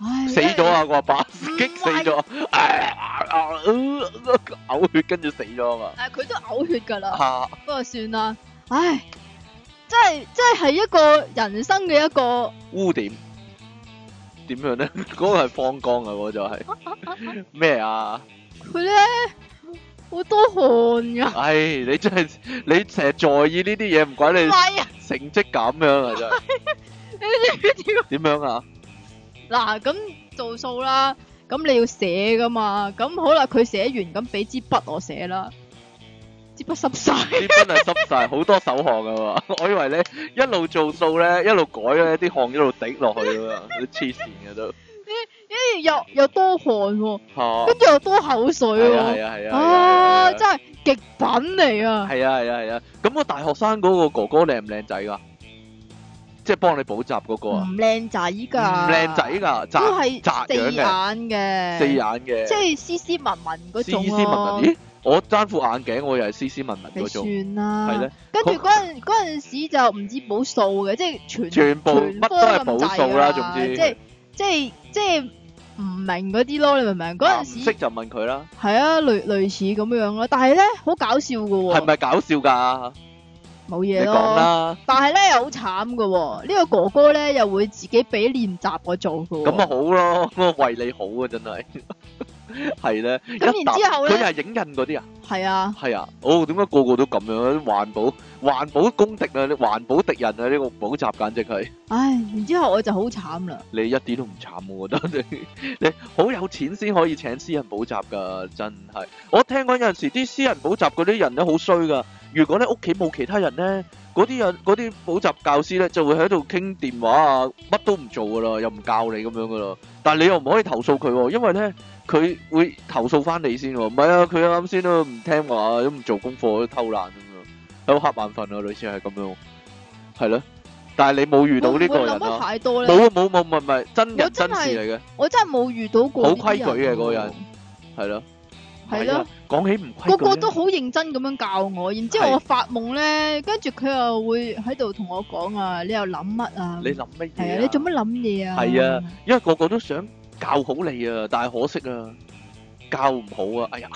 Speaker 2: 唉，
Speaker 1: 死咗！啊！個阿爸激死咗，哎啊呃嘔血跟住死咗啊嘛！
Speaker 2: 誒，佢都嘔血㗎啦，
Speaker 1: 吓，
Speaker 2: 不過算啦，唉，真係真係一個人生嘅一個
Speaker 1: 污點點樣咧？ [LAUGHS] 嗰個係放光啊！嗰個就係咩啊？
Speaker 2: 佢咧好多汗㗎，
Speaker 1: 唉，你真係你成日在意呢啲嘢，唔怪
Speaker 2: 唔
Speaker 1: 你
Speaker 2: 係啊，
Speaker 1: 成績咁樣啊！真係
Speaker 2: 你知唔知
Speaker 1: 點樣啊？
Speaker 2: 嗱咁做數啦，咁你要寫㗎嘛，咁好啦，佢寫完咁俾支筆我寫啦，支筆濕晒， [LAUGHS]
Speaker 1: 啲真係濕晒，好多手汗噶嘛！ [LAUGHS] 我以為咧一路做數咧，一路改咧，啲汗一路滴落去噶嘛，你黐線嘅都
Speaker 2: 跟住又又多汗喎，
Speaker 1: 嚇
Speaker 2: 跟。住又多口水
Speaker 1: 係啊
Speaker 2: 喎，
Speaker 1: 係啊係啊係啊！
Speaker 2: 啊，真係極品嚟啊！
Speaker 1: 系啊系啊系啊，咁、個大學生嗰個哥哥靚唔靚仔噶？即係幫你補習嗰個啊？
Speaker 2: 唔靚仔
Speaker 1: 唔
Speaker 2: 㗎，
Speaker 1: 靚仔㗎，
Speaker 2: 都
Speaker 1: 窄
Speaker 2: 係
Speaker 1: 扎樣
Speaker 2: 四眼嘅，
Speaker 1: 四眼嘅，
Speaker 2: 即係斯斯文文嗰
Speaker 1: 斯
Speaker 2: 種
Speaker 1: 斯
Speaker 2: 咯。
Speaker 1: 文文。咦，我爭副眼鏡，我又係斯斯文文
Speaker 2: 你
Speaker 1: 嗰種，
Speaker 2: 算啦。
Speaker 1: 係咧，
Speaker 2: 跟住嗰陣嗰陣時就唔知補數嘅，即係全
Speaker 1: 全部
Speaker 2: 全
Speaker 1: 乜
Speaker 2: 科
Speaker 1: 都係
Speaker 2: 咁
Speaker 1: 補
Speaker 2: 滯
Speaker 1: 數
Speaker 2: 㗎
Speaker 1: 啦，
Speaker 2: 啦，
Speaker 1: 總之
Speaker 2: 即係即係即係唔明嗰啲咯，你明唔明？嗰
Speaker 1: 嗱唔
Speaker 2: 陣
Speaker 1: 識
Speaker 2: 時
Speaker 1: 就問佢啦，
Speaker 2: 係啊，類類似咁樣咯。但係咧好搞笑嘅喎，
Speaker 1: 係咪搞笑㗎？
Speaker 2: 冇
Speaker 1: 你
Speaker 2: 嘢
Speaker 1: 講
Speaker 2: 咯？
Speaker 1: 啦，
Speaker 2: 但係咧又好慘嘅喎，呢個哥哥咧又會自己俾練習我做嘅
Speaker 1: 咁啊
Speaker 2: 喎。
Speaker 1: 好咯，我為你好啊，真係 [LAUGHS] 係咧。
Speaker 2: 咁
Speaker 1: 一
Speaker 2: 然之
Speaker 1: 沓
Speaker 2: 後呢
Speaker 1: 佢係影印嗰啲啊。
Speaker 2: 係啊，
Speaker 1: 係啊，哦，點解個個都咁樣？環保環保公敵啊，你環保敵人啊，呢、個補習簡直係
Speaker 2: 唉，然之後我就好慘啦。
Speaker 1: [LAUGHS] 你一啲都唔慘，我覺得你你好有錢先可以請私人補習㗎，真係。我聽講有陣時啲私人補習嗰啲人咧好衰㗎，如果咧屋企冇其他人咧，嗰啲人嗰啲補習教師咧就會喺度傾電話啊，乜都唔做㗎啦，又唔教你咁樣㗎啦。但係你又唔可以投訴佢喎，因為咧。佢會投訴翻你先喎，唔係啊，佢啱先都唔聽話，都唔做功課，都偷懶咁樣，喺度瞌眼瞓啊，類似係咁樣，係咯。但係你冇遇到呢個人
Speaker 2: 會唔會諗得
Speaker 1: 啊？
Speaker 2: 太多咧。
Speaker 1: 冇啊冇冇冇唔係真
Speaker 2: 我
Speaker 1: 人
Speaker 2: 真
Speaker 1: 真
Speaker 2: 係
Speaker 1: 事
Speaker 2: 我真係冇遇到過
Speaker 1: 好
Speaker 2: 呢啲
Speaker 1: 規矩嘅嗰個人嚟
Speaker 2: 喎，
Speaker 1: 嘅，係咯。
Speaker 2: 係
Speaker 1: 係啊
Speaker 2: 咯，，
Speaker 1: 講起唔
Speaker 2: 個
Speaker 1: 規矩
Speaker 2: 個
Speaker 1: 咧，
Speaker 2: 都好認真咁樣教我，然之
Speaker 1: 係
Speaker 2: 後我發夢咧，跟住佢又會喺度同我講啊，你又諗乜啊？
Speaker 1: 你諗乜
Speaker 2: 係啊，
Speaker 1: 嘢？
Speaker 2: 你做？乜諗嘢啊？
Speaker 1: 係啊，因為個個都想教好你啊，但係可惜啊，教唔好啊，哎呀，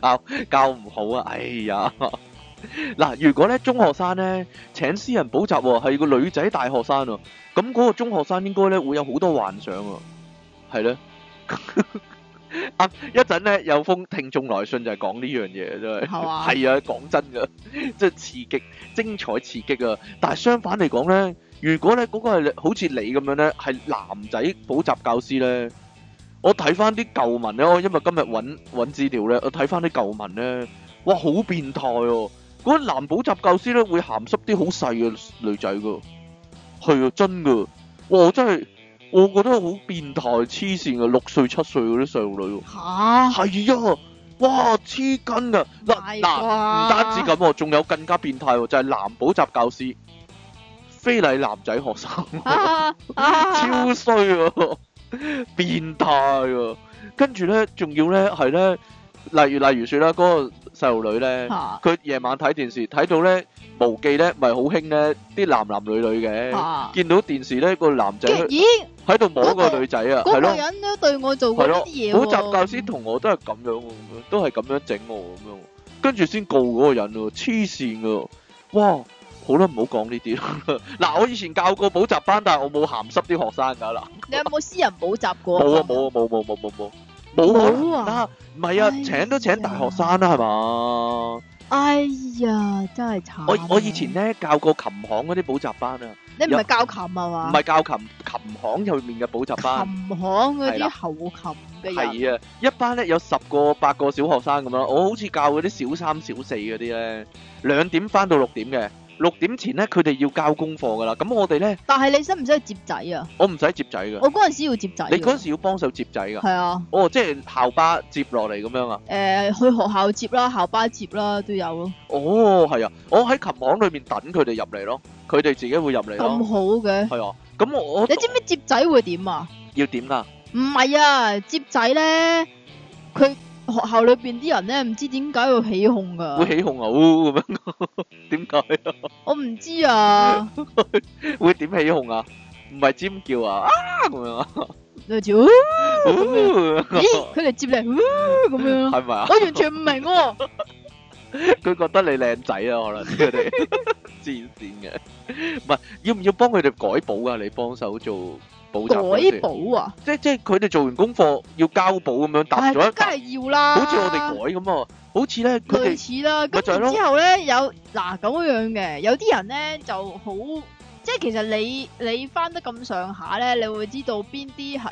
Speaker 1: 教教唔好啊，哎呀。嗱，如果咧中學生咧請私人補習喎，係個女仔大學生喎，咁嗰個中學生應該咧會有好多幻想喎，係咧。 [LAUGHS] 啊！一陣咧有封聽眾來信就係講呢樣嘢，真係
Speaker 2: 係嘛
Speaker 1: 係啊，講真噶，即係刺激、精彩、刺激啊！但係相反嚟講咧，如果咧嗰個係好似你咁樣咧，係男仔補習教師咧，我睇翻啲舊文咧，我因為今日揾揾資料咧，我睇翻啲舊文咧，哇，好變態哦！嗰個男補習教師咧會鹹濕啲好細嘅女仔噶，係啊，真噶，哇！我真係我覺得好變態，黐線嘅，六歲七歲嗰啲細路女喎，
Speaker 2: 吓，
Speaker 1: 係啊，哇，黐筋噶，嗱嗱。唔單止咁
Speaker 2: 咁，
Speaker 1: 喎，仲有更加變態喎，就係、男補習教師非禮男仔學生，
Speaker 2: 啊啊
Speaker 1: 超衰喎！ [LAUGHS] 變態喎！跟住咧，仲要咧係咧，例如例如説啦，嗰、個細路女咧，
Speaker 2: 吓
Speaker 1: 佢夜晚睇電視睇到咧無記咧，咪好興咧啲男男女女嘅，
Speaker 2: 吓，
Speaker 1: 見到電視咧個男仔
Speaker 2: 跟住咦，
Speaker 1: 喺度摸個女仔啊，係
Speaker 2: 嗰
Speaker 1: 咯
Speaker 2: 個。人都對我做過
Speaker 1: 係
Speaker 2: 呢
Speaker 1: 咯，
Speaker 2: 啲嘢喎，
Speaker 1: 補習教師同我都係咁樣喎，都係咁樣整我咁樣喎，跟住先告嗰個人喎，黐線噶，哇！好啦， [LAUGHS] 唔好講呢啲啦。嗱，我以前教過補習班，但係我冇鹹濕啲學生㗎啦，
Speaker 2: 你有冇私人補習過？
Speaker 1: 冇啊冇啊冇冇冇冇冇冇可能
Speaker 2: 冇啊
Speaker 1: 啦，唔係啊
Speaker 2: 哎，呀
Speaker 1: 請都請大學生啊啦，係啊嘛？
Speaker 2: 哎呀，真係慘啊！
Speaker 1: 我我以前咧教過琴行嗰啲補習班啊，
Speaker 2: 你唔
Speaker 1: 有
Speaker 2: 係教琴啊嘛？
Speaker 1: 唔係教琴琴行入面嘅補習班。
Speaker 2: 琴行嗰
Speaker 1: 係
Speaker 2: 啲
Speaker 1: 啦
Speaker 2: 後琴嘅人，
Speaker 1: 係啊，一班咧有十個八個小學生咁樣，我好似教嗰啲小三小四嗰啲咧，兩點翻到六點嘅，六點前咧佢哋要交功課噶啦，咁我哋咧
Speaker 2: 但係你使唔使去接仔啊？
Speaker 1: 我唔使啊接仔噶，
Speaker 2: 我嗰陣時要接仔㗎，啊
Speaker 1: 你嗰陣時要幫手接仔噶，
Speaker 2: 係啊，
Speaker 1: 哦，即係校巴接落嚟咁樣啊，
Speaker 2: 誒去學校接啦，校巴接啦都有咯，
Speaker 1: 哦，係啊，我喺琴行裏面等佢哋入嚟咯，佢哋自己會入嚟
Speaker 2: 咁
Speaker 1: 咯，
Speaker 2: 好嘅。
Speaker 1: 係啊，咁我我
Speaker 2: 你知唔知接仔會點啊？
Speaker 1: 要點噶？
Speaker 2: 唔係啊，接仔咧，佢學校裏邊啲人咧，唔知點解會起哄噶
Speaker 1: 會，起哄啊，呜咁樣，點解啊？
Speaker 2: 我唔
Speaker 1: [LAUGHS]
Speaker 2: 知啊，
Speaker 1: 會點起哄啊？唔係尖叫啊，啊咁樣啊，
Speaker 2: 類似，咦，
Speaker 1: 係哦
Speaker 2: 佢嚟接你，呃咁樣咯，
Speaker 1: 咪啊？
Speaker 2: 我完全唔明喎，
Speaker 1: 佢覺得你靚仔啊，可能佢哋 [LAUGHS] 黐線嘅，唔係要唔要幫佢哋改補啊？你幫手做補習嗰
Speaker 2: 改
Speaker 1: 時，
Speaker 2: 補啊，
Speaker 1: 即即係佢哋做完功課要交補咁樣答咗
Speaker 2: 唉梗
Speaker 1: 一答，
Speaker 2: 係要啦，
Speaker 1: 好似我哋改咁啊，好似咧佢
Speaker 2: 類
Speaker 1: 哋
Speaker 2: 似啊啦，
Speaker 1: 咪
Speaker 2: 咁
Speaker 1: 就係咯
Speaker 2: 然之後咧有嗱咁樣嘅，有啲人咧就好，即係其實你你翻得咁上下咧，你會知道邊啲係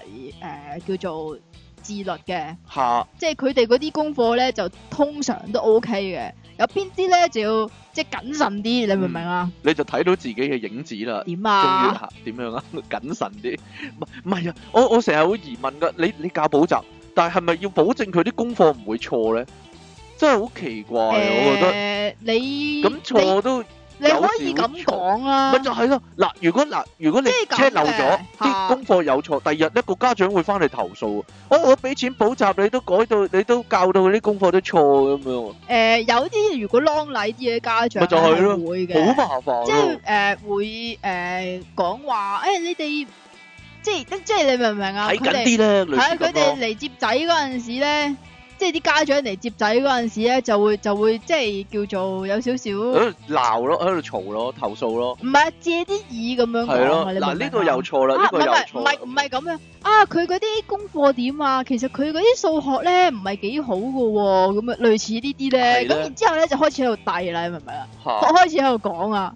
Speaker 2: 誒叫做自律嘅。
Speaker 1: 下
Speaker 2: 即係佢哋嗰啲功課咧，就通常都 O K 嘅。有邊啲咧就要即係謹慎啲，你明唔明啊？
Speaker 1: 你就睇到自己嘅影子啦。
Speaker 2: 點
Speaker 1: 仲要
Speaker 2: 啊？
Speaker 1: 下點樣啊？ [LAUGHS] 謹慎啲，唔唔係啊！我我成日好疑問噶，你你教補習，但係咪要保證佢啲功課唔會錯咧？真係好奇怪啊，我覺得。
Speaker 2: 誒，你
Speaker 1: 咁錯都〜
Speaker 2: 你你可以咁講啦
Speaker 1: 咪，就係咯，嗱，如果嗱，如果你
Speaker 2: 即係咁
Speaker 1: check 漏
Speaker 2: 嘅
Speaker 1: 咗
Speaker 2: 嚇
Speaker 1: 啲功課有錯，第二日咧個家長會翻嚟投訴喎。我我俾錢補習，你都改到，你都教到啲功課都錯咁樣
Speaker 2: 誒呃有啲如果 long 禮啲嘅家長
Speaker 1: 咪就係咯
Speaker 2: 係會
Speaker 1: 喎，好
Speaker 2: 嘅，
Speaker 1: 麻煩
Speaker 2: 即係
Speaker 1: 咯。
Speaker 2: 誒會誒講話誒你哋即係即係你明唔明啊？
Speaker 1: 睇
Speaker 2: 佢
Speaker 1: 緊
Speaker 2: 哋
Speaker 1: 啲咧，類
Speaker 2: 係啊，
Speaker 1: 似
Speaker 2: 佢
Speaker 1: 咁
Speaker 2: 哋
Speaker 1: 咯。
Speaker 2: 嚟接仔嗰陣時咧，即係啲家長嚟接仔嗰陣時咧，就會就會即係叫做有少少。
Speaker 1: 喺度鬧咯，喺度嘈咯，投訴咯，
Speaker 2: 唔係借啲意咁樣
Speaker 1: 係
Speaker 2: 講
Speaker 1: 咯。
Speaker 2: 啊！你明唔
Speaker 1: 嗱，
Speaker 2: 明
Speaker 1: 呢個
Speaker 2: 啊
Speaker 1: 又錯啦，
Speaker 2: 啊
Speaker 1: 呢
Speaker 2: 唔
Speaker 1: 個又
Speaker 2: 係
Speaker 1: 錯
Speaker 2: 唔
Speaker 1: 啦。
Speaker 2: 係唔係咁樣啊！佢嗰啲功課點啊？其實佢嗰啲數學咧唔係幾好噶喎，咁啊類似呢啲咧，
Speaker 1: 係
Speaker 2: 咁
Speaker 1: 咧
Speaker 2: 然之後咧就開始喺度遞啦，你明唔明啊？
Speaker 1: 嚇，
Speaker 2: 開始喺度講啊，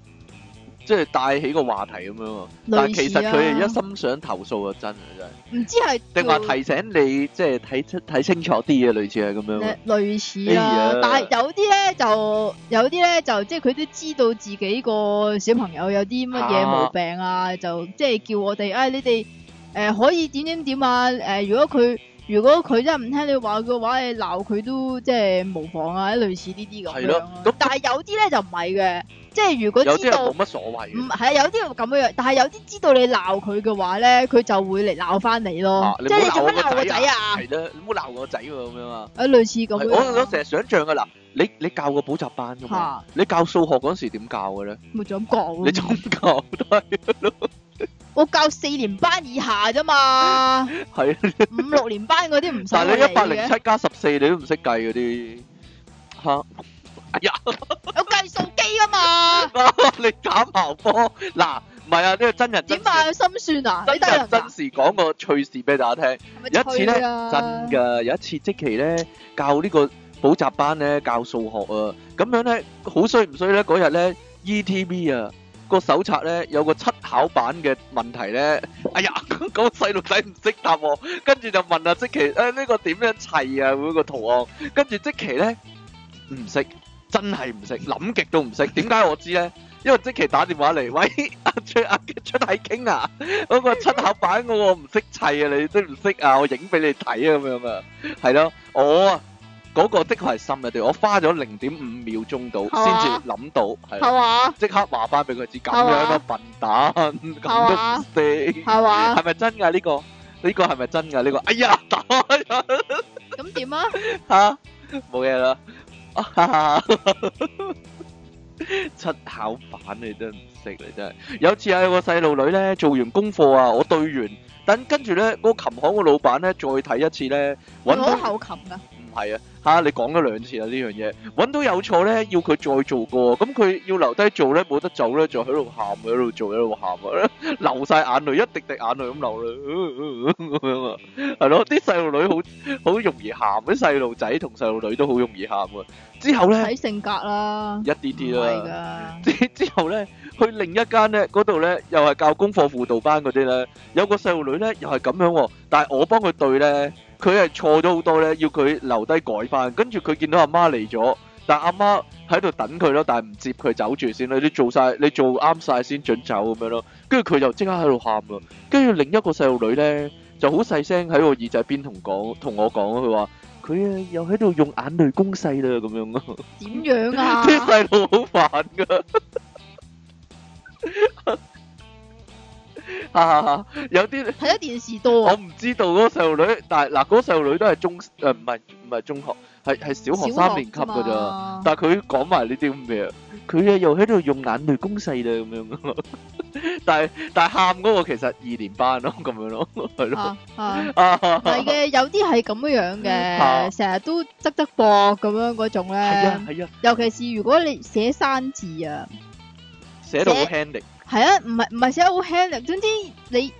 Speaker 1: 即係帶起個話題咁樣啊。但
Speaker 2: 類
Speaker 1: 係其
Speaker 2: 似
Speaker 1: 實
Speaker 2: 啊，嗯
Speaker 1: 佢係一心想投訴啊，真係真係。
Speaker 2: 唔知係
Speaker 1: 定話
Speaker 2: 叫
Speaker 1: 提醒你即係睇清睇清楚啲啊，類似係咁樣啊。
Speaker 2: 咧呃類似啦
Speaker 1: 哎呀，
Speaker 2: 但係有啲咧就有啲咧就即係佢都知道自己個小朋友有啲乜嘢毛病啊，就即係叫我哋，哎唉，你哋誒、呃可以點點點啊，誒、如果佢如果佢真係唔聽你話嘅話，你鬧佢都即係無妨啊，類似呢啲咁
Speaker 1: 係
Speaker 2: 樣
Speaker 1: 咯
Speaker 2: 啊
Speaker 1: 咁。
Speaker 2: 但係有啲咧就唔係嘅，即係如果
Speaker 1: 有啲
Speaker 2: 知
Speaker 1: 人
Speaker 2: 道
Speaker 1: 冇乜所謂
Speaker 2: 唔
Speaker 1: 嘅。
Speaker 2: 係啊，有啲咁樣樣，但係有啲知道你鬧佢嘅話咧，佢就會嚟鬧翻你咯，
Speaker 1: 啊
Speaker 2: 即
Speaker 1: 你
Speaker 2: 係你
Speaker 1: 唔好
Speaker 2: 做乜
Speaker 1: 鬧
Speaker 2: 鬧
Speaker 1: 我個仔
Speaker 2: 我仔
Speaker 1: 啊
Speaker 2: 啊？
Speaker 1: 係啦，你唔好鬧我仔喎咁樣啊。
Speaker 2: 啊，類似咁
Speaker 1: 係
Speaker 2: 樣
Speaker 1: 我我
Speaker 2: 啊。
Speaker 1: 成日想象噶嗱，你你教個補習班噶嘛？
Speaker 2: 嚇嗯
Speaker 1: 你教數學嗰時點教嘅咧？
Speaker 2: 咪就咁講。
Speaker 1: 你仲教都係
Speaker 2: 我教四年班以下啫嘛， [LAUGHS]
Speaker 1: 係，啊
Speaker 2: 五六年班嗰啲唔使
Speaker 1: 但係你
Speaker 2: 我理
Speaker 1: 一百零
Speaker 2: 嘅。
Speaker 1: 七加十四你都唔識計嗰啲嚇。 [LAUGHS] 哎呀，
Speaker 2: 有計數機噶嘛？
Speaker 1: 你打茅波嗱，唔係啊，呢個真人 [LAUGHS] 真
Speaker 2: 點
Speaker 1: 事
Speaker 2: 啊？心算啊？
Speaker 1: 真
Speaker 2: 你得人
Speaker 1: 人
Speaker 2: 噶
Speaker 1: 真？事講個趣事俾大家聽。
Speaker 2: 係咪
Speaker 1: 有一次咧，
Speaker 2: 吹啊
Speaker 1: 真。噶，有一次即期咧教呢個補習班咧教數學啊，咁樣咧好衰唔衰咧？嗰日咧 ETV 啊個手冊咧有個七考版嘅問題咧，哎呀， [LAUGHS] 嗰個細路仔唔識答喎，跟住就問啊即期誒呢個點樣砌啊嗰個圖案， [LAUGHS] 跟住即期咧唔識，真係唔識，諗極都唔識。點解我知咧？因為即期打電話嚟，喂阿出阿出體傾啊！嗰個出口版嗰個唔識砌啊，你都唔識啊，我影俾你睇啊咁樣啊，係咯，我啊嗰個的確係深一啲，我花咗零點五秒鐘到
Speaker 2: 係嘛
Speaker 1: 先至諗到，係
Speaker 2: 係
Speaker 1: 啦
Speaker 2: 嘛？
Speaker 1: 即刻話翻俾佢知咁樣咯，笨蛋，咁都唔識，
Speaker 2: 係嘛？
Speaker 1: 係咪真㗎呢個？呢個係咪真㗎？呢個哎呀，打開咗
Speaker 2: 咁點啊？
Speaker 1: 吓，冇嘢啦。 [LAUGHS] 啊哈哈出考板你真係唔識你真係。有次啊有個細路女咧做完功課啊，我對完，等跟住咧嗰個琴行個老闆咧再睇一次咧，
Speaker 2: 我
Speaker 1: 揾
Speaker 2: 攞
Speaker 1: 到
Speaker 2: 後琴噶，
Speaker 1: 唔係啊吓，你講咗兩次啦呢樣嘢，揾到有錯咧要佢再做過，咁佢要留低做咧冇得走咧，就喺度喊喺度做喺度喊啊，流晒眼淚，一滴滴眼淚咁流啦，咁樣啊，係咯，啲細路女好。好容易喊，啲細路仔同細路女都好容易喊啊！之後咧
Speaker 2: 睇性格啦，
Speaker 1: 一啲啲
Speaker 2: 唔係
Speaker 1: 啦， [LAUGHS]
Speaker 2: 噶，
Speaker 1: 之之後咧去另一間咧嗰度咧又係教功課輔導班嗰啲咧，有個細路女咧又係咁樣喎，但係我幫佢對咧，佢係錯咗好多咧，要佢留低改翻，跟住佢見到阿媽嚟咗，但阿媽喺度等佢咯，但係唔接佢走住先啦，你做晒你做啱晒先準走咁樣咯，跟住佢就即刻喺度喊啦，跟住另一個細路女咧。就好細聲喺我耳仔邊同講，同我講，佢話佢啊又喺度用眼淚攻勢啦咁樣咯，
Speaker 2: 點
Speaker 1: [LAUGHS]
Speaker 2: 樣啊？
Speaker 1: 啲細路好煩 [LAUGHS] 噶。啊！有啲
Speaker 2: 睇得電視多
Speaker 1: 我
Speaker 2: 啊，
Speaker 1: 唔知道嗰個細路女，但係嗱嗰個細路女都係中誒唔係唔係中學，係係小學三年級噶咋。
Speaker 2: 咋？
Speaker 1: 但係佢講埋呢啲咁嘅，佢啊又喺度用眼淚攻勢啦咁 [LAUGHS] 樣。但係但係喊嗰個其實二年班咯，咁樣 [LAUGHS] 咯，係咯。
Speaker 2: 啊啊！
Speaker 1: 啊
Speaker 2: 系嘅，有啲係咁樣
Speaker 1: 啊
Speaker 2: 嘅，成日都側側膊咁樣嗰種
Speaker 1: 係
Speaker 2: 咧
Speaker 1: 啊。係啊，
Speaker 2: 尤其是如果你寫生字啊，
Speaker 1: 寫到好
Speaker 2: 寫
Speaker 1: handy。
Speaker 2: 係啊，唔係唔系写得好輕力，總之你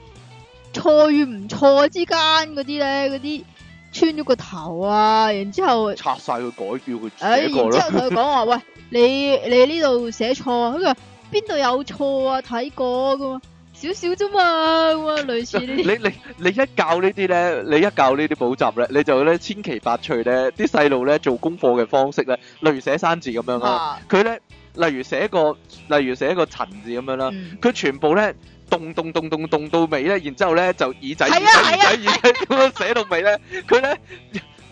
Speaker 2: 錯與唔錯之間嗰啲咧，嗰啲穿咗個頭啊，然之后
Speaker 1: 拆晒佢改叫佢
Speaker 2: 诶，
Speaker 1: 寫
Speaker 2: 然
Speaker 1: 過
Speaker 2: 之
Speaker 1: 啦，
Speaker 2: 后同佢講話，喂，你你呢度寫錯啊，佢話邊度有錯啊？睇過噶嘛，少少啫嘛，咁啊，類似呢
Speaker 1: 你
Speaker 2: 啲。
Speaker 1: 你你一教呢啲咧，你一教呢啲補習咧，你就咧千奇百趣咧，啲細路咧做功課嘅方式咧，例如寫生字咁樣啦，
Speaker 2: 啊
Speaker 1: 佢咧例如寫個例如寫個陳字咁樣啦，
Speaker 2: 嗯
Speaker 1: 佢全部咧動動動動動到尾咧，然之後咧就耳仔
Speaker 2: 係啊
Speaker 1: 耳仔
Speaker 2: 係
Speaker 1: 耳
Speaker 2: 啊
Speaker 1: 仔耳仔咁樣寫到尾咧，佢咧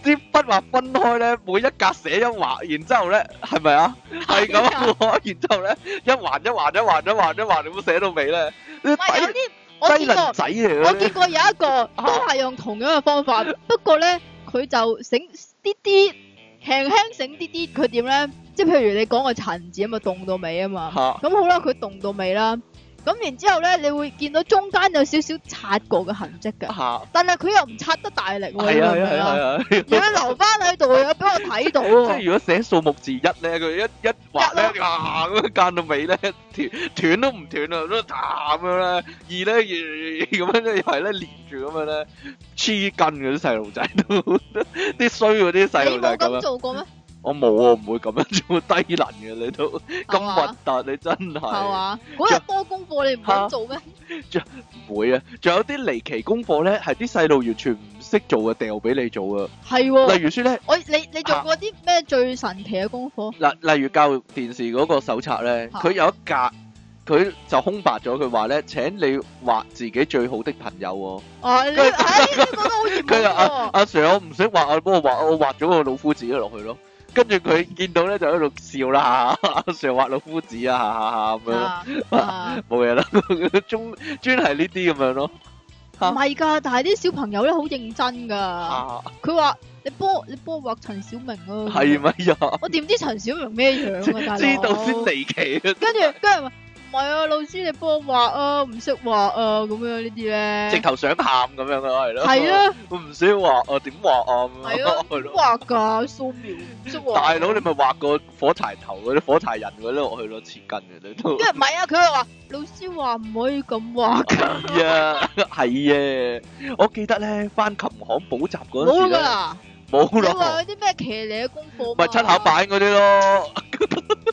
Speaker 1: 啲筆畫分開咧，每一格寫一畫，然之後咧係咪啊？ [LAUGHS] 係咁
Speaker 2: 係
Speaker 1: 啊，然之後咧一環一環一環一環一環咁寫到尾咧，啲
Speaker 2: 唔係有
Speaker 1: 底
Speaker 2: 啲我
Speaker 1: 低
Speaker 2: 見
Speaker 1: [LAUGHS]
Speaker 2: 過
Speaker 1: 能。仔嚟
Speaker 2: 我
Speaker 1: 嘅
Speaker 2: 見過有一個都係用同樣嘅
Speaker 1: [LAUGHS]
Speaker 2: 方法，不過咧佢就醒啲啲，輕輕醒啲啲，佢點咧？即係譬如你講個陳字啊嘛，動到尾啊嘛，
Speaker 1: 吓
Speaker 2: 咁好啦，佢動到尾啦，咁然之後咧，你會見到中間有少少擦過嘅痕跡嘅，
Speaker 1: 吓，
Speaker 2: 但係佢又唔擦得大力喎，
Speaker 1: 啊係啊
Speaker 2: 你
Speaker 1: 係
Speaker 2: 明
Speaker 1: 啊係
Speaker 2: 唔明啊？
Speaker 1: 啊係啊，
Speaker 2: 又要留翻喺度，又要俾我睇到啊
Speaker 1: 即 [LAUGHS] 係
Speaker 2: 喎，
Speaker 1: 如果寫數目字一咧，佢一一畫咧，啊咁樣間到尾咧，斷斷都唔斷啊，都彈咁樣咧，二咧二咁樣咧，又係咧連住咁樣咧，黐筋嗰啲細路仔都，啲衰嗰啲細
Speaker 2: 你
Speaker 1: 路仔咁
Speaker 2: 冇咁
Speaker 1: 樣，
Speaker 2: 做過咩？
Speaker 1: 我冇啊，唔會咁樣做低能嘅，你都咁
Speaker 2: 係嘛
Speaker 1: 核突，你真
Speaker 2: 係
Speaker 1: 係。
Speaker 2: 嘛？嗰日多功課你唔
Speaker 1: 嚇
Speaker 2: 咁做咩？
Speaker 1: 會啊，仲有啲離奇功課咧，係啲細路完全唔識做嘅，掉俾你做啊。
Speaker 2: 係喎，
Speaker 1: 例如說咧，
Speaker 2: 我你
Speaker 1: 啊
Speaker 2: 你做過啲咩最神奇嘅功課？
Speaker 1: 嗱，例如教育電視嗰個手冊咧，
Speaker 2: 嚇
Speaker 1: 佢有一格，佢就空白咗，佢話咧請你畫自己最好的朋友喎、 [LAUGHS]
Speaker 2: 哦，你唉，呢個都好似
Speaker 1: 佢就阿
Speaker 2: 冇
Speaker 1: 阿 Sir，我唔識畫，我幫我畫，我畫咗個老夫子落去咯。跟住佢見到咧就喺度笑啦，阿 Sir 畫老夫子啊，哈哈哈咁
Speaker 2: 喎
Speaker 1: 樣咯，
Speaker 2: 啊啊
Speaker 1: 冇嘢啦， [LAUGHS] 中專係呢啲咁樣咯。
Speaker 2: 唔係㗎，但係啲小朋友咧好認真㗎。
Speaker 1: 啊，
Speaker 2: 佢話：你幫我你幫我畫陳小明啊。
Speaker 1: 係？咪呀？
Speaker 2: 我點知陳小明咩樣啊？大佬
Speaker 1: 知道先。離奇啊！
Speaker 2: 跟住跟住話唔係啊，老師你幫我畫啊，唔識畫啊，咁樣呢啲
Speaker 1: 直
Speaker 2: 咧。
Speaker 1: 頭想喊咁樣咯，係咯。
Speaker 2: 係，啊，
Speaker 1: 我唔識畫啊，點畫啊？咁
Speaker 2: 係
Speaker 1: 樣
Speaker 2: 啊，
Speaker 1: 係
Speaker 2: 點
Speaker 1: 咯。
Speaker 2: 畫㗎？素描唔識畫。
Speaker 1: 大佬，你咪畫個火柴頭嗰啲火柴人嗰啲落去咯，黐筋嘅你都
Speaker 2: 跟住唔係啊，佢又話老師話唔可以咁畫㗎，
Speaker 1: [LAUGHS] 係啊，係啊！我記得咧翻琴行補習嗰陣
Speaker 2: 冇
Speaker 1: 時
Speaker 2: 㗎
Speaker 1: 咧，
Speaker 2: 啦。
Speaker 1: 冇
Speaker 2: 你話
Speaker 1: 咯，
Speaker 2: 嗰啲咩騎呢功課嘛
Speaker 1: 咪七巧板嗰啲咯。 [LAUGHS]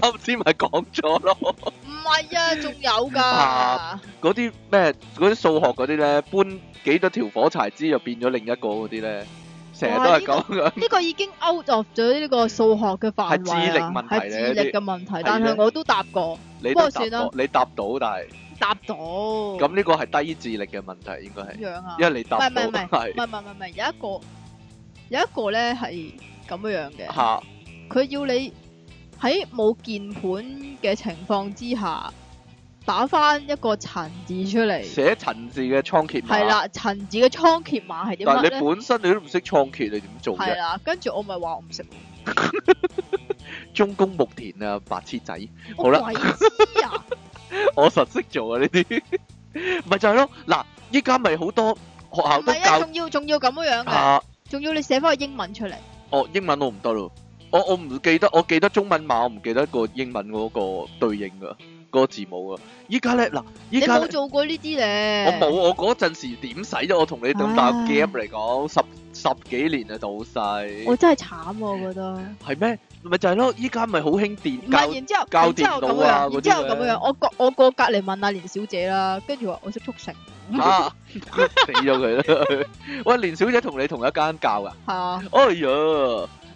Speaker 1: 啱先咪講咗咯，
Speaker 2: 唔係啊，仲有
Speaker 1: 啊
Speaker 2: 㗎。
Speaker 1: 嗰啲咩嗰啲數學嗰啲咧，搬幾多條火柴枝就變咗另一個嗰啲咧，成日都係咁嘅。
Speaker 2: 呢個已經 out of 咗呢個數學嘅範圍啊
Speaker 1: 係智力問題嚟
Speaker 2: 係智力嘅問
Speaker 1: 呢啲
Speaker 2: 題。但
Speaker 1: 係
Speaker 2: 係
Speaker 1: 咧
Speaker 2: 我都答過，
Speaker 1: [LAUGHS] 你都
Speaker 2: 不過
Speaker 1: 答
Speaker 2: 算
Speaker 1: 到
Speaker 2: 啦，
Speaker 1: 你答到，但係
Speaker 2: 答到。咁
Speaker 1: 咁呢個係低智力嘅問題，應該係，
Speaker 2: 樣啊？
Speaker 1: 因為你答
Speaker 2: 唔
Speaker 1: 到
Speaker 2: 係唔係
Speaker 1: 係
Speaker 2: 唔係唔係唔係，有一個有一個咧係咁樣嘅，
Speaker 1: 嚇
Speaker 2: 佢要你喺冇鍵盤嘅情況之下，打翻一個陳字出嚟，
Speaker 1: 寫陳字嘅倉頡碼
Speaker 2: 係，啦，陳字嘅倉頡碼係點
Speaker 1: 但
Speaker 2: 乜
Speaker 1: 係
Speaker 2: 咧
Speaker 1: 你？本身你都唔識倉頡，你點做
Speaker 2: 係
Speaker 1: 啫？
Speaker 2: 啦，跟住我咪話我唔識，
Speaker 1: 中公木田啊，白痴仔！ [LAUGHS] 好
Speaker 2: 我
Speaker 1: 啦
Speaker 2: 鬼知
Speaker 1: [LAUGHS]
Speaker 2: 啊！
Speaker 1: 我實識做啊呢啲， [LAUGHS] 咪就係咯。嗱，依家咪好多學校
Speaker 2: 唔
Speaker 1: 都
Speaker 2: 係啊，
Speaker 1: 教
Speaker 2: 仲要仲要咁樣樣嘅，
Speaker 1: 啊，
Speaker 2: 仲要你寫翻個英文出嚟，
Speaker 1: 哦，英文我唔得咯，我我唔記得，我記得中文碼，我唔記得個英文嗰個對應噶，嗰個字母啊。依家咧嗱，依
Speaker 2: 你
Speaker 1: 家
Speaker 2: 冇
Speaker 1: 呢
Speaker 2: 做過呢啲
Speaker 1: 我
Speaker 2: 咧？
Speaker 1: 冇，我嗰陣時點使啫？我同你咁打
Speaker 2: 唉
Speaker 1: gap 嚟講，十十幾年啊，老細
Speaker 2: 我真係慘喎，我覺得。
Speaker 1: 係咩？咪就係咯，依家咪好興
Speaker 2: 唔
Speaker 1: 電教
Speaker 2: 係，然之後，
Speaker 1: 教
Speaker 2: 然之後
Speaker 1: 電腦
Speaker 2: 咁樣，
Speaker 1: 啊嗰啲
Speaker 2: 然之後咁
Speaker 1: 咧
Speaker 2: 樣，我過我過隔離問阿連小姐啦，跟住話我識速成，
Speaker 1: 啊，死咗佢 [LAUGHS] 啦！喂，連小姐同你同一間教噶。
Speaker 2: 係
Speaker 1: [LAUGHS]
Speaker 2: 啊，
Speaker 1: 哎呀，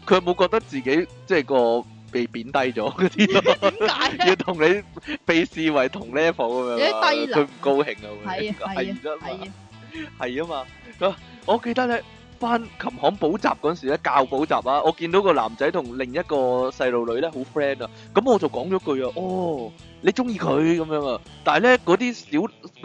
Speaker 1: 佢有冇覺得自己即係個被貶低 [LAUGHS] 咗嗰啲咯？
Speaker 2: 點解咧？
Speaker 1: 要同你被視為同 level 咁
Speaker 2: 有
Speaker 1: 樣啊，
Speaker 2: 啲低能
Speaker 1: 佢唔高興啊！會
Speaker 2: 係啊係啊
Speaker 1: 係啊嘛
Speaker 2: 係啊，
Speaker 1: 係啊嘛，佢我記得咧翻琴行補習嗰陣時咧教補習啊，我見到個男仔同另一個細路女咧好 friend à. 啊，咁我就講咗句啊，哦，你中意佢咁樣啊，但係咧嗰啲小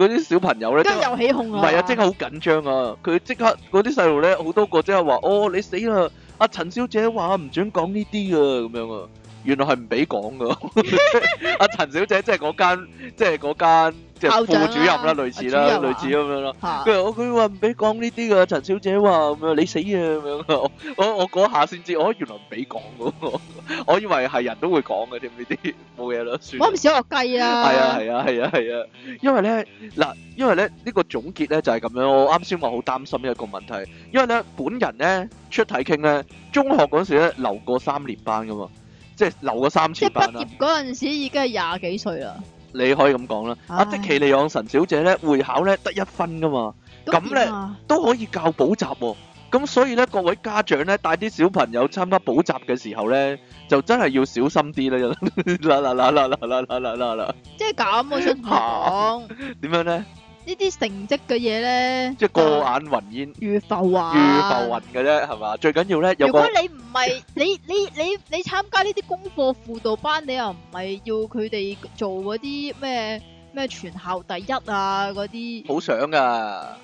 Speaker 1: 嗰啲小朋友咧
Speaker 2: 跟
Speaker 1: 都
Speaker 2: 住又起哄
Speaker 1: 唔
Speaker 2: 啦。
Speaker 1: 係啊，即刻好緊張啊！佢即刻嗰啲細路咧，好多個即刻話：哦，你死啦！阿陳小姐話唔准講呢啲啊，咁樣啊，原來係唔俾講噶。
Speaker 2: [LAUGHS]
Speaker 1: 阿陳小姐即係嗰間，即係嗰間即係
Speaker 2: 校長啊
Speaker 1: 副主任啦，類似啦，
Speaker 2: 啊主任啊
Speaker 1: 類似咁樣啦。
Speaker 2: 嚇
Speaker 1: 佢話我佢話唔俾講呢啲噶，陳小姐話咁樣，你死啊咁樣啊！我我我嗰下先知，我原來唔俾講噶，我以為係人都會講嘅添呢啲，冇嘢啦，算啦
Speaker 2: 我。唔小學雞啊！
Speaker 1: 係啊係啊係啊係啊，因為咧嗱，因為咧呢、呢個總結咧就係咁樣，我啱先話好擔心一個問題，因為咧本人咧出體傾咧，中學嗰時咧留過三年班噶嘛，即係留過三
Speaker 2: 即
Speaker 1: 次
Speaker 2: 係畢
Speaker 1: 班啦，
Speaker 2: 業嗰陣時已經係廿幾歲啦。
Speaker 1: 你可以咁講啦。阿
Speaker 2: 唉
Speaker 1: 即奇利昂神小姐咧會考咧得一分噶嘛，咁咧
Speaker 2: 點啊
Speaker 1: 都可以教補習喎。咁所以咧，各位家長咧，帶啲小朋友參加補習嘅時候咧，就真係要小心啲啦，啦啦啦啦啦啦啦啦啦啦，
Speaker 2: 即係咁，我想同你講
Speaker 1: 點樣咧？
Speaker 2: 呢啲成績嘅嘢咧，
Speaker 1: 即係過眼雲煙。
Speaker 2: 如浮
Speaker 1: 預
Speaker 2: 啊，
Speaker 1: 浮雲嘅啫，係嘛？最緊要咧有
Speaker 2: 如果
Speaker 1: 個
Speaker 2: 你唔係 [LAUGHS] 你你你你參加呢啲功課輔導班，你又唔係要佢哋做嗰啲咩咩全校第一啊嗰啲，
Speaker 1: 好想噶，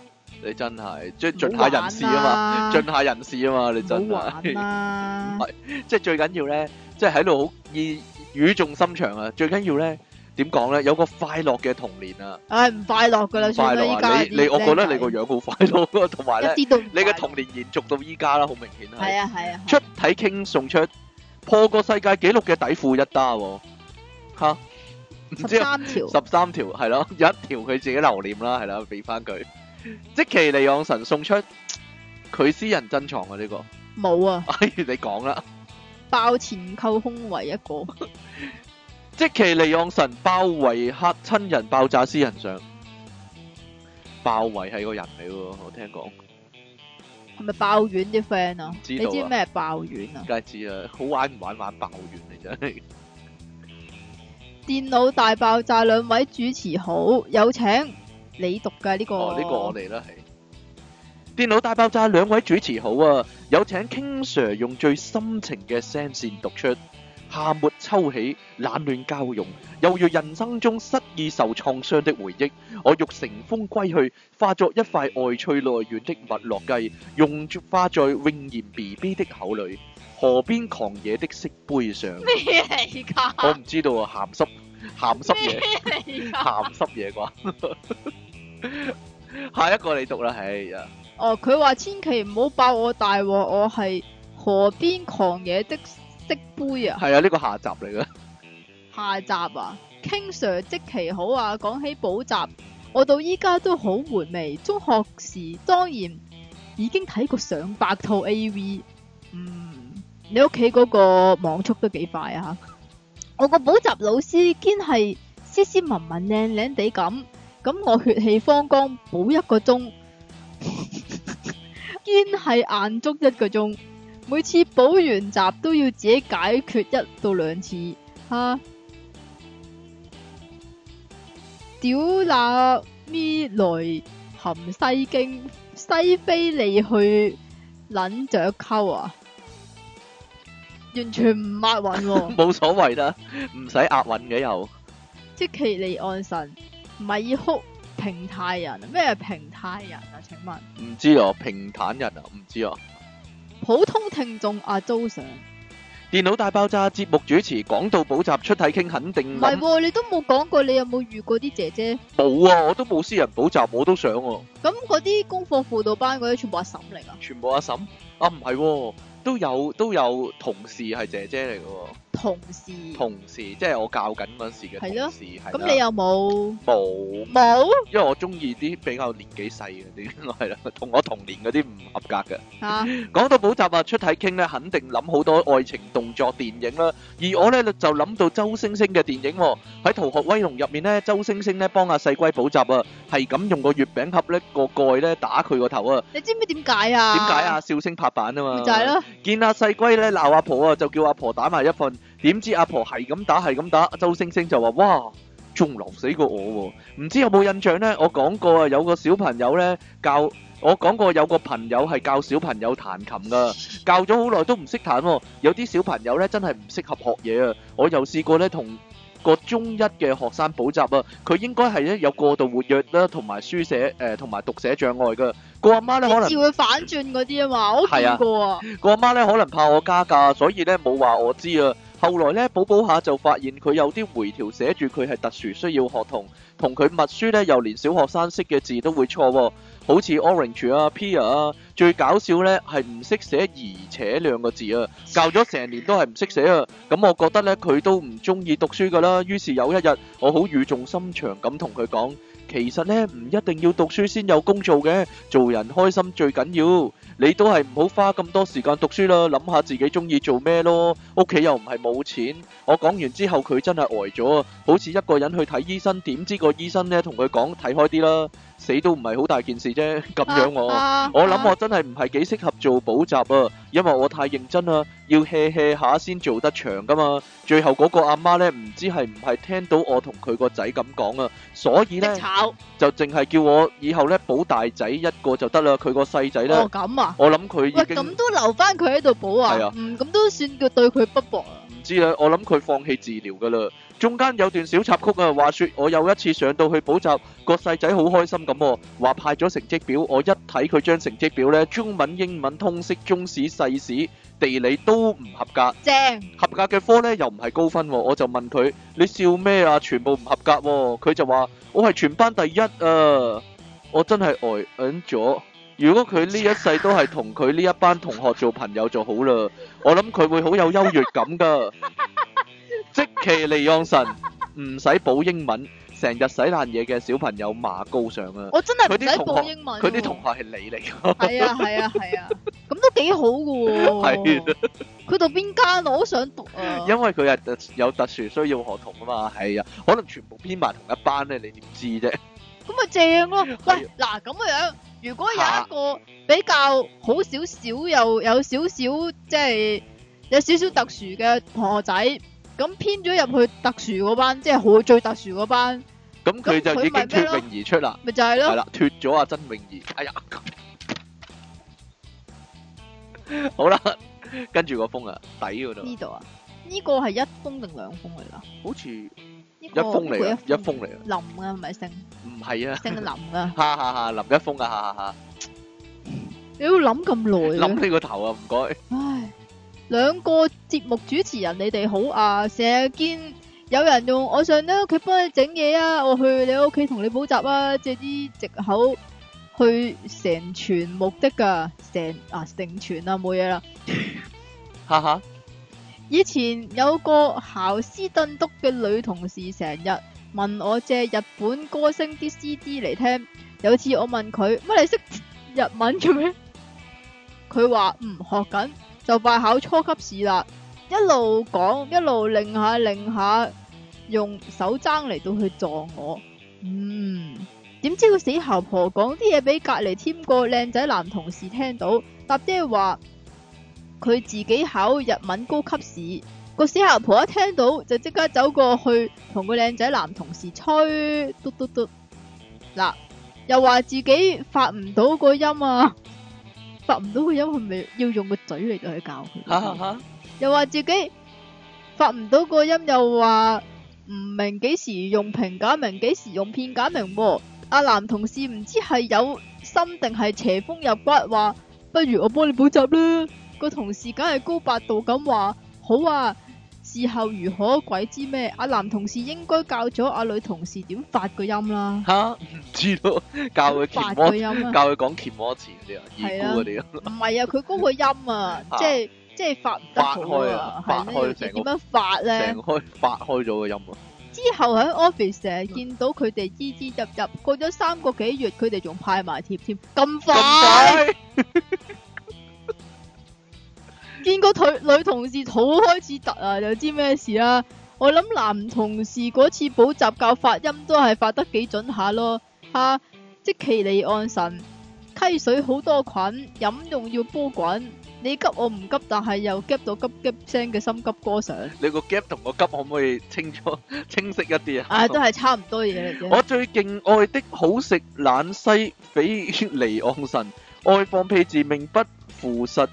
Speaker 1: 你真係即係盡
Speaker 2: 唔好
Speaker 1: 下
Speaker 2: 玩
Speaker 1: 人事啊嘛，
Speaker 2: 啦
Speaker 1: 盡下人事啊嘛，你真
Speaker 2: 唔好玩啊
Speaker 1: 係，
Speaker 2: 啦
Speaker 1: 唔係，即係最緊要咧， [LAUGHS] 即係喺度好意語重心長啊！最緊要咧點講咧，有個快樂嘅童年啊，
Speaker 2: 唉唔快樂噶啦，
Speaker 1: 快
Speaker 2: 算啦
Speaker 1: 樂
Speaker 2: 依
Speaker 1: 啊！
Speaker 2: 家
Speaker 1: 你你，我覺得你個樣好快樂啊，同埋咧
Speaker 2: 一啲都唔
Speaker 1: 你
Speaker 2: 快
Speaker 1: 嘅
Speaker 2: 樂
Speaker 1: 童年延續到依家啦，好明顯係
Speaker 2: 係。啊係啊，
Speaker 1: 出體傾送出破過世界紀錄嘅底褲一打喎，嚇唔
Speaker 2: 十
Speaker 1: 知啊
Speaker 2: 三條
Speaker 1: 十三條係咯， [LAUGHS] 有一條佢自己留念啦，係啦，俾翻佢。即其利昂神送出佢私人珍藏啊！呢、個，
Speaker 2: 冇啊，
Speaker 1: [LAUGHS] 哎，你講啦。
Speaker 2: 爆前扣胸為一個。
Speaker 1: 即其利昂神包圍客親人爆炸私人相，包圍係個人嚟喎，我聽講，
Speaker 2: 系咪爆丸啲 friend 啊？
Speaker 1: 知
Speaker 2: 你
Speaker 1: 道啊
Speaker 2: 知咩係爆丸啊？
Speaker 1: 梗係知啦。好玩唔玩玩爆完嚟真係。
Speaker 2: 電腦大爆炸兩位主持好，有請你讀嘅呢個。
Speaker 1: 哦，呢、個
Speaker 2: [LAUGHS]
Speaker 1: 我哋啦係。電腦大爆炸兩位主持好啊，有請 King Sir 用最深情嘅聲線讀出，夏末秋起，冷暖交融，猶如人生中失意受創傷的回憶。我欲乘風歸去，化作一塊外脆內軟的蜜落雞，融化在永然 B B 的口裏。河邊狂野的色杯上，
Speaker 2: 咩嚟
Speaker 1: 我
Speaker 2: 㗎？
Speaker 1: 唔知道啊，鹹濕鹹濕嘢。[LAUGHS]
Speaker 2: 咩嚟㗎
Speaker 1: 鹹濕嘢啩。 [LAUGHS] 下一個你讀啦，唉呀，
Speaker 2: 哦，佢話千祈唔好爆我大鑊，我係河邊狂野的色杯啊！
Speaker 1: 係啊，呢個下集嚟嘅， [LAUGHS]，
Speaker 2: 下集啊，King Sir 即期好啊！講起補習，我到依家都好回味。中學時當然已經睇過上百套 AV。嗯，你屋企嗰個網速都幾快啊！我個補習老師堅係斯斯文文靚靚地咁，咁我血氣方剛補一個鐘， [LAUGHS] 堅係硬足一個鐘。每次補完習都要自己解決一到兩次。啊吓！屌那咪來含西經，西非你去捻着溝啊！完全唔押韻喎
Speaker 1: 冇所謂啦，唔使押韻嘅又
Speaker 2: 即其離岸神，米哭平泰人，咩係平泰人啊？請問
Speaker 1: 唔知啊，平坦人啊，唔知啊。
Speaker 2: 普通聽眾阿 Jo Sir，唔
Speaker 1: 電腦大爆炸節目主持講到補習出體傾，肯定
Speaker 2: 係
Speaker 1: 諗
Speaker 2: 喎，你都冇講過你有冇遇過啲姐姐？
Speaker 1: 冇啊！我都冇私人補習，我都想喎、
Speaker 2: 咁嗰啲功課輔導班嗰啲全部阿嬸嚟噶，
Speaker 1: 全部阿嬸啊，唔係喎，都有都有同事係姐姐嚟嘅喎。
Speaker 2: 同事。
Speaker 1: 同事，即係我教緊嗰陣時嘅
Speaker 2: 係
Speaker 1: 同
Speaker 2: 咯
Speaker 1: 事，係
Speaker 2: 咁
Speaker 1: 啦
Speaker 2: 你有冇？
Speaker 1: 冇？
Speaker 2: 冇
Speaker 1: 因為我中意啲比較年紀細嗰啲，係啦， [LAUGHS] 同我同年嗰啲唔合格嘅。
Speaker 2: 吓，
Speaker 1: 講到補習啊，出體傾咧，肯定諗好多愛情動作電影啦。而我咧就諗到周星星嘅電影喎，喺《逃學威龍》入面咧，周星星咧幫阿細龜補習啊，係咁用個月餅盒咧個蓋咧打佢個頭啊。
Speaker 2: 你知唔知點解啊？
Speaker 1: 點解啊？？笑聲拍板啊嘛。
Speaker 2: 咪就係咯。
Speaker 1: 見阿細龜咧鬧阿婆啊，就叫阿婆打埋一份。點知阿婆係咁打係咁打，周星星就話：哇，仲流死過我喎！唔知有冇印象呢？我講過啊，有個小朋友呢，教我講過有個朋友係教小朋友彈琴噶，教咗好耐都唔識彈喎。有啲小朋友呢，真係唔適合學嘢啊！我又試過呢，同個中一嘅學生補習啊，佢應該係咧有過度活躍啦，同埋書寫誒同埋讀寫障礙噶。個阿媽呢，可能
Speaker 2: 啲。字會反轉嗰啲啊嘛，我都
Speaker 1: 係啊
Speaker 2: 見過啊。
Speaker 1: 個阿媽咧可能怕我加價，所以咧冇話我知啊。後來咧補補下就發現佢有啲回條寫住佢係特殊需要學童，同佢默書咧又連小學生識嘅字都會錯喎，好似 orange 啊、pear 啊。最搞笑咧係唔識寫而且兩個字啊，教咗成年都係唔識寫啊。咁我覺得咧佢都唔中意讀書噶啦，於是有一日我好語重心長咁同佢講，其實咧唔一定要讀書先有工做嘅，做人開心最緊要。你都係唔好花咁多時間讀書啦，諗下自己中意做咩咯。屋企又唔係冇錢。我講完之後，佢真係呆咗啊，好似一個人去睇醫生，點知個醫生呢同佢講睇開啲啦，死都唔係好大件事啫。咁樣我。
Speaker 2: 啊
Speaker 1: [LAUGHS] 我諗我真係唔係幾適合做補習啊，因為我太認真啦，要 hea hea 下先做得長噶嘛。最後嗰個阿媽呢，唔知係唔係聽到我同佢個仔咁講啊，所以呢
Speaker 2: 啊，炒
Speaker 1: 就淨係叫我以後呢補大仔一個就得啦，佢個細仔呢。
Speaker 2: 哦咁啊。
Speaker 1: 我諗佢已
Speaker 2: 喂，
Speaker 1: 經
Speaker 2: 咁都留翻佢喺度補
Speaker 1: 係啊
Speaker 2: 啊？嗯，咁都算叫對佢不薄啊。
Speaker 1: 唔知啦，我諗佢放棄治療噶啦。中間有段小插曲啊，話說我有一次上到去補習，個細仔好開心咁喎，話派咗成績表，我一睇佢張成績表呢，中文、英文、通識、中史、世史、地理都唔合格。
Speaker 2: 正，
Speaker 1: 合格嘅科呢又唔係高分喎，我就問佢：你笑咩啊？全部唔合格喎。佢就話：我係全班第一啊！我真係呆緊咗。如果佢呢一世都係同佢呢一班同學做朋友就好啦，我諗佢會好有優越感噶。即其利昂神唔使補英文，成日洗爛嘢嘅小朋友馬高上啊！
Speaker 2: 我真係唔
Speaker 1: 佢啲
Speaker 2: 使
Speaker 1: 同
Speaker 2: 報
Speaker 1: 學
Speaker 2: 英文喎。
Speaker 1: 佢啲同學係你嚟㗎，
Speaker 2: 係啊係啊係啊，咁都幾好噶
Speaker 1: 係
Speaker 2: 喎。佢讀邊間我好想讀啊。
Speaker 1: 因為佢係特有特殊需要學童啊嘛，係啊，可能全部編埋同一班呢，你點知啫？
Speaker 2: 咁咪正咯。
Speaker 1: 係啊
Speaker 2: 喂，嗱咁嘅樣，如果有一個比較好少少又有少少即係有少少特殊嘅同學仔，咁編咗入去特殊嗰班，即係好最特殊嗰班，
Speaker 1: 咁佢就已經
Speaker 2: 咁佢咪
Speaker 1: 脫
Speaker 2: 咩咯
Speaker 1: 穎而出啦，
Speaker 2: 咪就係
Speaker 1: 係
Speaker 2: 咯。
Speaker 1: 啦，脫咗阿曾穎儀，哎呀， [LAUGHS] 好啦，跟住個風啊，底嗰度，
Speaker 2: 呢度啊？呢個係一封定兩封嚟㗎？
Speaker 1: 好似一
Speaker 2: 哦一
Speaker 1: 風嚟啊，一風嚟啊，
Speaker 2: 林啊，係咪姓
Speaker 1: 唔係啊， [LAUGHS]
Speaker 2: 姓林啊？
Speaker 1: 哈哈哈，林一峰啊，哈哈哈，
Speaker 2: 你要諗咁耐
Speaker 1: 諗
Speaker 2: 啊！
Speaker 1: 你個頭啊，唔該，
Speaker 2: 唉，兩個節目主持人，你哋好啊！成日見有人用我上你屋企幫你整嘢啊，我去你屋企同你補習啊，借啲藉口去成全目的噶，成啊成全啊冇嘢啦。
Speaker 1: 哈哈，
Speaker 2: 以前有個姣斯頓督嘅女同事，成日問我借日本歌星啲 CD 嚟聽。有次我問佢：乜你識日文嘅咩？佢話唔學緊，就快考初級試啦。一路講一路擰下擰下，用手踭嚟到去撞我。嗯，點知個死姣婆講啲嘢俾隔離添個靚仔男同事聽到，搭爹話。佢自己考日文高級試，個死姣婆一聽到就即刻走過去同個靚仔男同事吹嘟嘟嘟，嗱又話自己發唔到個音啊，發唔到個音係咪要用個嘴嚟到去教
Speaker 1: 哈哈
Speaker 2: 佢？
Speaker 1: 哈，
Speaker 2: 又話自己發唔到個音，又話唔明幾時用平假名，幾時用片假名喎、阿男同事唔知係有心定係邪風入骨，話不如我幫你補習啦。個同事梗係高八度咁話，好啊。事後如何鬼知咩？阿男同事應該教咗阿女同事點發個音啦，
Speaker 1: 吓唔知道， [LAUGHS] 教佢
Speaker 2: 發
Speaker 1: 鉗
Speaker 2: 個
Speaker 1: 魔，
Speaker 2: 音啊。
Speaker 1: 教佢講鉗魔前啲啊，
Speaker 2: 係
Speaker 1: 二
Speaker 2: 啊
Speaker 1: 姑嗰啲啊，，
Speaker 2: 唔係啊，佢嗰個音啊
Speaker 1: [LAUGHS]
Speaker 2: 即係即系发唔得好啊，
Speaker 1: 發開啊
Speaker 2: 係
Speaker 1: 發
Speaker 2: 呢
Speaker 1: 開
Speaker 2: 個字
Speaker 1: 成個
Speaker 2: 點樣發咧
Speaker 1: 成？開發開咗個音啊，
Speaker 2: 之後喺 office 成日見到佢哋依依入入，過咗三個幾月，佢哋仲派埋貼添，咁快
Speaker 1: 咁
Speaker 2: 見個腿女同事肚開始突啊，就知咩事啦。我諗男同事嗰次補習教發音都係發得幾準下咯，吓、即其離岸神，溪水好多菌，飲用要煲滾。你急我唔急，但係又急到急急聲嘅心急歌上。
Speaker 1: 你個 gap 同個急可唔可以清楚 [LAUGHS] 清晰一啲啊？
Speaker 2: 啊，都係差唔多嘢嚟
Speaker 1: 我
Speaker 2: 嘅。
Speaker 1: 最敬愛的好食懶西匪離岸神，愛放屁自命不符實。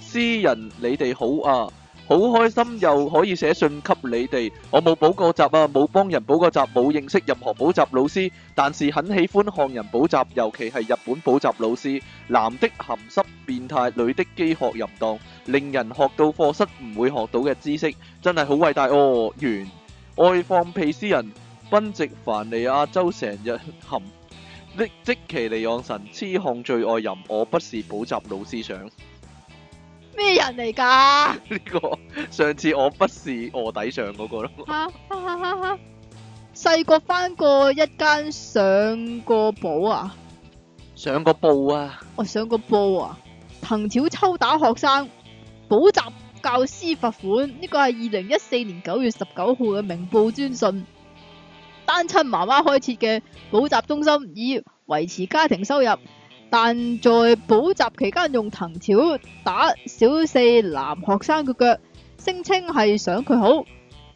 Speaker 1: 詩人你哋好啊，好開心又可以寫信給你哋。我冇補過習啊，冇幫人補過習，冇認識任何補習老師，但是很喜歡看人補習，尤其係日本補習老師。男的鹹濕變態，女的飢渴淫蕩，令人學到課室唔會學到嘅知識，真係好偉大哦！完，愛放屁詩人。賓夕凡尼亞州成日含即即其尼昂神痴漢最愛淫，我不是補習老師上 [LAUGHS] 呢、
Speaker 2: 咩人嚟噶？
Speaker 1: 個上次我不是卧底上嗰個咯，
Speaker 2: 哈哈哈哈哈！细个翻過一間上過補啊，
Speaker 1: 上個報啊，
Speaker 2: 我上過報啊，藤條抽打學生，補習教師罰款，呢個係二零一四年九月十九號嘅明報專訊。單親媽媽開設嘅補習中心，以維持家庭收入，但在補習期間用藤條打小四男學生嘅腳，聲稱係想佢好。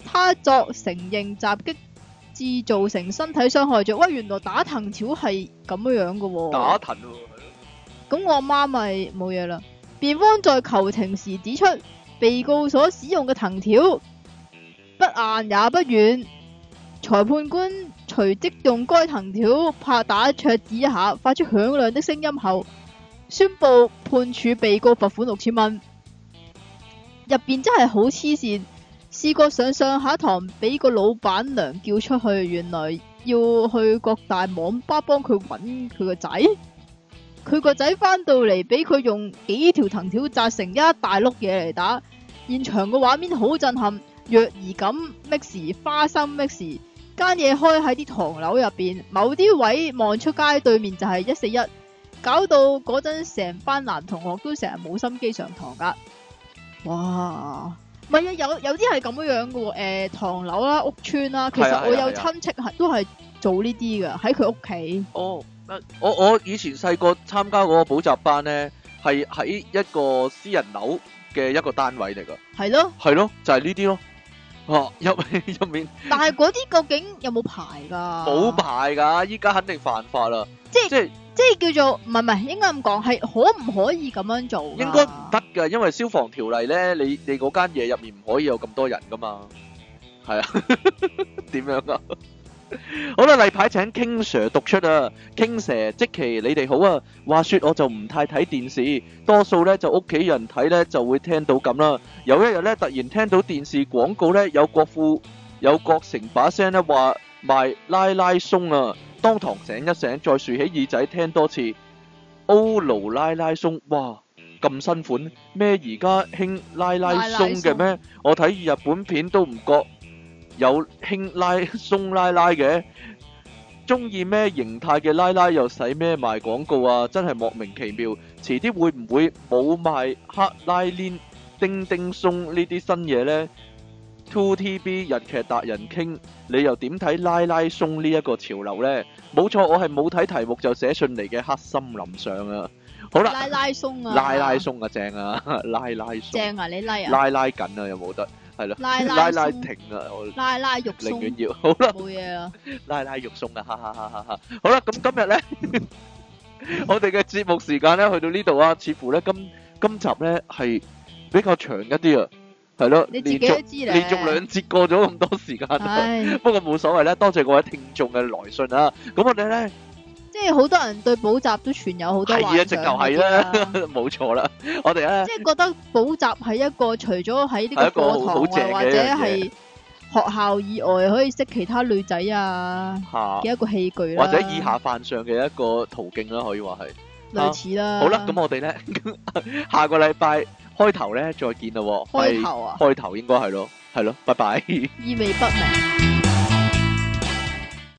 Speaker 2: 他作承認襲擊，致造成身體傷害罪。喂，原來打藤條係咁樣樣嘅喎。
Speaker 1: 打騰喎，
Speaker 2: 咁我媽咪冇嘢啦。辯方在求情時指出，被告所使用嘅藤條不硬也不軟，裁判官隨即用該藤條拍打桌子一下，發出響亮的聲音後，宣布判處被告罰款六千蚊。入邊真係好黐線，試過上上下堂俾個老闆娘叫出去，原來要去各大網吧幫佢揾佢個仔。佢個仔翻到嚟，俾佢用幾條藤條扎成一大碌嘢嚟打，現場個畫面好震撼，若兒咁 mix 花生 mix，間嘢開喺啲唐樓入邊，某啲位望出街對面就係一四一，搞到嗰陣成班男同學都成日冇心機上堂噶。哇！唔係啊，有有啲係咁樣樣嘅喎，誒唐樓啦、屋村啦，其
Speaker 1: 係啊係啊
Speaker 2: 實我
Speaker 1: 係
Speaker 2: 有
Speaker 1: 啊
Speaker 2: 親戚係都係做呢啲嘅，喺佢屋企。
Speaker 1: 哦，啊我我以前細個參加嗰個補習班呢，係喺一個私人樓嘅一個單位嚟噶，
Speaker 2: 係咯，
Speaker 1: 係咯，就係呢啲咯，啊入入面
Speaker 2: 但係嗰啲究竟有冇牌噶？
Speaker 1: 冇，牌㗎，依家肯定犯法啦，
Speaker 2: 即係
Speaker 1: 即係。
Speaker 2: 即係叫做唔係唔係，應該咁講係可唔可以咁樣做？
Speaker 1: 應該唔。得㗎，因為消防條例咧，你你嗰間嘢入面唔可以有咁多人噶嘛，係啊， [LAUGHS] 點樣啊？好啦，例牌請 King Sir 讀出啊，King Sir，即其你哋好啊。話說我就唔太睇電視，多數咧就屋企人睇咧就會聽到咁啦。有一日咧，突然聽到電視廣告咧，有郭富有郭成把聲咧話賣拉拉鬆啊，當堂醒一醒，再豎起耳仔聽多次。歐勞拉拉鬆，哇！咁新款咩？而家興拉拉鬆嘅咩？我睇日本片都唔覺有興拉鬆拉拉嘅。中意咩形態嘅拉拉又使咩賣廣告啊？真係莫名其妙。遲啲會唔會冇賣黑拉鏈、叮叮鬆呢啲新嘢呢 Two TB 日劇達人傾，你又點睇拉拉鬆呢一個潮流呢？冇錯，我係冇睇題目就寫信嚟嘅黑森林上啊。好啦。
Speaker 2: 拉拉鬆啊！
Speaker 1: 拉拉松啊，正啊， [LAUGHS] 拉拉松，
Speaker 2: 正啊！你拉啊！
Speaker 1: 拉拉緊啊，有冇得？係咯，
Speaker 2: 拉
Speaker 1: 拉拉
Speaker 2: 鬆
Speaker 1: 停啊，我
Speaker 2: 拉拉肉
Speaker 1: 寧願
Speaker 2: 鬆，
Speaker 1: 要好啦，
Speaker 2: 冇嘢啦。
Speaker 1: 拉拉肉鬆啊，哈哈哈哈哈！好啦，咁今日咧， [LAUGHS] 我哋嘅節目時間咧去到呢度啊，似乎咧今今集咧係比較長一啲啊，系咯，
Speaker 2: 你自己
Speaker 1: 連
Speaker 2: 都
Speaker 1: 續
Speaker 2: 知啊咧。
Speaker 1: 連續兩節過咗咁多時間，啊
Speaker 2: 唉，
Speaker 1: [LAUGHS] 不過冇所謂啦，多謝各位聽眾嘅來信啦。咁我哋咧。
Speaker 2: 即係好多人對補習都存有好多
Speaker 1: 係啊
Speaker 2: 幻想
Speaker 1: 直頭係
Speaker 2: 嗰啲
Speaker 1: 啦
Speaker 2: 啦，
Speaker 1: 冇錯啦，我哋咧
Speaker 2: 即係覺得補習係一個除咗喺
Speaker 1: 係一個
Speaker 2: 呢個
Speaker 1: 好
Speaker 2: 課堂
Speaker 1: 好正
Speaker 2: 啊，
Speaker 1: 嘅
Speaker 2: 或者
Speaker 1: 一樣嘢
Speaker 2: 係學校以外可以識其他女仔啊
Speaker 1: 吓
Speaker 2: 嘅一個器具啦，
Speaker 1: 或者以下犯上嘅一個途徑啦，可以話係。
Speaker 2: 類似啦。
Speaker 1: 好啦，咁我哋咧 [LAUGHS] 下個禮拜開頭咧再見啦喎，
Speaker 2: 開
Speaker 1: 係
Speaker 2: 頭啊，
Speaker 1: 開頭應該係咯，係咯，拜拜。
Speaker 2: 意味不明。